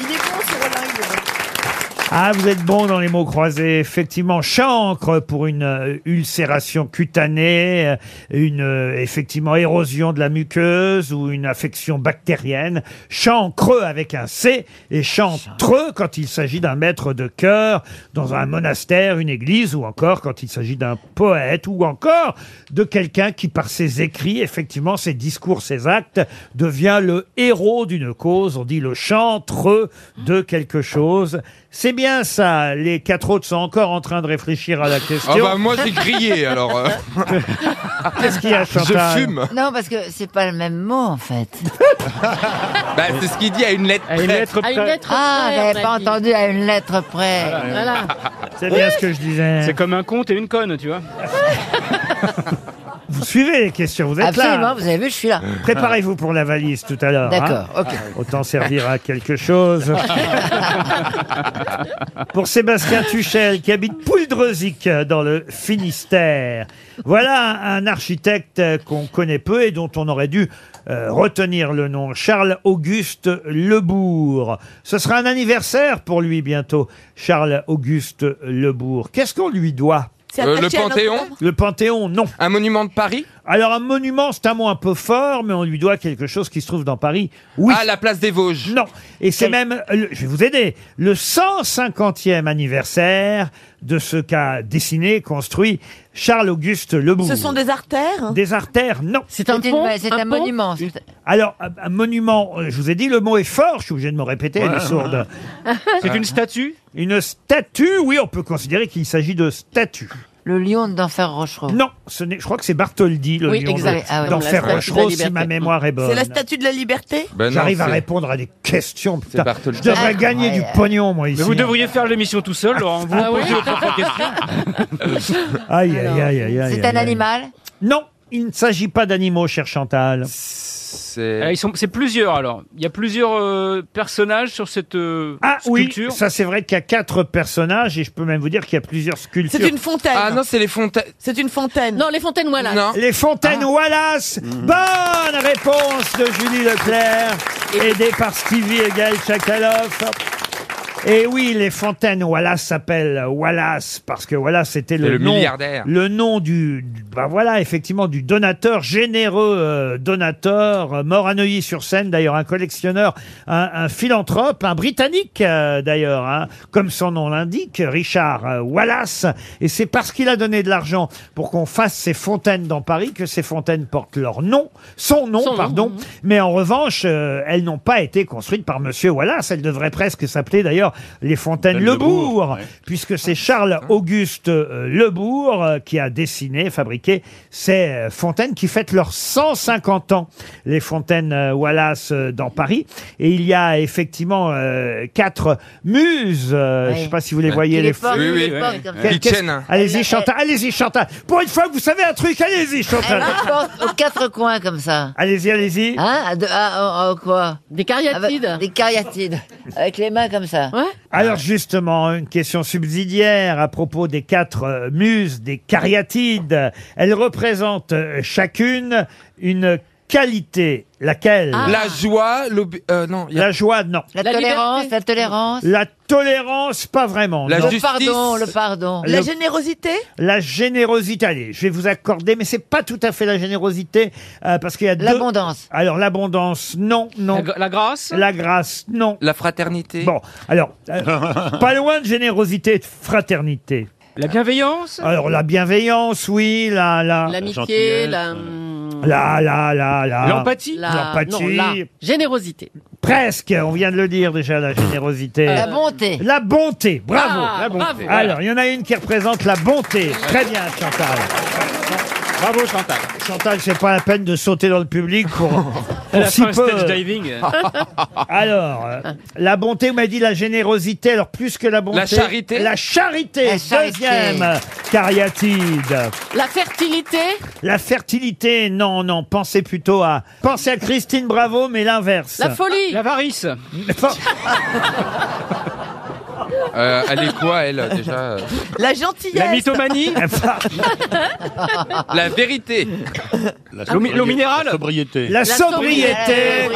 Il est bon ce Roland. il est bon. Ah, vous êtes bon dans les mots croisés. Effectivement, chancre pour une euh, ulcération cutanée, euh, une euh, effectivement érosion de la muqueuse ou une affection bactérienne. Chancreux avec un C et chantreux quand il s'agit d'un maître de chœur dans un monastère, une église ou encore quand il s'agit d'un poète ou encore de quelqu'un qui par ses écrits, effectivement, ses discours, ses actes devient le héros d'une cause. On dit le chantreux de quelque chose. C'est bien ça. Les quatre autres sont encore en train de réfléchir à la question. Ah bah moi j'ai grillé alors. euh. [LAUGHS] Qu'est-ce qu'il y a, Chantal Je fume. Non, parce que c'est pas le même mot en fait. Bah c'est ce qu'il dit à une lettre près. Ah, près, j'avais on pas a dit. entendu à une lettre près. Eh, Voilà. [LAUGHS] C'est bien ce que je disais. Ah, C'est comme un conte et une conne, tu vois. Vous suivez les questions. Vous êtes là. Absolument, vous avez vu, je suis là. [LAUGHS] Préparez-vous pour la valise tout à l'heure. D'accord, hein. ok. Autant servir à quelque chose. pour Sébastien Tuchel, qui habite Pouldreuzic, euh, dans le Finistère. Voilà un un architecte euh, qu'on connaît peu et dont on aurait dû euh, retenir le nom. Charles-Auguste Lebourg. Ce sera un anniversaire pour lui bientôt, Charles-Auguste Lebourg. Qu'est-ce qu'on lui doit C'est Euh, attaché le à notre Panthéon œuvre Le Panthéon, non. Un monument de Paris alors un monument, c'est un mot un peu fort, mais on lui doit quelque chose qui se trouve dans Paris. Oui. Ah la place des Vosges. Non. Et c'est même, le- je vais vous aider, le 150e anniversaire de ce qu'a dessiné, construit Charles-Auguste Lebourg. Ce sont des artères Des artères, non. C'est un C'est une- pont, c'est un un pont monument, c'est- Alors, un un monument, euh, je vous ai dit, le mot est fort, je suis obligé de me répéter, Ouais. les sourdes. [LAUGHS] C'est une statue Une statue, oui, on peut considérer qu'il s'agit de statue. Le lion d'enfer Rochereau. Non, ce n'est- je crois que c'est Bartholdi, le Oui, lion de- exact. Ah ouais. La statue d'Enfer de la Rochereau, si liberté. ma mémoire est bonne. C'est la statue de la liberté Ben non, J'arrive à c'est- répondre à des questions, putain. Bartholdi. Je devrais Ah, gagner ouais, du ouais. pognon, moi, ici. hein. Mais vous devriez faire l'émission tout seul, Laurent. Vous Ah vous oui posez votre propre question. [LAUGHS] Aïe, aïe, aïe, aïe, aïe, C'est aïe, un aïe. animal Non, il ne s'agit pas d'animaux, cher Chantal. Ah, ils sont- C'est plusieurs alors. Il y a plusieurs euh, personnages sur cette euh, Ah oui, sculpture. ça c'est vrai qu'il y a quatre personnages et je peux même vous dire qu'il y a plusieurs sculptures. C'est une fontaine. Ah non c'est les fontaines. C'est une fontaine. Non, les fontaines [LAUGHS] Wallace. Non. Les fontaines Ah. Wallace. Mhm. Bonne réponse de Julie Leclerc, aidée par Stevie et Gaël Chakalov. Et oui, les fontaines Wallace s'appellent Wallace parce que Wallace c'était C'est le, le nom, milliardaire. le nom du, du- bah voilà, effectivement du donateur généreux euh, donateur euh, mort à Neuilly-sur-Seine d'ailleurs un collectionneur, un, un philanthrope, un britannique euh, d'ailleurs, hein, comme son nom l'indique, Richard euh, Wallace et c'est parce qu'il a donné de l'argent pour qu'on fasse ces fontaines dans Paris que ces fontaines portent leur nom, son nom Son nom, pardon. Mais en revanche, euh, elles n'ont pas été construites par Monsieur Wallace. Elles devraient presque s'appeler d'ailleurs les fontaines Fontaines Lebourg, puisque c'est Charles Auguste euh, Lebourg euh, qui a dessiné, fabriqué ces euh, fontaines qui fêtent leurs 150 ans. Les fontaines euh, Wallace euh, dans Paris. Et il y a effectivement euh, quatre muses. euh, Je ne sais pas si vous les Ouais. voyez. Qui les Les portent, Oui, qui oui, les oui. portent comme ça. Qu'est- Qui hein. qu'est-ce- tiennent. Allez-y, Chantal. Allez-y, Chantal. Pour une fois que vous savez un truc, allez-y, Chantal. Elle porte ben, aux quatre coins comme ça. Allez-y, allez-y. Hein à, de- à- à- à quoi Ah, bah, Des cariatides. des [LAUGHS] cariatides. Avec les mains comme ça. Alors justement, une question subsidiaire à propos des quatre euh, muses, des cariatides. Elles représentent euh, chacune une qualité. Laquelle Ah. La joie, euh, non. La joie, non. La, tolérance, la tolérance. La tolérance, pas vraiment. non. le pardon, le pardon. La Le- générosité La générosité, allez, je vais vous accorder, mais c'est pas tout à fait la générosité, euh, parce qu'il y a L'abondance. Alors, l'abondance, non, non. La, la grâce La grâce, non. La fraternité. Bon, alors, [LAUGHS] euh, pas loin de générosité et de fraternité. La bienveillance Alors, la bienveillance, oui, la... la L'amitié, la... La, la, la, la... La... Non, L'empathie. la générosité. Presque, on vient de le dire déjà, la générosité. La bonté. Euh, La bonté, bravo. Ah, La bonté. bravo, voilà. Alors, il y en a une qui représente la bonté. Très bien, Chantal. Bravo Chantal. Chantal, c'est pas la peine de sauter dans le public [LAUGHS] pour, Elle pour a si fait un peu. stage diving. [LAUGHS] Alors, euh, la bonté, on m'a dit la générosité, alors plus que la bonté. La charité. La charité, La charité. deuxième cariatide. La fertilité. La fertilité, non, non, pensez plutôt à... Pensez à Christine Bravo, mais l'inverse. La folie. L'avarice. Euh, elle est quoi, elle, déjà euh La gentillesse. La mythomanie. [LAUGHS] La vérité. L'eau mi- l'eau minérale. La sobriété. La sobriété.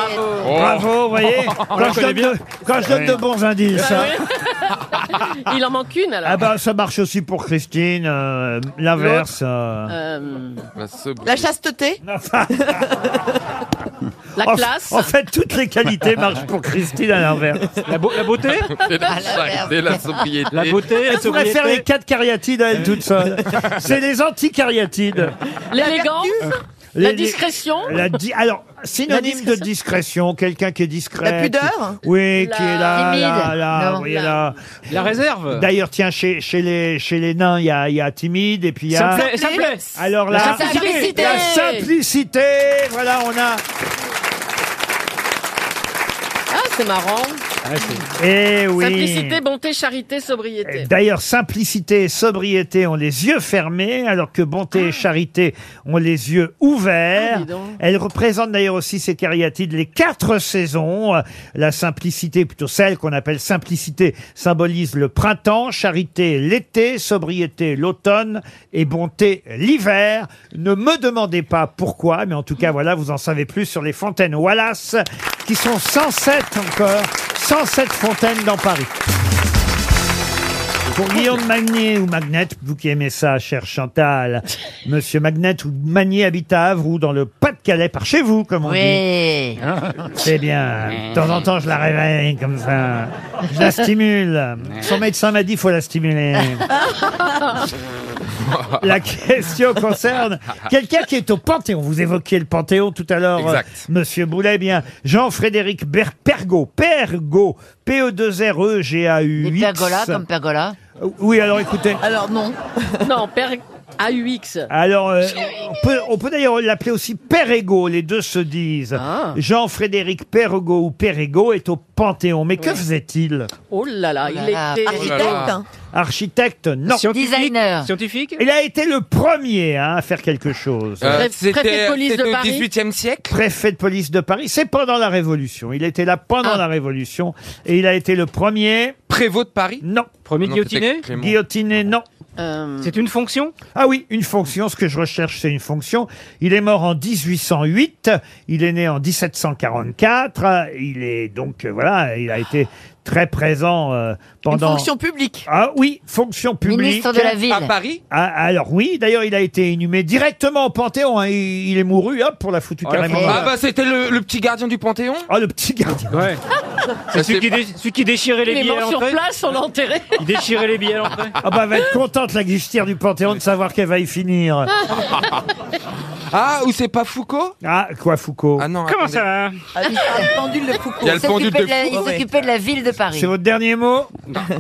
Oh. Bravo, vous voyez quand, je donne de, quand je donne de bons indices. hein. Il en manque une alors. Ah bah ça marche aussi pour Christine, euh, l'inverse. euh. Euh, La chasteté. la En f- classe. En fait, toutes les qualités marchent pour Christine à l'inverse. La, beauté C'est la charité, la sobriété. La beauté, la Elle pourrait sobriété. faire les quatre cariatides à elle toute [LAUGHS] seule. C'est les anti-cariatides. L'élégance. Euh, Les- La les- discrétion. La di- Alors, La synonyme de discrétion, quelqu'un qui est discret. La pudeur qui- Oui, La- qui est là, là, Timide là, Non. vous voyez, La- là. La réserve. D'ailleurs, tiens, chez, chez, les, chez les nains, il y a, il y a timide et puis il y Ça a... me plaît, ça me plaît. Alors là, La simplicité. [LAUGHS] la simplicité, voilà, on a... Ah, c'est marrant. Eh oui. Simplicité, bonté, charité, sobriété. D'ailleurs, simplicité et sobriété ont les yeux fermés, alors que bonté et charité ont les yeux ouverts. Ah, dis donc. Elle représente d'ailleurs aussi ces cariatides les quatre saisons. Euh, La simplicité, plutôt celle qu'on appelle simplicité, symbolise le printemps, charité l'été, sobriété l'automne et bonté l'hiver. Ne me demandez pas pourquoi, mais en tout cas, voilà, vous en savez plus sur les fontaines Wallace, qui sont 107 encore, 107 fontaines dans Paris. Pour Guillaume Magnier ou Magnette, vous qui aimez ça, cher Chantal, Monsieur Magnette ou Magnier habite à Havre ou dans le Pas-de-Calais, par chez vous, comme on Oui. dit. C'est bien. De temps en temps, je la réveille comme ça. Je la stimule. Son médecin m'a dit, faut la stimuler. La question concerne quelqu'un qui est au Panthéon. Vous évoquiez le Panthéon tout à l'heure, euh, Exact. Monsieur Boulet. Eh Bien, Jean-Frédéric Ber- Pergaud, Pergaud, P-E-2-R-E-G-A-U. Des pergolas comme pergolas. Oui, alors écoutez. Alors non. Eh. non, père AUX. Alors, euh, on peut, on peut d'ailleurs l'appeler aussi Perego, les deux se disent. Ah. Jean-Frédéric Perego ou Perego est au Panthéon. Mais que faisait-il Oh là là, il là était là. hein. Architecte, non. Scientifique Designer. Scientifique Il a été le premier hein, à faire quelque chose. Euh, Pré- c'était- préfet de police c'était de au Paris 18e siècle Préfet de police de Paris. C'est pendant la Révolution. Il était là pendant la Révolution. Et il a été le premier... Ah. Prévôt de Paris Euh. Non. Premier Non, guillotiné c'était Clément. Guillotiné, non. C'est une fonction Ah oui, une fonction. Ce que je recherche, c'est une fonction. Il est mort en 1808. Il est né en 1744. Il est donc, euh, voilà, il a été très présent euh, pendant. fonction publique. Ah oui, fonction publique. Ministre de la ville. À Paris Ah, Alors oui, d'ailleurs, il a été inhumé directement au Panthéon. hein. Il, il est mouru, hop, pour la foutue carrément. Ah bah c'était le, le petit gardien du Panthéon Ah, le petit gardien Ouais. C'est celui, qui dé- celui qui déchirait les Il est billets mort à sur l'entrée. place, on l'a enterré. Il déchirait les billets à l'entrée. Ah bah, elle va être contente, la guichetière du Panthéon, de savoir qu'elle va y finir. [LAUGHS] Ah, ou c'est pas Foucault Ah, quoi, Foucault Ah non. Comment attendez. ça va le pendule de Foucault. Il y a le pendule de la- il Foucault. s'occupait de la ville de Paris. C'est votre Ah. dernier mot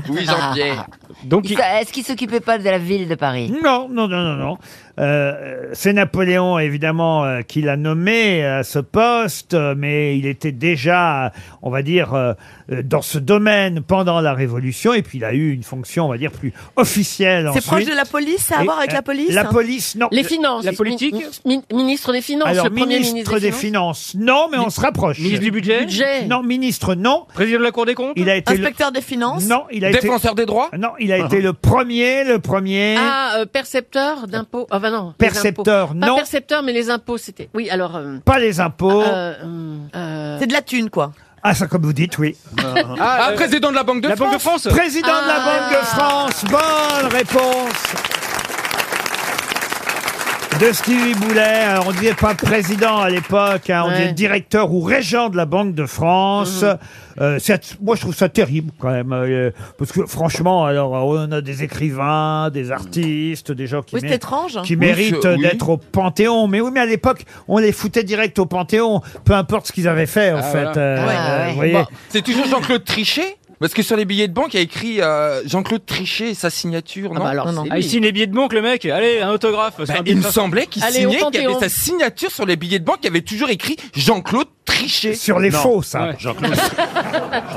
Oui, Jean-Pierre. Donc, Il s'a- Est-ce qu'il s'occupait pas de la ville de Paris Non, non, non, non, non. Euh, c'est Napoléon, évidemment, euh, qui l'a nommé à ce poste, euh, mais il était déjà, on va dire, euh, euh, dans ce domaine pendant la Révolution, et puis il a eu une fonction, on va dire, plus officielle C'est ensuite. proche de la police, ça a à Et, voir avec euh, la police La police, non. Les finances. La politique Mi- mi- Ministre des Finances, Alors, le premier ministre, ministre des Finances, non, mais on se rapproche. Ministre du budget Budget. Non, ministre, non. Président de la Cour des comptes Il a été le... Inspecteur des finances. Non, il a été... Défenseur des droits Non, il [LAUGHS] a été le premier, le premier... Ah, euh, percepteur d'impôts. Ah bah non. les Percepteur, impôts. non. Pas percepteur, mais les impôts, c'était. Oui, alors. euh, Pas les impôts. euh, hum, euh, C'est de la thune, quoi. Ah, ça, comme vous dites, oui. Ah, président de la Banque de La France Banque de France Président de la Banque de France, bonne réponse de Stevie Boulet, Alors, on disait pas président à l'époque, hein, on Ouais. disait directeur ou régent de la Banque de France. Euh, c'est- moi, je trouve ça terrible quand même, euh, parce que franchement, alors on a des écrivains, des artistes, des gens qui, Oui, c'est mé- étrange. qui Oui, méritent c'est- oui. d'être au Panthéon. Mais oui, mais à l'époque, on les foutait direct au Panthéon, peu importe ce qu'ils avaient fait en Ah, fait. voilà. euh, Ouais, euh, ouais. vous voyez. Bah, C'est toujours Jean-Claude Trichet Parce que sur les billets de banque, il y a écrit euh, Jean-Claude Trichet et sa signature, ah non bah alors, non, non. c'est Ah, lui. il signe les billets de banque, le mec. Allez, un autographe. c'est Bah, un billet il me de- semblait qu'il Allez, signait, au qu'il y avait Panthéon. sa signature sur les billets de banque, il y avait toujours écrit Jean-Claude Trichet. Sur les Non. faux, ça. Ouais. Jean-Claude.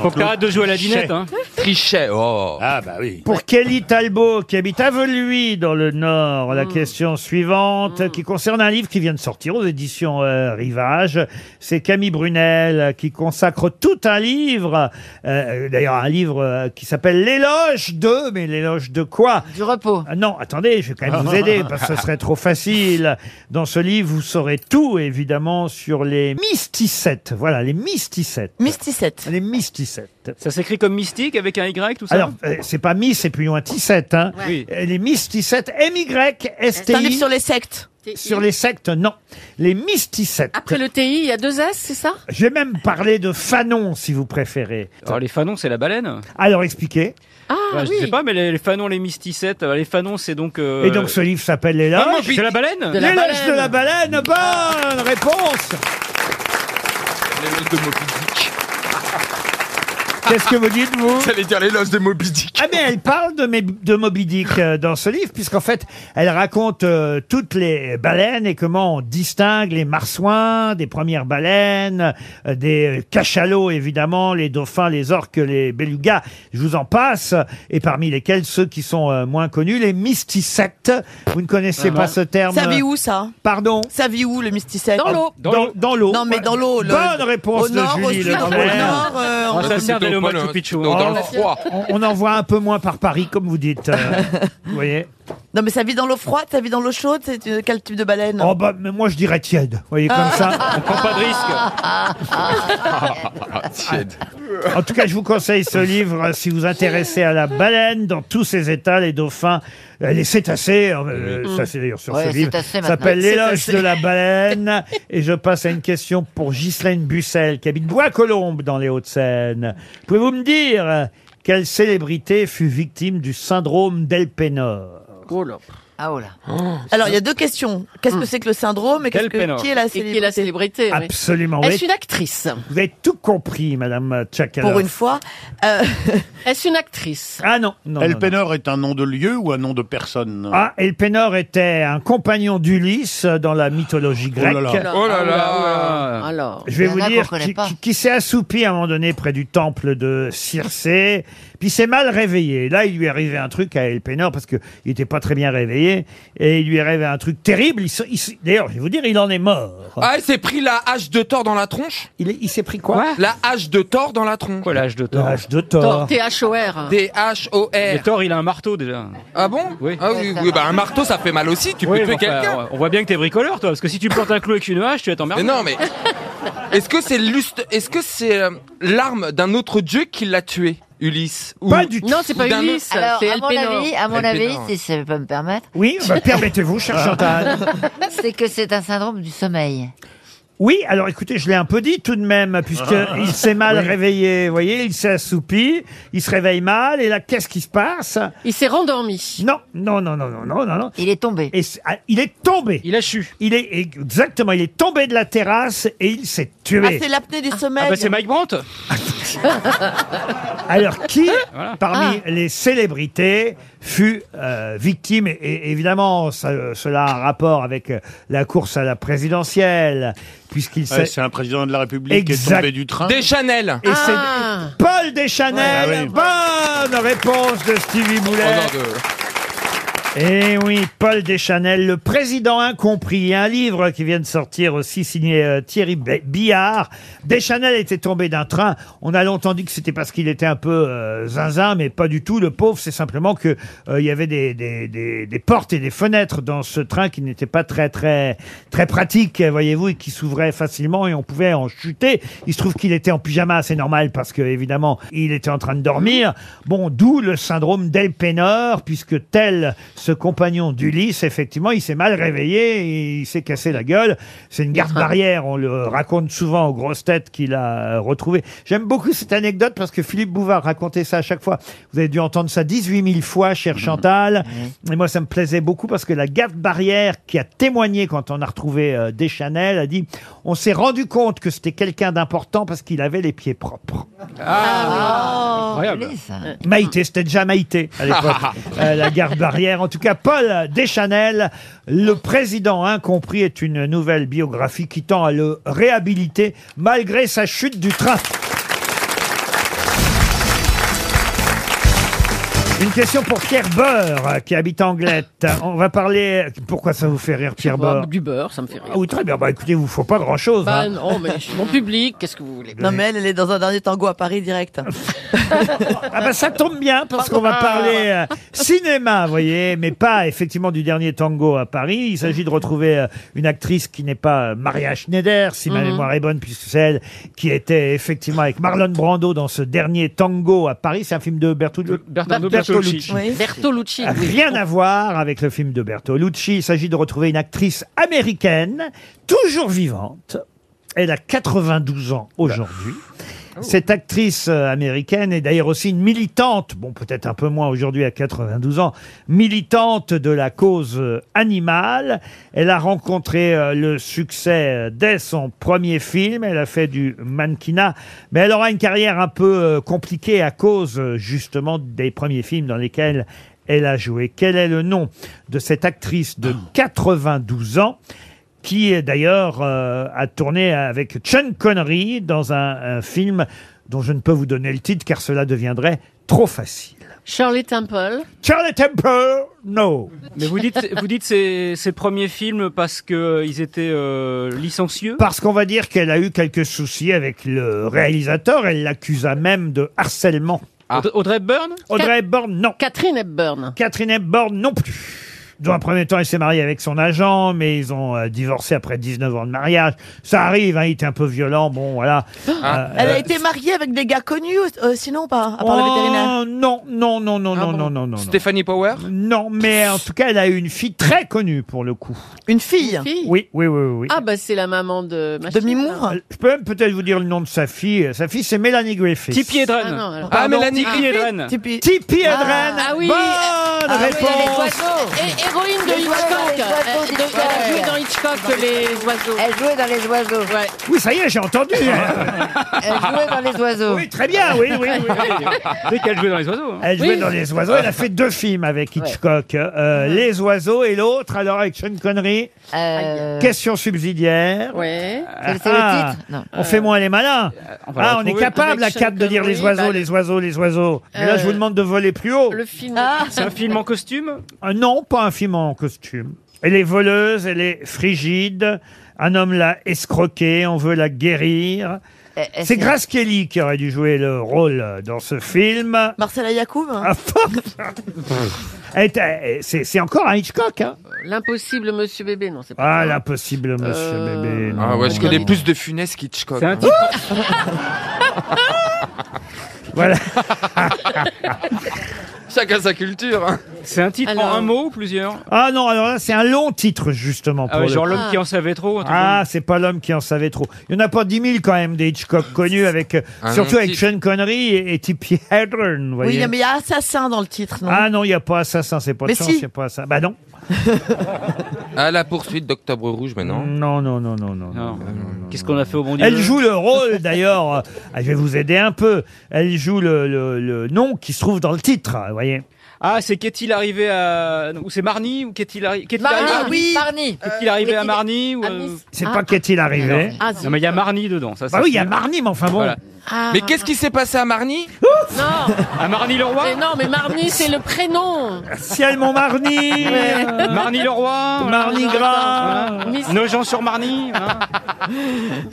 Faut que t'arrêtes de jouer à la dinette. Chez. Hein. Trichet, oh. Ah bah oui. Pour Kelly Talbot, qui habite Aveluy, dans le Nord, la question suivante, qui concerne un livre qui vient de sortir aux éditions euh, Rivage. C'est Camille Brunel euh, qui consacre tout un livre, euh, d'ailleurs un livre euh, qui s'appelle L'éloge de, mais l'éloge de quoi Du repos. Ah Non, attendez, je vais quand même vous aider, parce que ce serait trop facile. Dans ce livre, vous saurez tout, évidemment, sur les mysticettes. Voilà, les mysticettes. Mysticette. Les mysticettes. Ça s'écrit comme mystique avec un Y, tout ça Alors, euh, c'est pas Miss, c'est plus loin Tissette. Hein. Oui. Euh, Les Miss Tissette, C'est un livre M-Y-S-T-I. sur les sectes. TI. Sur les sectes, non. Les Miss Tissette. Après le TI, il y a deux S, c'est ça J'ai même parlé de Fanon, si vous préférez. Alors, les fanons, c'est la baleine Alors, expliquez. Ah Ouais, oui. Je sais pas, mais les, les fanons, les mysticettes, euh, les fanons, c'est donc. euh, Et donc, ce livre s'appelle Ah, moi, L'éloge. c'est la baleine De la L'éloge de baleine. la baleine, bonne réponse Les loges de Moby Dick. Qu'est-ce que vous dites, vous [LAUGHS] J'allais dire les loges de Moby Dick. Ah mais elle parle de, mes- de Moby Dick euh, dans ce livre, puisqu'en fait, elle raconte euh, toutes les baleines et comment on distingue les marsouins des premières baleines, euh, des euh, cachalots évidemment, les dauphins, les orques, les belugas, je vous en passe, et parmi lesquels ceux qui sont euh, moins connus, les mysticectes. Vous ne connaissez pas ce terme Ah euh, Ça vit où, ça Pardon Ça vit où, le mysticette Dans l'eau. Dans Dans l'eau. dans l'eau. Ah, Non, mais dans l'eau. le- Bonne réponse Au de nord, au Julie sud, Le au Maire. nord. euh, on- Ah, ça sert d'aller au Machu Picchu. hein. Non, dans le Oh. froid. On, on en voit un peu moins par Paris, comme vous dites. [LAUGHS] euh, vous voyez Non, mais ça vit dans l'eau froide, ça vit dans l'eau chaude. C'est euh, quel type de baleine Oh bah mais moi je dirais tiède. Vous Ah. voyez comme ça. [LAUGHS] On prend pas de risque. [LAUGHS] Ah, tiède. En tout cas, je vous conseille ce livre euh, si vous vous intéressez à la baleine dans tous ses états, les dauphins, euh, les cétacés. euh, Ça c'est d'ailleurs sur Ouais, ce livre. cétacés Ça maintenant. s'appelle l'éloge Cétacés. de la baleine. Et je passe à une question pour Ghislaine Bussel qui habite Bois-Colombes dans les Hauts-de-Seine. Pouvez-vous me dire euh, quelle célébrité fut victime du syndrome d'Elpénor Oh là. Ah oh là. Alors, il y a deux questions. Qu'est-ce que c'est que le syndrome et qu'est-ce Quel que, peinard. qui est la Et qui est la célébrité célébrité oui. Absolument. Vous Est-ce avez, une actrice vous avez tout compris, Madame Tchakalov. Pour une fois. Euh, Est-ce une actrice Ah non, non. non, El non. Pénor est un nom de lieu ou un nom de personne Ah, et le Pénor était un compagnon d'Ulysse euh, dans la mythologie Oh là grecque. là. Oh là Ah, là. Alors. Je vais oh Il y en vous a dire qu'on connaît qui, pas. qui- qui s'est assoupi à un moment donné près du temple de Circé, puis s'est mal réveillé. Là, il lui est arrivé un truc à El Pénor parce que il n'était pas très bien réveillé et il lui est arrivé un truc terrible. Il se- il se- D'ailleurs, je vais vous dire, il en est mort. Ah, il s'est pris la hache de Thor dans la tronche Il, est- il s'est pris quoi La hache de Thor dans la tronche. Quoi, l'âge de Thor L'âge de Thor. T-H-O-R. Mais D-H-O-R. Thor, il a un marteau déjà. Eh. Ah bon Oui. Ah oui, oui, bah un marteau ça fait mal aussi, tu peux Oui, tuer mais enfin, quelqu'un. [LAUGHS] On voit bien que t'es bricoleur, toi, parce que si tu plantes un clou avec une hache, tu vas Mais t'emmerder. non, mais. Est-ce que c'est lust... Est-ce que c'est euh, l'arme d'un autre dieu qui l'a tué, Ulysse Ou- Pas du ou tout. d'un autre- Alors, à mon avis, à mon avis, Elpénor. si ça ne peut pas me permettre. Oui, bah, permettez-vous, cher Chantal. [LAUGHS] c'est que c'est un syndrome du sommeil. Oui, alors écoutez, je l'ai un peu dit tout de même, [LAUGHS] puisqu'il s'est mal Oui. réveillé, vous voyez, il s'est assoupi, il se réveille mal, et là, qu'est-ce qui se passe Il s'est rendormi. Non, non, non, non, non, non, non, non. ah, Il est tombé. il est tombé. Il a chu. Il est, exactement, il est tombé de la terrasse et il s'est tué. Ah, c'est l'apnée du sommeil. Ah bah c'est [LAUGHS] Mike Brandt Alors, qui parmi les célébrités fut euh, victime et, et évidemment, ça- cela a un rapport avec euh, la course à la présidentielle, puisqu'il Ouais, s'est... c'est un président de la République qui est Exact. tombé du train. Deschanel. Et c'est Paul Deschanel. Ouais, ah Bonne réponse de Stevie Boulet. Oh, non, de- Eh oui, Paul Deschanel, le président incompris. Il y a un livre qui vient de sortir aussi, signé euh, Thierry Bi- Billard. Deschanel était tombé d'un train. On a longtemps dit que c'était parce qu'il était un peu euh, zinzin, mais pas du tout. Le pauvre, c'est simplement que euh, il y avait des, des- des- des portes et des fenêtres dans ce train qui n'étaient pas très très très pratiques, voyez-vous, et qui s'ouvraient facilement et on pouvait en chuter. Il se trouve qu'il était en pyjama, c'est normal parce que évidemment il était en train de dormir. Bon, d'où le syndrome d'Elpénor, puisque tel ce compagnon d'Ulysse, effectivement, il s'est mal réveillé, et il s'est cassé la gueule. C'est une garde barrière, on le raconte souvent aux grosses têtes qu'il a retrouvé. J'aime beaucoup cette anecdote parce que Philippe Bouvard racontait ça à chaque fois. Vous avez dû entendre ça 18 000 fois, cher Chantal. Et moi, ça me plaisait beaucoup parce que la garde barrière qui a témoigné quand on a retrouvé euh, Deschanel a dit on s'est rendu compte que c'était quelqu'un d'important parce qu'il avait les pieds propres. Ah, Ah. oh. Incroyable. Maïté, c'était déjà Maïté à l'époque, euh, la garde barrière. En tout cas, Paul Deschanel, le président incompris, est une nouvelle biographie qui tend à le réhabiliter malgré sa chute du train. Une question pour Pierre Beurre, euh, qui habite Anglette. On va parler... Pourquoi ça vous fait rire, Pierre Beurre Du beurre, ça me fait rire. Ah oui, très bien. Bah écoutez, vous faut pas grand-chose. Bah hein. non, mais je suis mon public, qu'est-ce que vous voulez Non, mais elle, elle est dans un dernier tango à Paris direct. [LAUGHS] Ah bah ça tombe bien parce qu'on va parler euh, cinéma, vous voyez, mais pas effectivement du dernier tango à Paris. Il s'agit de retrouver euh, une actrice qui n'est pas euh, Maria Schneider, si ma Mhm. mémoire est bonne, puisque c'est elle qui était effectivement avec Marlon Brando dans ce dernier tango à Paris. C'est un film de Bertolu- Bertoldo Bertolucci. Oui. Bertolucci. oui. Ah, Rien à voir avec le film de Bertolucci. Il s'agit de retrouver une actrice américaine, toujours vivante. Elle a 92 ans aujourd'hui. Oh. Cette actrice euh, américaine est d'ailleurs aussi une militante, bon peut-être un peu moins aujourd'hui à 92 ans, militante de la cause euh, animale. Elle a rencontré euh, le succès euh, dès son premier film, elle a fait du mannequinat, mais elle aura une carrière un peu euh, compliquée à cause euh, justement des premiers films dans lesquels elle a joué. Quel est le nom de cette actrice de 92 ans qui euh, d'ailleurs euh, a tourné avec Sean Connery dans un, un film dont je ne peux vous donner le titre car cela deviendrait trop facile. Shirley Temple. Charlie Temple, no. Mais vous dites, vous dites ces, ces premiers films parce que euh, ils étaient euh, licencieux Parce qu'on va dire qu'elle a eu quelques soucis avec le réalisateur, elle l'accusa même de harcèlement. Aud- Audrey Hepburn Audrey Hepburn, non. Catherine Hepburn. Catherine Hepburn, non plus. Dans un premier temps, elle s'est mariée avec son agent, mais ils ont euh, divorcé après 19 ans de mariage. Ça arrive, hein, il était un peu violent, bon voilà. Euh, Ah, Elle euh, a été mariée avec des gars connus, euh, sinon pas, à part le oh, vétérinaire. Non, non, non, non, non, bon non, non, non. Stéphanie Power Non, mais en tout cas, elle a eu une fille très connue pour le coup. Une fille. Fille. Oui, oui, oui, oui. oui. Ah bah c'est la maman de Machine. De Mimour. bah, Je peux même peut-être vous dire le nom de sa fille. Sa fille, c'est Mélanie Griffith. Tippi Hedren. Ah non, Ah, alors- Pardon, Mélanie Tippi Hedren. Tipeee. Tippi Hedren. ah oui. Bonne Ah oui, les réponse. oiseaux. Hé- Oh. héroïne de Les oiseaux, Hitchcock. les oiseaux Euh, de- d'Hitchcock. Elle jouait dans Hitchcock les oiseaux. Elle jouait dans les oiseaux. Ouais. Oui, ça y est, [LAUGHS] j'ai entendu. hein. Elle jouait dans les oiseaux. oui, très bien. Oui, oui, oui. [LAUGHS] Dès qu'elle jouait dans les oiseaux. hein. Elle jouait Oui. dans Les Oiseaux. Elle a fait deux films avec Hitchcock. Euh, Les Oiseaux et l'autre, alors avec Sean Connery. Euh, Question subsidiaire. Ouais. c'est c'est Ah, le titre Non. On fait moins les malins. Euh, on va la ah, on est retrouver. capable à Avec Sean quatre de dire Connery, les oiseaux, bah, les oiseaux, les oiseaux. Mais là, je vous Euh, demande de voler plus haut. Le film. Ah. C'est un film en costume Euh, Non, pas un film en costume. Elle est voleuse, elle est frigide. Un homme l'a escroquée, on veut la guérir. Euh, C'est Grace Kelly qui aurait dû jouer le rôle dans ce film. Ah, Marcella Yacoub [LAUGHS] Elle était- euh, C'est c'est encore un Hitchcock, hein L'impossible Monsieur Bébé, non, c'est pas Ah, ça. l'impossible, monsieur Euh, bébé. Ah ouais, je Non. connais plus de Funès qu'Hitchcock. C'est un hein. [LAUGHS] Voilà. [LAUGHS] Chacun sa culture. hein. C'est un titre en un mot ou plusieurs Ah non, alors là, c'est un long titre, justement. Ah pour ouais, le genre l'homme coup. qui en savait trop. un truc Ah, c'est pas l'homme qui en savait trop. Il n'y en a pas 10 000 quand même des Hitchcock connus, avec, euh, Ah, Un surtout long avec titre. Sean Connery et, et Tippi Hedren. vous Oui, voyez. mais il y a assassin dans le titre, non Ah non, il n'y a pas assassin, c'est pas de Mais chance, si. c'est pas ça. Bah non. [LAUGHS] À la poursuite d'Octobre Rouge maintenant. Non, non, non, non, non. comme- Qu'est-ce qu'on a fait au bon Dieu Elle joue le [LAUGHS] rôle, d'ailleurs, euh, ah, je vais vous aider un peu, elle joue le, le- le nom qui se trouve dans le titre, vous voyez. Ah, c'est qu'est-il arrivé à. Ou c'est Marnie Ou qu'est-il arri- qu'est-il Marnie, arrivé à- oui. Marnie. Qu'est-il arrivé à Marnie ou, euh, C'est pas qu'est-il arrivé. Ah, Non, mais il y a Marnie dedans. Ça, Bah oui, il y a Marnie, mais enfin bon. Ah. Mais qu'est-ce qui s'est passé à Marnie Non À Ah, Marnie Leroy Mais non, mais Marnie, c'est le prénom Ciel Montmarny Ouais. Marnie Leroy Marnie Gras Nos gens sur Marnie hein.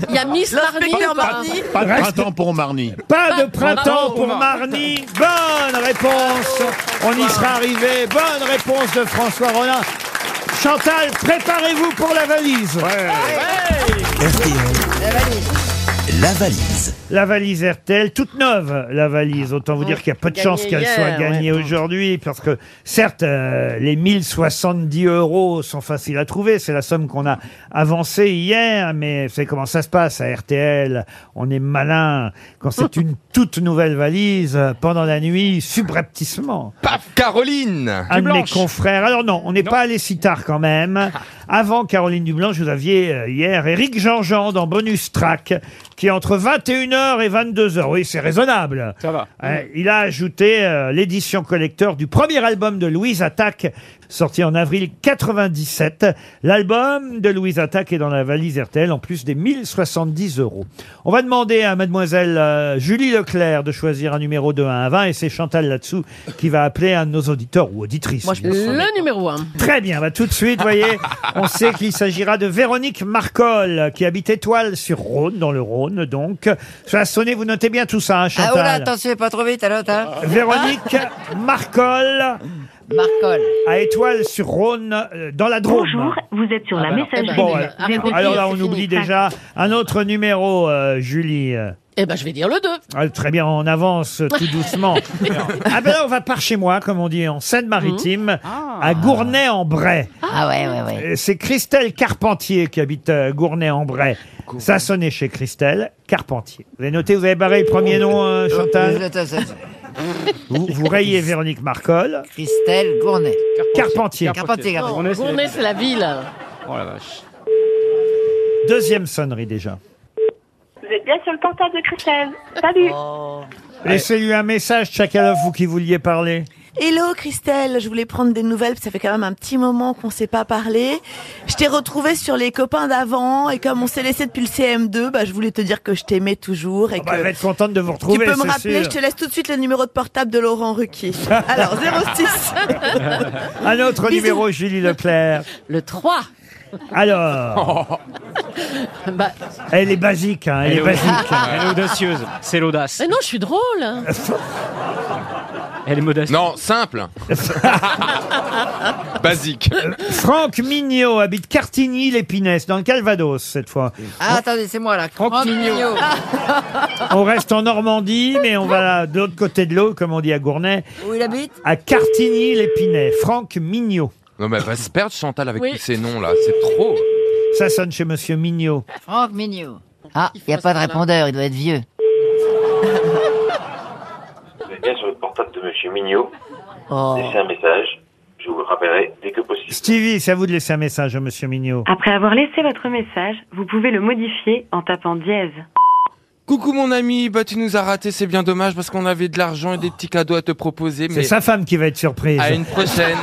Il y a Miss Marnie ou pas Pas de printemps pour Marnie. Pas de Pas de printemps printemps pour pour Marnie. Bonne réponse. On y sera arrivé. Bonne réponse de François Rollin. Chantal, préparez-vous pour la valise. Ah, La valise. La valise RTL, toute neuve, la valise. Autant vous dire qu'il n'y a pas de Ah, Gagnée chance qu'elle hier, soit gagnée aujourd'hui, parce que certes, euh, les 1070 euros sont faciles à trouver. C'est la somme qu'on a avancée hier, mais vous savez comment ça se passe à RTL. On est malin. Quand [LAUGHS] c'est une toute nouvelle valise, euh, pendant la nuit, subrepticement. Paf, Caroline Un de mes confrères. Alors non, on n'est pas allé si tard quand même. Ah. Avant Caroline Dublanche, vous aviez euh, hier Éric Jean-Jean dans Bonus Track, qui est entre 21h et 22h. Oui, c'est raisonnable. Ça va. Euh, il a ajouté euh, l'édition collector du premier album de Louise Attaque, sorti en avril 97. L'album de Louise Attaque est dans la valise RTL, en plus des 1070 euros. On va demander à mademoiselle euh, Julie Leclerc de choisir un numéro de 1 à 20, et c'est Chantal là-dessous qui va appeler un de nos auditeurs ou auditrices. bien sûr. Le numéro 1. Très bien, bah, tout de suite, voyez, on sait qu'il s'agira de Véronique Marcol, qui habite Étoile sur Rhône, dans le Rhône, donc. Ça a sonné, vous notez bien tout ça, hein, Ah, Chantal oh là, attention, pas trop vite, alors, hein. Véronique Marcol. Marcol. À Étoile sur Rhône, euh, dans la Drôme. Bonjour, vous êtes sur la messagerie Bon, de euh, Véronique. alors là, on C'est oublie fini. déjà un autre numéro, euh, Julie. Eh ben, je vais dire le 2. Ah, très bien, on avance tout doucement. ah ben là, on va par chez moi, comme on dit en Seine-Maritime, à Gournay-en-Bray. Ah ouais, ouais, ouais. Euh, C'est Christelle Carpentier qui habite euh, Gournay-en-Bray. Ça sonnait chez Christelle Carpentier. Vous avez noté, vous avez barré le premier nom, euh, Chantal Attends, attends, attends. vous, vous rayez Véronique Marcol. Christelle Gournet. Carpentier. Carpentier, Non, Carpentier. Gournay, c'est la ville. Oh la vache. Deuxième sonnerie déjà. Vous êtes bien sur le portable de Christelle. Salut. Oh. Laissez-lui un message, Tchakalov, vous qui vouliez parler. Hello Christelle, je voulais prendre des nouvelles parce que ça fait quand même un petit moment qu'on s'est pas parlé. Je t'ai retrouvée sur les copains d'avant et comme on s'est laissé depuis le CM2, bah je voulais te dire que je t'aimais toujours et que Bah, elle va être contente de vous tu retrouver. peux me c'est rappeler, sûr. je te laisse tout de suite le numéro de portable de [LAUGHS] Laurent Ruquier. Alors 06. Un autre numéro, Julie Leclerc. Le 3. [LAUGHS] Alors, Bah, elle est basique, hein, elle, est audac- basique. [LAUGHS] Elle est audacieuse. C'est l'audace. mais non, je suis drôle. hein. Elle est modeste. Non, simple. Basique. Franck Mignot habite Cartigny-les-Pinès, dans le Calvados, cette fois. Ah, attendez, c'est moi, là. Franck Mignot. On reste en Normandie, mais on va de l'autre côté de l'eau, comme on dit à Gournay, Où il habite à Cartigny-les-Pinès. Franck Mignot. Non, mais elle va se perdre, Chantal, avec Oui. tous ces noms-là. C'est trop. Ça sonne chez Monsieur Mignot. Franck Mignot. Ah, il n'y a pas de répondeur, il doit être vieux. Vous êtes bien sur le portable de Monsieur Mignot. Oh. Laissez un message. Je vous rappellerai dès que possible. Stevie, c'est à vous de laisser un message à Monsieur Mignot. Après avoir laissé votre message, vous pouvez le modifier en tapant dièse. Coucou mon ami, bah tu nous as raté, c'est bien dommage parce qu'on avait de l'argent et des petits cadeaux à te proposer. C'est Mais sa femme qui va être surprise. à [LAUGHS] une prochaine.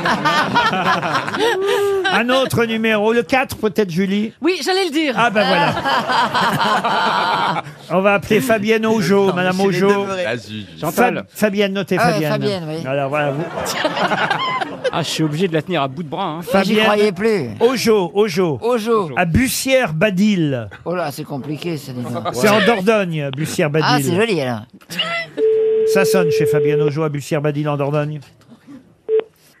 Un autre numéro, le 4 peut-être, Julie Oui, j'allais le dire. Ah ben voilà. On va [LAUGHS] appeler Fabienne Ojo, Madame Ojo. Vas-y. Fab- Fabienne, notez Ah ouais, [LAUGHS] Fabienne. Fabienne, oui. Alors voilà, vous, [LAUGHS] Ah, je suis obligé de la tenir à bout de bras. Hein. plus. Ojo, Ojo. Ojo. À Bussière-Badil. [LAUGHS] Oh là, c'est compliqué, ça, dis donc. C'est en Dordogne, Bussière-Badil. Ah, c'est joli, alors. Ça sonne chez Fabienne Ojo à Bussière-Badil en Dordogne.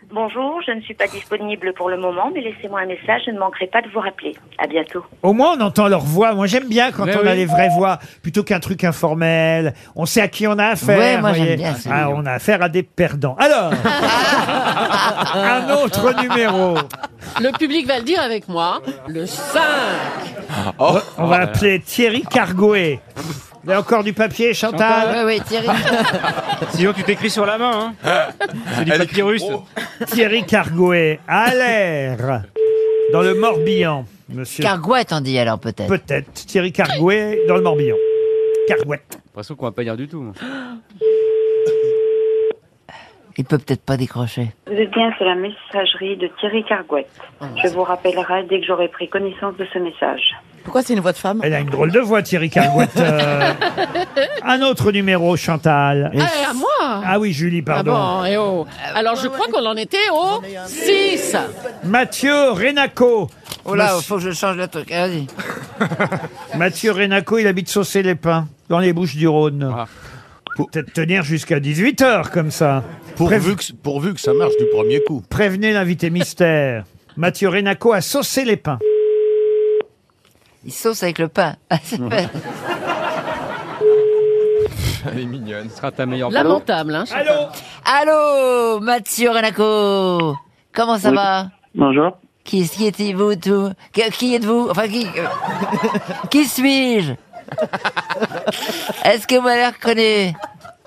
Bonjour, je ne suis pas disponible pour le moment, mais laissez-moi un message, je ne manquerai pas de vous rappeler. À bientôt. Au moins, on entend leur voix. Moi, j'aime bien quand Mais on a oui. les vraies voix, plutôt qu'un truc informel. On sait à qui on a affaire. Ouais, moi, vous j'aime voyez. bien ça. Ah, on a affaire à des perdants. [LAUGHS] Alors, un autre numéro. Euh, Le public va le dire avec moi. Le 5. on va appeler Thierry Cargoé. Vous avez encore du papier, Chantal Oui, oui, Thierry. Sinon, tu t'écris sur la main. Hein. C'est du papier russe. Thierry Cargoé, à l'air, dans le Morbihan, monsieur. Cargouette, on dit alors peut-être. Peut-être. Thierry Cargouet dans le Morbihan. Cargouette. J'ai l'impression qu'on va pas dire du tout. moi. Il peut peut-être pas décrocher. Vous êtes bien sur la messagerie de Thierry Cargouette. Je vous rappellerai dès que j'aurai pris connaissance de ce message. Pourquoi c'est une voix de femme Elle a une drôle de voix, Thierry [LAUGHS] Cargouette. euh. un autre numéro, Chantal. Eh, à moi Ah oui, Julie, pardon. Ah bon, eh oh. Alors, je crois qu'on en était au 6. Mathieu Renaco. Oh là, Monsieur- faut que je change le truc. Vas-y. Mathieu Renaco, il habite Saucé-les-Pins, dans les Bouches-du-Rhône. Ah. Peut-être tenir jusqu'à 18h comme ça. Pourvu que, pourvu que ça marche du premier coup. Prévenez l'invité mystère. Mathieu Renaco a saucé les pins. Il sauce avec le pain. [LAUGHS] Ah, c'est pas- Elle est mignonne. Ce sera ta meilleure Lamentable, hein, Allô Allô, Mathieu Renaco Comment ça Oui. va Bonjour. qui, qui étiez-vous tout Qui- Qui êtes-vous Enfin, qui euh, [LAUGHS] Qui [LAUGHS] suis-je Est-ce que vous m'avez [LAUGHS] reconnu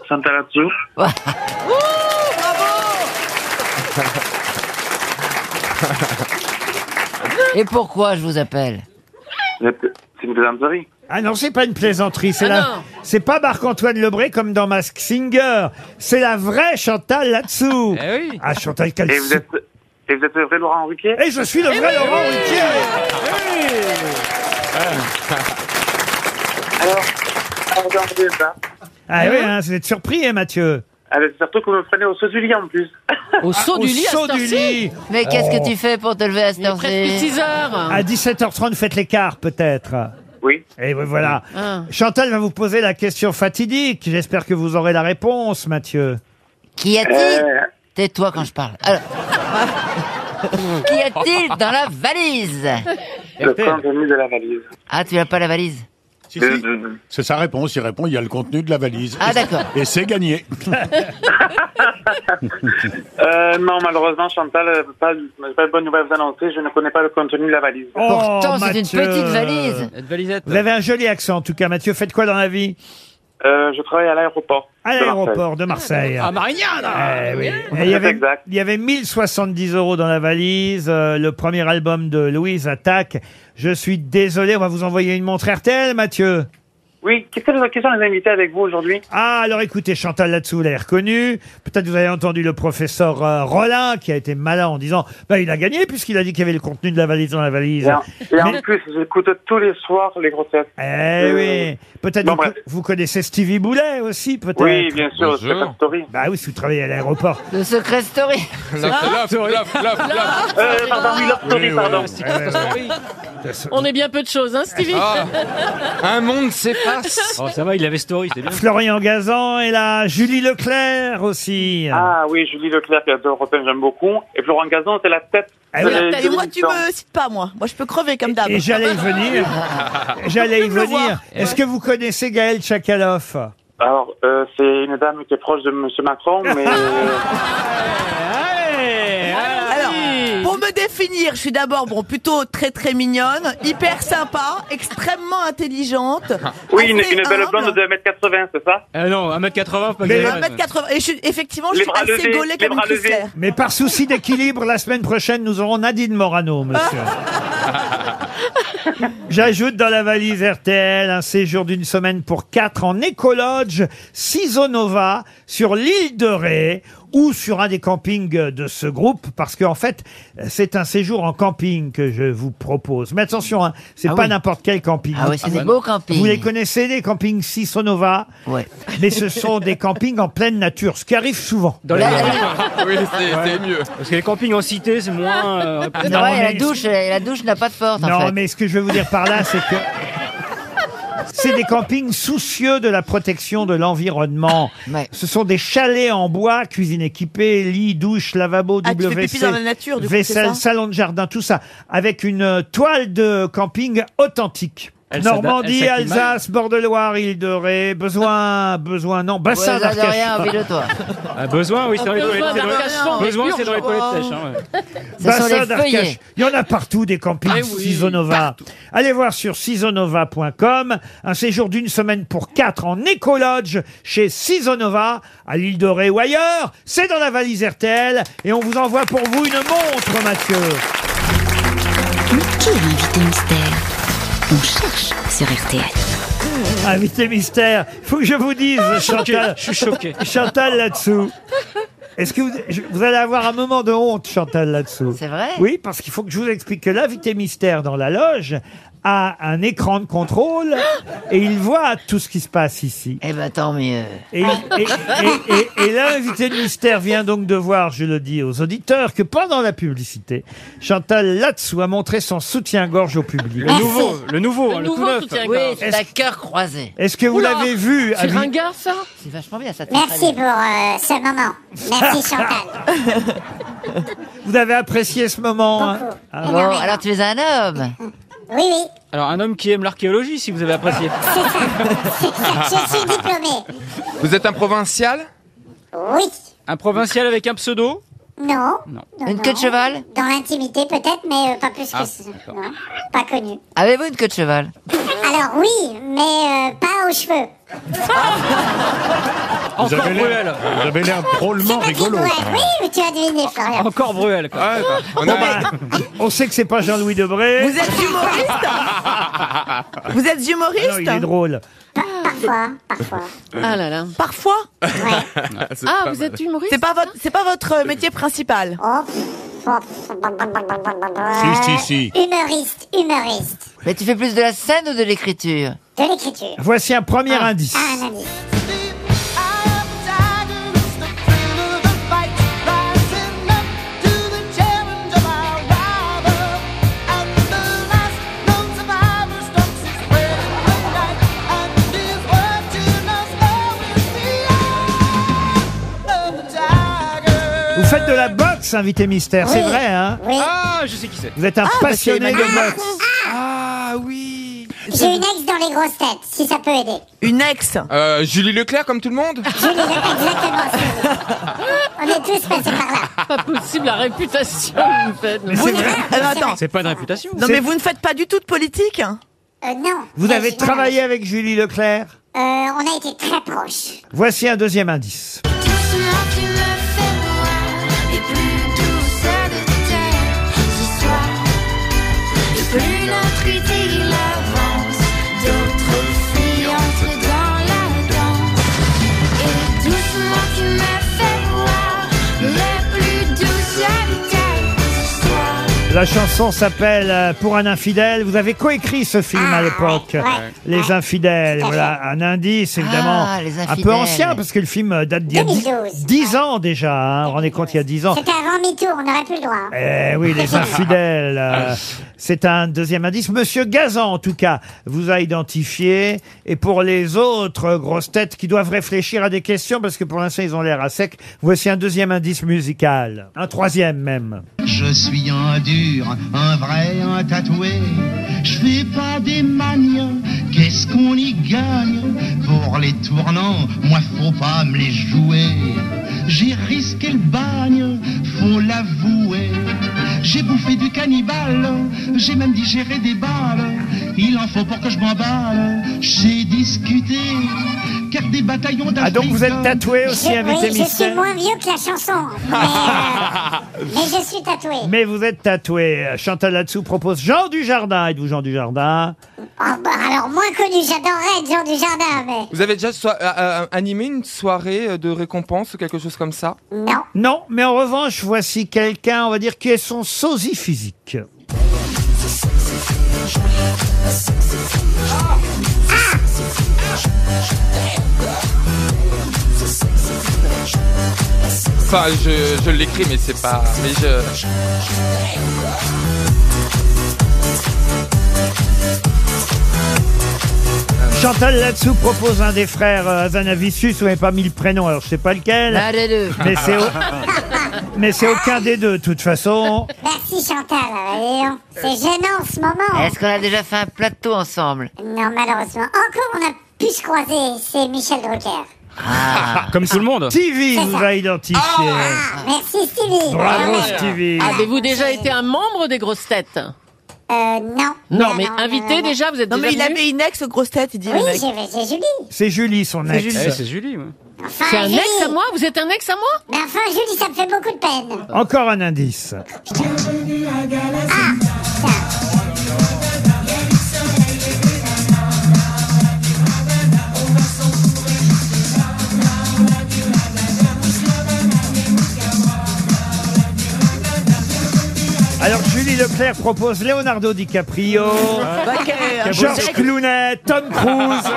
Santalatsu. Et pourquoi je vous appelle C'est une plaisanterie. Ah non, c'est pas une plaisanterie, c'est Ah la- non. c'est pas Marc-Antoine Lebré comme dans Mask Singer, c'est la vraie Chantal là-dessous. Ah Chantal quel Et vous êtes, et vous êtes le vrai Laurent Ruquier Eh Et je suis le vrai Laurent Ruquier Eh Alors, regardez ça. Ah oui, hein, vous êtes surpris, hein, Mathieu Ah, mais c'est surtout qu'on me prenait au saut du lit en plus. Au saut du lit, à saut cette du heure-ci lit. Mais qu'est-ce Oh. que tu fais pour te lever à cette heure-ci Ah. presque 6 heures. À 17h30, faites l'écart peut-être. Oui. Et Eh voilà. Ah. Chantal va vous poser la question fatidique. J'espère que vous aurez la réponse, Mathieu. Qui a-t-il Tais-toi quand je parle. Alors... Qu'y a-t-il dans la valise Eh, Le contenu de la valise. Euh, Ah, tu n'as pas la valise Si, si. C'est sa réponse, il répond, il y a le contenu de la valise. Ah, d'accord. Et c'est gagné. Euh, non, malheureusement, Chantal, euh, pas, pas de bonne nouvelle à vous annoncer. Je ne connais pas le contenu de la valise. Pourtant, c'est une Oh, Mathieu. petite valise. Une valisette. Vous avez un joli accent, en tout cas, Mathieu. Faites quoi dans la vie Euh, je travaille à l'aéroport. À de Marseille. l'aéroport de Marseille. À Marignane Eh oui. Et il, y avait, il y avait 1070 euros dans la valise, euh, le premier album de Louise Attaque. Je suis désolé, on va vous envoyer une montre RTL, Mathieu. Oui, qu'est-ce que quels sont les invités avec vous aujourd'hui Ah, alors écoutez, Chantal là-dessous, vous l'avez reconnu. Peut-être vous avez entendu le professeur euh, Rollin qui a été malin en disant bah, il a gagné puisqu'il a dit qu'il y avait le contenu de la valise dans la valise. et en, et en Mais- plus, j'écoute tous les soirs les grossettes. Eh Euh, oui, peut-être Bon, vous, bref. vous connaissez Stevie Boulet aussi, peut-être. Oui, bien sûr, c'est pas story. Bah oui, si vous travaillez à l'aéroport. Le secret story. Euh, pardon, oui, Love Story, pardon. Euh, On est bien peu de choses, hein, Stevie Ah. [LAUGHS] Un monde s'efface. [LAUGHS] Oh, ça va, il avait story, c'était bien. Florian Gazan est là, Julie Leclerc aussi. Ah oui, Julie Leclerc, qui est européenne, j'aime beaucoup. Et Florent Gazon, c'est la tête. Ah de oui. les- Et moi, tu Non. me cites pas, moi. Moi, je peux crever comme d'hab. Et j'allais [LAUGHS] y venir. J'allais y venir. Est-ce que vous connaissez Gaël Tchakaloff Alors, euh, c'est une dame qui est proche de Monsieur Macron, mais... euh, [LAUGHS] Alors, pour me définir, je suis d'abord bon, plutôt très très mignonne, hyper sympa, extrêmement intelligente. oui, Ah, une, une assez belle humble. blonde de 1m80, c'est ça Euh, non, 1m80, faut pas Mais- exagérer. 1m80. Et je suis- effectivement, je Les suis bras assez levés, gaulée les comme une bras levés. poussière. Mais par souci d'équilibre, la semaine prochaine, nous aurons Nadine Morano, monsieur. [LAUGHS] J'ajoute dans la valise RTL un séjour d'une semaine pour quatre en écologe Sisonova sur l'île de Ré ou sur un des campings de ce groupe, parce qu'en fait, c'est un séjour en camping que je vous propose. Mais attention, hein, c'est Ah pas oui. n'importe quel camping. Ah oui, c'est Ah des bah non. beaux campings. Vous les connaissez, les campings Sissonova Ouais. Mais ce sont des campings en pleine nature, ce qui arrive souvent. Dans les oui, c'est c'est mieux. Parce que les campings en cité, c'est moins. euh, Ah, Ouais, non, mais- la douche, euh, la douche n'a pas de porte, Non, en fait. mais ce que je veux vous dire par là, c'est [LAUGHS] que. C'est des campings soucieux de la protection de l'environnement. Ce sont des chalets en bois, cuisine équipée, lit, douche, lavabo, Ah, tu double fais pipi WC, dans la nature, du coup, vaisselle, c'est ça salon de jardin, tout ça, avec une euh, toile de camping authentique. Elle s'adapte- Normandie, elle s'acclimate. Alsace, Bord-de-Loire, Île-de-Ré, besoin, besoin, non, bassin Besoin de d'Arcachon. rien, envie de toi. Ah, besoin, oui, c'est dans les Besoin toilettes. c'est dans les- d'Arcachon, Besoin, les c'est dans les purges, toilettes quoi. sèches. hein, ouais. Ça sent Bassin les d'Arcachon. feuillets. Il y en a partout des campings Ah oui, Sisonova. Allez voir sur sisonova.com un séjour d'une semaine pour quatre en écolodge chez Sisonova à l'île de Ré ou ailleurs. C'est dans la valise RTL et on vous envoie pour vous une montre, Mathieu. Mais qui est l'invité mystère On cherche sur RTL. Ah, Invité mystère, faut que je vous dise, Ah, Je suis choqué, Chantal. je suis choqué. [LAUGHS] Chantal là-dessous. Est-ce que vous, je- vous allez avoir un moment de honte, Chantal, là-dessous C'est vrai Oui, parce qu'il faut que je vous explique que l'invité mystère dans la loge a un écran de contrôle et il voit tout ce qui se passe ici. Eh ben tant mieux. Et, et- et- et- et là, l'invité de mystère vient donc de voir, je le dis aux auditeurs, que pendant la publicité, Chantal Latsou a montré son soutien-gorge au public. Le nouveau, le nouveau, hein, le, tout neuf. Oui, c'est la cœur croisée. Est-ce que vous Oula, l'avez vu c'est Avi- ringard, ça C'est vachement bien, ça. te fait très Merci bien. pour euh, ce moment. [LAUGHS] Merci Chantal. Vous avez apprécié ce moment hein Ah bon, alors tu es un homme. Oui, oui, Alors, un homme qui aime l'archéologie, si vous avez apprécié. je suis diplômée. Vous êtes un provincial Oui, Un provincial avec un pseudo non. Non. Une queue de cheval Dans l'intimité peut-être, mais euh, pas plus que Ah, ça. Non, pas connu. Avez-vous une queue de cheval Alors oui, mais euh, pas aux cheveux. Encore Bruel. Vous avez l'air drôlement rigolo. Ouais, oui, mais tu as deviné, Florian. Encore Bruel, quoi. Bon, bah, on sait que c'est pas Jean-Louis Debré. Vous êtes humoriste Vous êtes humoriste hein. Ah non, il est drôle. Parfois, parfois. Ah là là. Parfois Ah, vous êtes humoriste C'est pas votre, c'est pas votre euh, métier principal. Oh, Si, si. Euh, Humoriste, humoriste. Mais tu fais plus de la scène ou de l'écriture De l'écriture. Voici un premier indice. Ah, un indice. Vous faites de la boxe, invité mystère, c'est vrai, hein Ah, je sais qui c'est. Vous êtes un Ah, bah, c'est passionné de Emmanuel boxe. Ah oui. J'ai une ex dans les grosses têtes, si ça peut aider. Une ex Euh, Julie Leclerc, comme tout le monde Julie, exactement. Sylvie. On est tous passés par là. Pas possible la réputation que vous faites. mais- Vous ne- Alors, Euh, attends. C'est pas de réputation. Non, mais vous ne faites pas du tout de politique hein Euh, non. Vous Euh, avez je- travaillé avec Julie Leclerc. Euh, on a été très proches. Voici un deuxième indice. Plus notre idée il avance, d'autres filles entrent dans la danse. Et doucement tu me fais voir le plus doux solitaire ce soir. La chanson s'appelle euh, Pour un infidèle. Vous avez coécrit ce film Ah, à l'époque, ouais. Les infidèles. Tout à Voilà un indice évidemment Ah, Les un peu Infidèles. ancien parce que le film euh, date d'il y a 2012, 10 ans déjà. Hein. Vous vous rendez compte, il y a 10 ans. C'était avant MeToo, on n'aurait plus le droit. hein. Eh oui, les infidèles. euh, C'est un deuxième indice. Monsieur Gazan, en tout cas, vous a identifié. Et pour les autres grosses têtes qui doivent réfléchir à des questions, parce que pour l'instant, ils ont l'air à sec, voici un deuxième indice musical. Un troisième même. Je suis un dur, un vrai, un tatoué. Je fais pas des manies, qu'est-ce qu'on y gagne Pour les tournants, moi faut pas me les jouer. J'ai risqué le bagne, faut l'avouer. J'ai bouffé du cannibale, j'ai même digéré des balles. Il en faut pour que je m'emballe, j'ai discuté. Car des bataillons d'Afrique... Ah, donc vous êtes tatoué aussi, Je- invité oui, je suis mystère moins vieux que la chanson, mais, euh, mais je suis tatoué. Mais vous êtes tatoué. Chantal Latsou propose Jean Dujardin. Êtes-vous Jean Dujardin Ah, bah, alors, moins connu, j'adorerais être Jean du Jardin, mais. Vous avez déjà soi- euh, euh, animé une soirée euh, de récompense ou quelque chose comme ça Non. Non, mais en revanche, voici quelqu'un, on va dire, qui est son sosie physique. Enfin, je, je l'écris, mais c'est pas. Mais je. Chantal là-dessous propose un des frères euh, Azanavicius, vous n'avez pas mis le prénom, alors je sais pas lequel. L'un des deux. Mais c'est au- mais c'est aucun des deux, de toute façon. Merci Chantal, euh, dis donc. c'est gênant en ce Eh, moment. hein. Est-ce qu'on a déjà fait un plateau ensemble Non, malheureusement. Encore, on a pu se croiser, c'est Michel Drucker. Ah, Comme tout le monde. Stevie vous a identifié. Ah, merci Stevie. Bravo, Ah ouais. Stevie. Avez-vous déjà été un membre des grosses têtes Euh, non. euh, Non, mais invité déjà, vous êtes Non, déjà mais il venu avait une ex grosse tête, il dit. Oui, le mec. j'ai j'ai Julie. C'est Julie, son C'est ex. Julie. Eh, c'est Julie, Enfin, C'est un Julie. ex à moi Vous êtes un ex à moi Mais enfin, Julie, ça me fait beaucoup de peine. Encore un indice. Alors Julie Leclerc propose Leonardo DiCaprio, Bah, quel- Georges Clooney, Tom Cruise. [LAUGHS]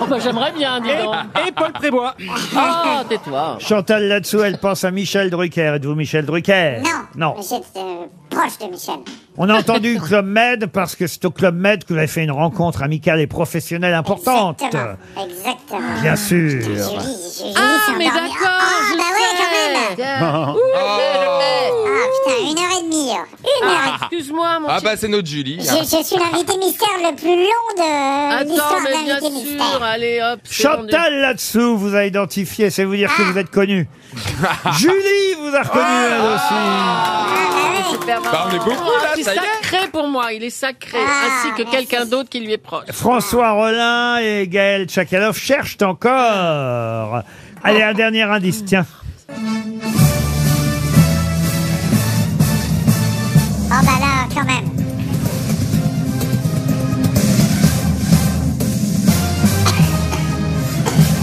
Oh, bah, J'aimerais bien, dis donc. Et Paul Prébois. Ah, tais-toi. Chantal là-dessous, elle pense à Michel Drucker. Êtes-vous Michel Drucker Non. Non. Mais j'étais euh, proche de Michel. On a entendu Club Med parce que c'est au Club Med que vous avez fait une rencontre amicale et professionnelle importante. Exactement. Exactement. Bien sûr. Julie, Julie Ah, s'est mais endormie. d'accord, Ah, je bah ouais, quand sais. même. Ah. Ah, putain, une heure et demie. hein. Une heure et demie. Excuse-moi, mon Ah petit- bah c'est notre Julie. Je, je suis l'invité mystère le plus long de Attends, l'histoire mais bien d'invité sûr, mystère. allez hop. c'est vendu. Chantal là-dessous vous a identifié, c'est vous dire que vous êtes connu. Julie vous a reconnu elle aussi. Ah Bah, on est beaucoup Ah, là, c'est ça y est. sacré pour moi, il est sacré, Ah, ainsi que quelqu'un d'autre qui lui est proche. François Rollin et Gaël Tchakalov cherchent encore. Allez, un dernier indice, tiens. Oh bah là, quand même.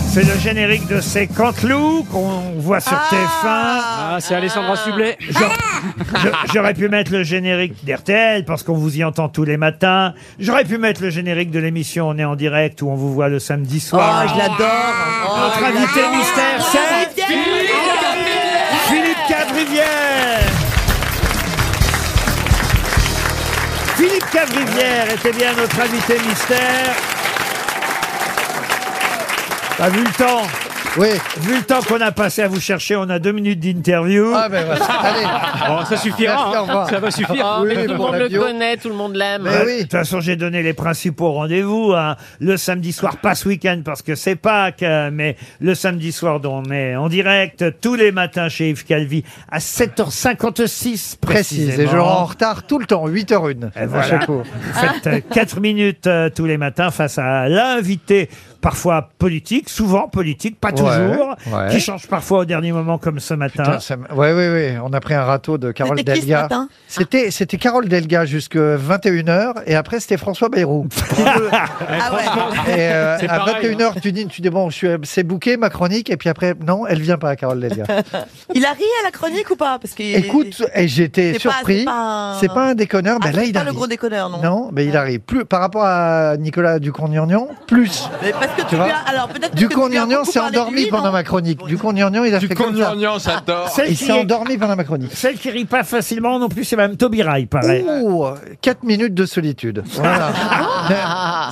C'est le générique de ces Canteloup qu'on voit sur Ah, c'est Alessandra Sublet. TF1. Je- J'aurais pu mettre le générique d'RTL parce qu'on vous y entend tous les matins. J'aurais pu mettre le générique de l'émission On est en direct où on vous voit le samedi soir. Oh, je l'adore. Ah, Notre invité mystère, c'est Philippe Cadrivière. Philippe Cadrivière était bien notre invité mystère. Bah, vu le temps. Oui. Vu le temps qu'on a passé à vous chercher, on a deux minutes d'interview. Ah ben [LAUGHS] voilà, allez. Oh, ça suffira, Merci, hein. au revoir. Ça va suffire. Ah, Oui, mais oui, tout le pour monde la le bio. connaît, tout le monde l'aime. Ouais, Bah, De toute façon, j'ai donné les principaux rendez-vous. hein. Le samedi soir, pas ce week-end parce que c'est Pâques, euh, mais le samedi soir dont on est en direct, tous les matins chez Yves Calvi, à 7h56 précisément. Précise, et je rends en retard tout le temps, 8h01 Et à voilà. chaque cours. Ah. Faites euh, quatre minutes euh, tous les matins face à l'invité, parfois politique, souvent politique, pas Ouais, toujours, ouais. qui change parfois au dernier moment comme ce matin. Putain, ça me- ouais, ouais, ouais. On a pris un râteau de Carole C'était qui ce Delga. matin C'était, c'était Carole Delga jusqu'à 21h et après c'était François [LAUGHS] Bayrou. Ah ouais. et euh, C'est à hein. pareil, 21h, tu dis, tu dis bon, je suis, c'est bouqué ma chronique et puis après non, elle vient pas Carole [LAUGHS] Delga. Euh, Il a ri à la chronique ou pas Parce que Écoute, et j'étais C'est pas- surpris. c'est pas un- C'est pas un déconneur, mais Ah, là c'est il pas arrive. le gros déconneur, non. mais il arrive plus par rapport à Nicolas Ducon-Niornian, plus. Mais parce que tu, Tu vois lui as- alors peut-être que tu lui as Ducon-Niornian beaucoup s'est parlé hein. de endormi lui, pendant non ma chronique. Ducon-Niornian, il a fait comme ça. Ah, Ducon-Niornian, j'adore. Il s'est qui est- endormi pendant ma chronique. Celle qui rit pas facilement non plus, c'est même Taubira, il paraît. Ouh, 4 minutes de solitude. Voilà. Ah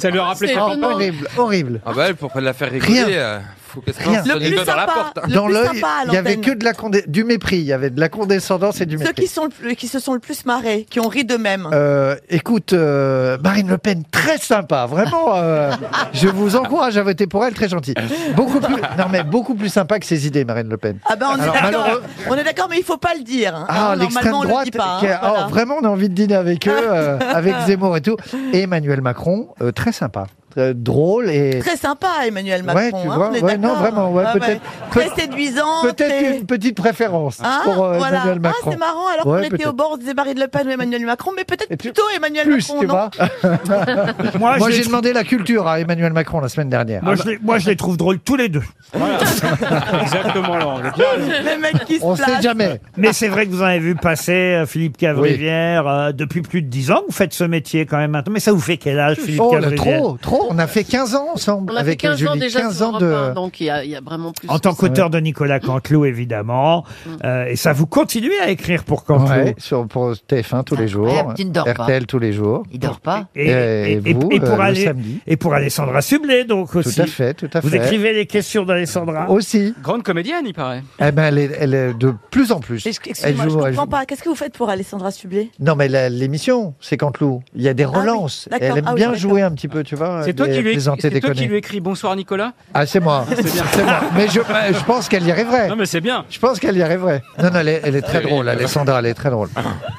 Ça lui a rappelé C'est sa étonnant. campagne. Ah. horrible, horrible. Ah bah, pour la faire rigoler, Rien. euh, faut qu'elle se Rien. lance Le les plus doigts dans la sympa. porte. hein. Le Dans plus l'œil, sympa à il y avait l'antenne. que de la condé- du mépris. Il y avait de la condescendance et du Ceux mépris. qui, sont le plus- qui se sont le plus marrés, qui ont ri d'eux-mêmes. Euh, écoute, euh, Marine Le Pen, très sympa, vraiment. euh, je vous encourage à voter pour elle, très gentille. Beaucoup plus, non mais beaucoup plus sympa que ses idées, Marine Le Pen. Ah ben on est Alors, d'accord. malheureux. On est d'accord, mais il faut pas le dire. hein. Ah, Hein, l'extrême normalement, on le droite, dit pas, hein, qui a- oh, voilà. [LAUGHS] vraiment, on a envie de dîner avec eux, euh, avec Zemmour et tout. Et Emmanuel Macron, euh, très sympa. très drôle et Très sympa, Emmanuel Macron. Ouais, tu hein, vois, on est ouais, non, d'accord. vraiment, ouais, Ah peut-être- Très peut- séduisant. très- peut-être une petite préférence Ah, pour euh, voilà. Emmanuel Ah, Macron. c'est marrant, alors Ouais, qu'on était peut-être. au bord de Marine Le Pen ou Emmanuel Macron, mais peut-être plutôt Emmanuel plus, Macron, tu non vois. [LAUGHS] Moi, Moi, [LAUGHS] je l'ai j'ai trou- demandé la culture à Emmanuel Macron la semaine dernière. Moi, je les, moi, je les trouve drôles tous les deux. [LAUGHS] Exactement l'angle. Le [LAUGHS] mec qui se On sait place. [LAUGHS] jamais. Mais c'est vrai que vous en avez vu passer euh, Philippe Cavrivière euh, depuis plus de 10 ans. Vous faites ce métier quand même maintenant. Mais ça vous fait quel âge, Ah, Philippe Oh là, Cavrivière trop, trop. On a fait 15 ans ensemble On a avec euh, fait 15 ans Julie. déjà 15 sur ans Europe de. 1, donc il y, a- il y a vraiment plus. En tant qu'auteur de Nicolas Canteloup, évidemment. Mm. Euh, et ça, vous continuez à écrire pour Canteloup. Ouais, sur, pour TF1 Ah, tous les jours, tu ne dors pas. RTL tous les jours. Il dort pas. Et, Et, et- et- vous, et pour euh, le aller- samedi. et pour Alessandra Sublet, donc aussi. à fait, tout à Vous fait. écrivez les questions d'Alessandra Aussi. Grande comédienne, il paraît. Eh ben, elle est, elle est de plus en plus. Elle Excusez-moi, je joue- elle comprends joue- pas. Qu'est-ce que vous faites pour Alessandra Sublet Non, mais la- l'émission, c'est Canteloup. Il y a des oui, relances. d'accord. elle aime Ah oui, bien d'accord. jouer un petit peu, tu vois. C'est toi, les- qui lui, plaisanter, c'est toi déconner. qui lui écris Bonsoir Nicolas Ah, c'est moi. C'est moi. Mais je, je pense qu'elle y arriverait. Non, mais c'est bien. Ah Je pense qu'elle y arriverait. Non, non, elle est, elle est très drôle, Alessandra, elle est très [LAUGHS] drôle.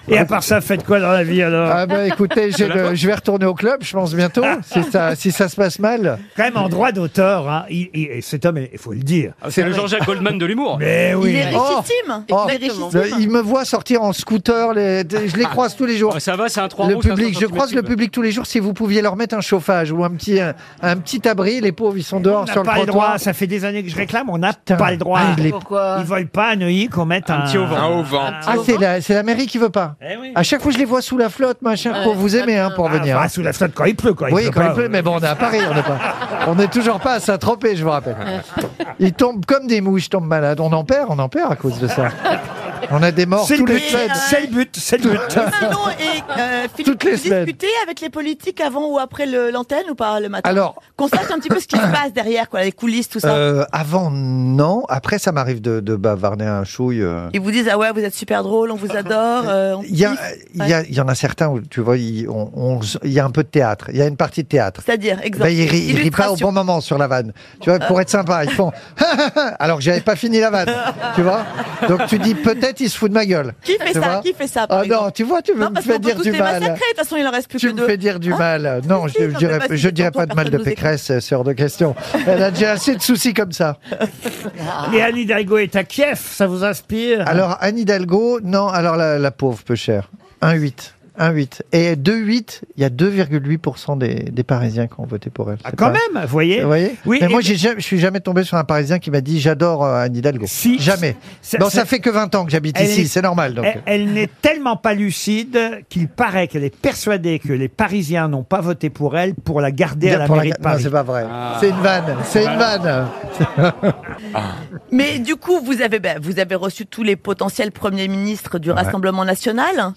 Et à part ça, faites quoi dans la vie alors Ah bah écoutez, j'ai De la le- voix. je vais retourner au club, je pense bientôt, si ça, si ça se passe mal. Quand même, en droit d'auteur, hein, il- il- et cet homme, est- il faut le dire. Ah, Ah C'est le Jean-Jacques Goldman de [LAUGHS] l'humour. Mais oui. Il est Oh. richissime. Oh, il est richissime. le- il me voit sortir en scooter, les- je les croise tous les jours. Ah, ça va, c'est un trois Le roues, c'est un public, je 60 croise le mètres cubes. public tous les jours. Si vous pouviez leur mettre un chauffage ou un petit, un, un petit abri, les pauvres, ils sont On dehors n'a sur pas le le droit, trottoir. ça fait des années que je réclame, on n'a pas le droit. Ah, il est- Pourquoi Ils veulent pas à Neuilly qu'on mette un, petit auvent. Un auvent. Ah, c'est la, c'est la mairie qui veut pas. Eh oui. À chaque fois, je les vois sous la flotte, machin, Ouais, pour vous aimer, hein, pour Ah, venir. bah, sous la flotte quand il pleut, quoi. oui, pleut quand pas, il pleut, euh, mais bon, on est à Paris, on n'est pas. On n'est toujours pas à Saint-Tropez, je vous [LAUGHS] rappelle. Ils tombent comme des mouches, tombent malades. On en perd, on en perd à cause de ça. On a des morts C'est le tous les but, semaines. c'est le but, c'est le but. Sinon, et, euh, Philippe, Toutes les vous semaines. discutez avec les politiques avant ou après le- l'antenne ou pas le matin Alors- Qu'on sache un petit peu ce qui se passe derrière, quoi, les coulisses, tout ça. Euh, avant, non. Après, ça m'arrive de, de bavarder un chouille. euh. Ils vous disent ah ouais vous êtes super drôle, on vous adore. euh, on Il y, a, kiffe. il y, a- il y en a certains où, tu vois, il, on- on- il y a un peu de théâtre. Il y a une partie de théâtre. C'est-à-dire, Ben, exemple. il, rit, il rit pas au bon moment sur la vanne. Tu vois, pour être sympa, ils font [LAUGHS] alors que j'avais pas fini la vanne. Tu vois Donc tu dis peut-être il se fout de ma gueule. Qui fait tu ça vois Qui fait ça par Ah exemple non, tu vois, tu veux Non, me parce qu'on faire peut dire tous du les massacrer, mal. de toute façon, il en reste plus Tu que me deux. Hein? fais dire du mal. Non, si, je non, mais dirais, vas-y, je dirais tonton, pas de mal de personne nous Pécresse, c'est hors de question. Elle a déjà assez de soucis comme ça. Et Anne Hidalgo est à Kiev, ça vous inspire Alors, Anne Hidalgo, non, alors la, la pauvre, peu chère. 1,8. 1,8. Et 2,8, il y a 2,8% des, des Parisiens qui ont voté pour elle. Ah, C'est quand pas- même, vous voyez Vous voyez Oui, Mais et- moi, j'ai jamais- je suis jamais tombé sur un Parisien qui m'a dit j'adore euh, Anne Hidalgo. Si. Jamais. Ça- bon, ça- ça fait que 20 ans que j'habite Elle est- ici, c'est normal. Donc. Elle, elle n'est tellement pas lucide qu'il paraît qu'elle est persuadée que les Parisiens n'ont pas voté pour elle pour la garder à la Pour la- mairie de non, Paris. c'est pas vrai. Ah. C'est une vanne. C'est une vanne. Mais du coup, vous avez, ben, vous avez reçu tous les potentiels premiers ministres du Rassemblement National.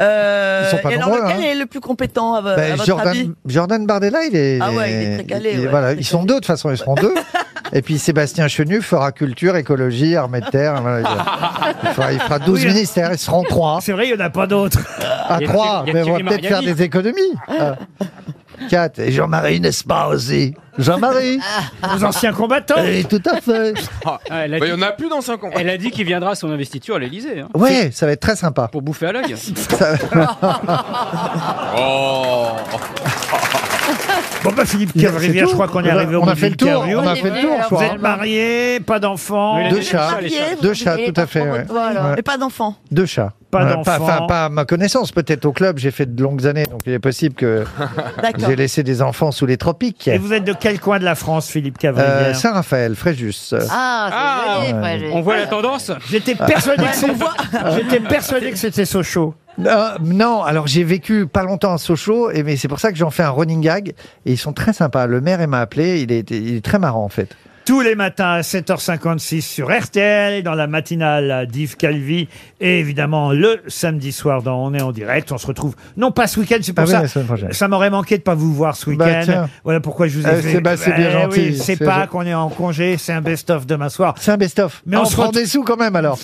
Euh, ils sont Ah, pas et alors, nombreux, lequel hein. est le plus compétent à, vo- euh, à Ben, votre avis Jordan, Jordan Bardella, il est. Ah ouais, il est très calé, ouais, voilà, très ils sont deux, de toute façon, ils seront [LAUGHS] deux. Et puis Sébastien Chenu fera culture, écologie, armée de terre. voilà, il, il fera, il [LAUGHS] fera 12 Oui, hein. ministères, ils seront trois. C'est vrai, il n'y en a pas d'autres. À y a trois, Thierry- il y mais a on va Thierry peut-être faire Mariani. des économies. Ah. Quatre. Et Jean-Marie, n'est-ce pas aussi [LAUGHS] Jean-Marie Vos anciens combattants. Eh, Tout à fait Ah, elle, a Bah, dit, Il y en a plus dans 5 ans. elle a dit qu'il viendra à son investiture à l'Elysée. Ouais, ça va être très sympa. Pour bouffer à l'œil. [LAUGHS] Ça- Oh Bon bah Philippe Il- c'est Cavrivière, tout. je crois qu'on est On a- arrivé au on a bout fait de le tour, l'interview. on a fait le tour, je Vous crois. êtes marié, pas d'enfant. Oui, Deux les chats, les Marié, deux vous- chats, il est tout à fait. enfant ouais. de toi, alors. Ouais. Mais pas d'enfant. Deux chats. Pas Ouais, d'enfants. Enfin, pas à ma connaissance. Peut-être au club, j'ai fait de longues années, donc il est possible que D'accord. j'ai laissé des enfants sous les tropiques. Et vous êtes de quel coin de la France, Philippe Euh, Cavrivière Saint-Raphaël, Fréjus. Euh, Ah, c'est Ah, joli, Fréjus. On voit la tendance. J'étais persuadé [LAUGHS] que c'était- Ah. j'étais persuadé que c'était Sochaux. euh, non, alors j'ai vécu pas longtemps à Sochaux, et, mais c'est pour ça que j'en fais un running gag. Et ils sont très sympas. Le maire, il m'a appelé. Il est, il est très marrant, en fait. Tous les matins à 7h56 sur RTL et dans la matinale d'Yves Calvi. Et évidemment, le samedi soir dans On est en direct. On se retrouve, non pas ce week-end, c'est pour Ah oui, ça. la semaine prochaine. ça m'aurait manqué de pas vous voir ce Bah, week-end. tiens. voilà pourquoi je vous ai Euh, fait. c'est- bah, c'est Eh bien oui, gentil. c'est C'est pas gen- qu'on est en congé, c'est un best-of demain soir. C'est un best-of. Mais Ah, on on, se se prend ret- des sous quand même, [LAUGHS] alors.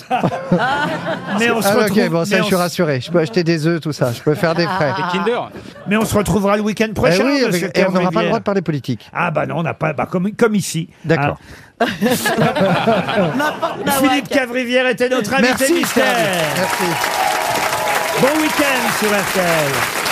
Mais on se Ah, retrouve. ok, bon, ça, mais je on suis se- rassuré. Je peux acheter des œufs, tout ça. Je peux faire des frais. Des Kinder. Mais on se retrouvera le week-end Eh prochain, oui, monsieur avec- et on n'aura pas le Kervivière. droit de parler politique. Ah bah non, on n'a pas, bah comme, comme ici. D'accord. Ah. [LAUGHS] Philippe Cavrivière était notre invité Merci, mystère. Karl. Merci. Bon week-end sur RTL.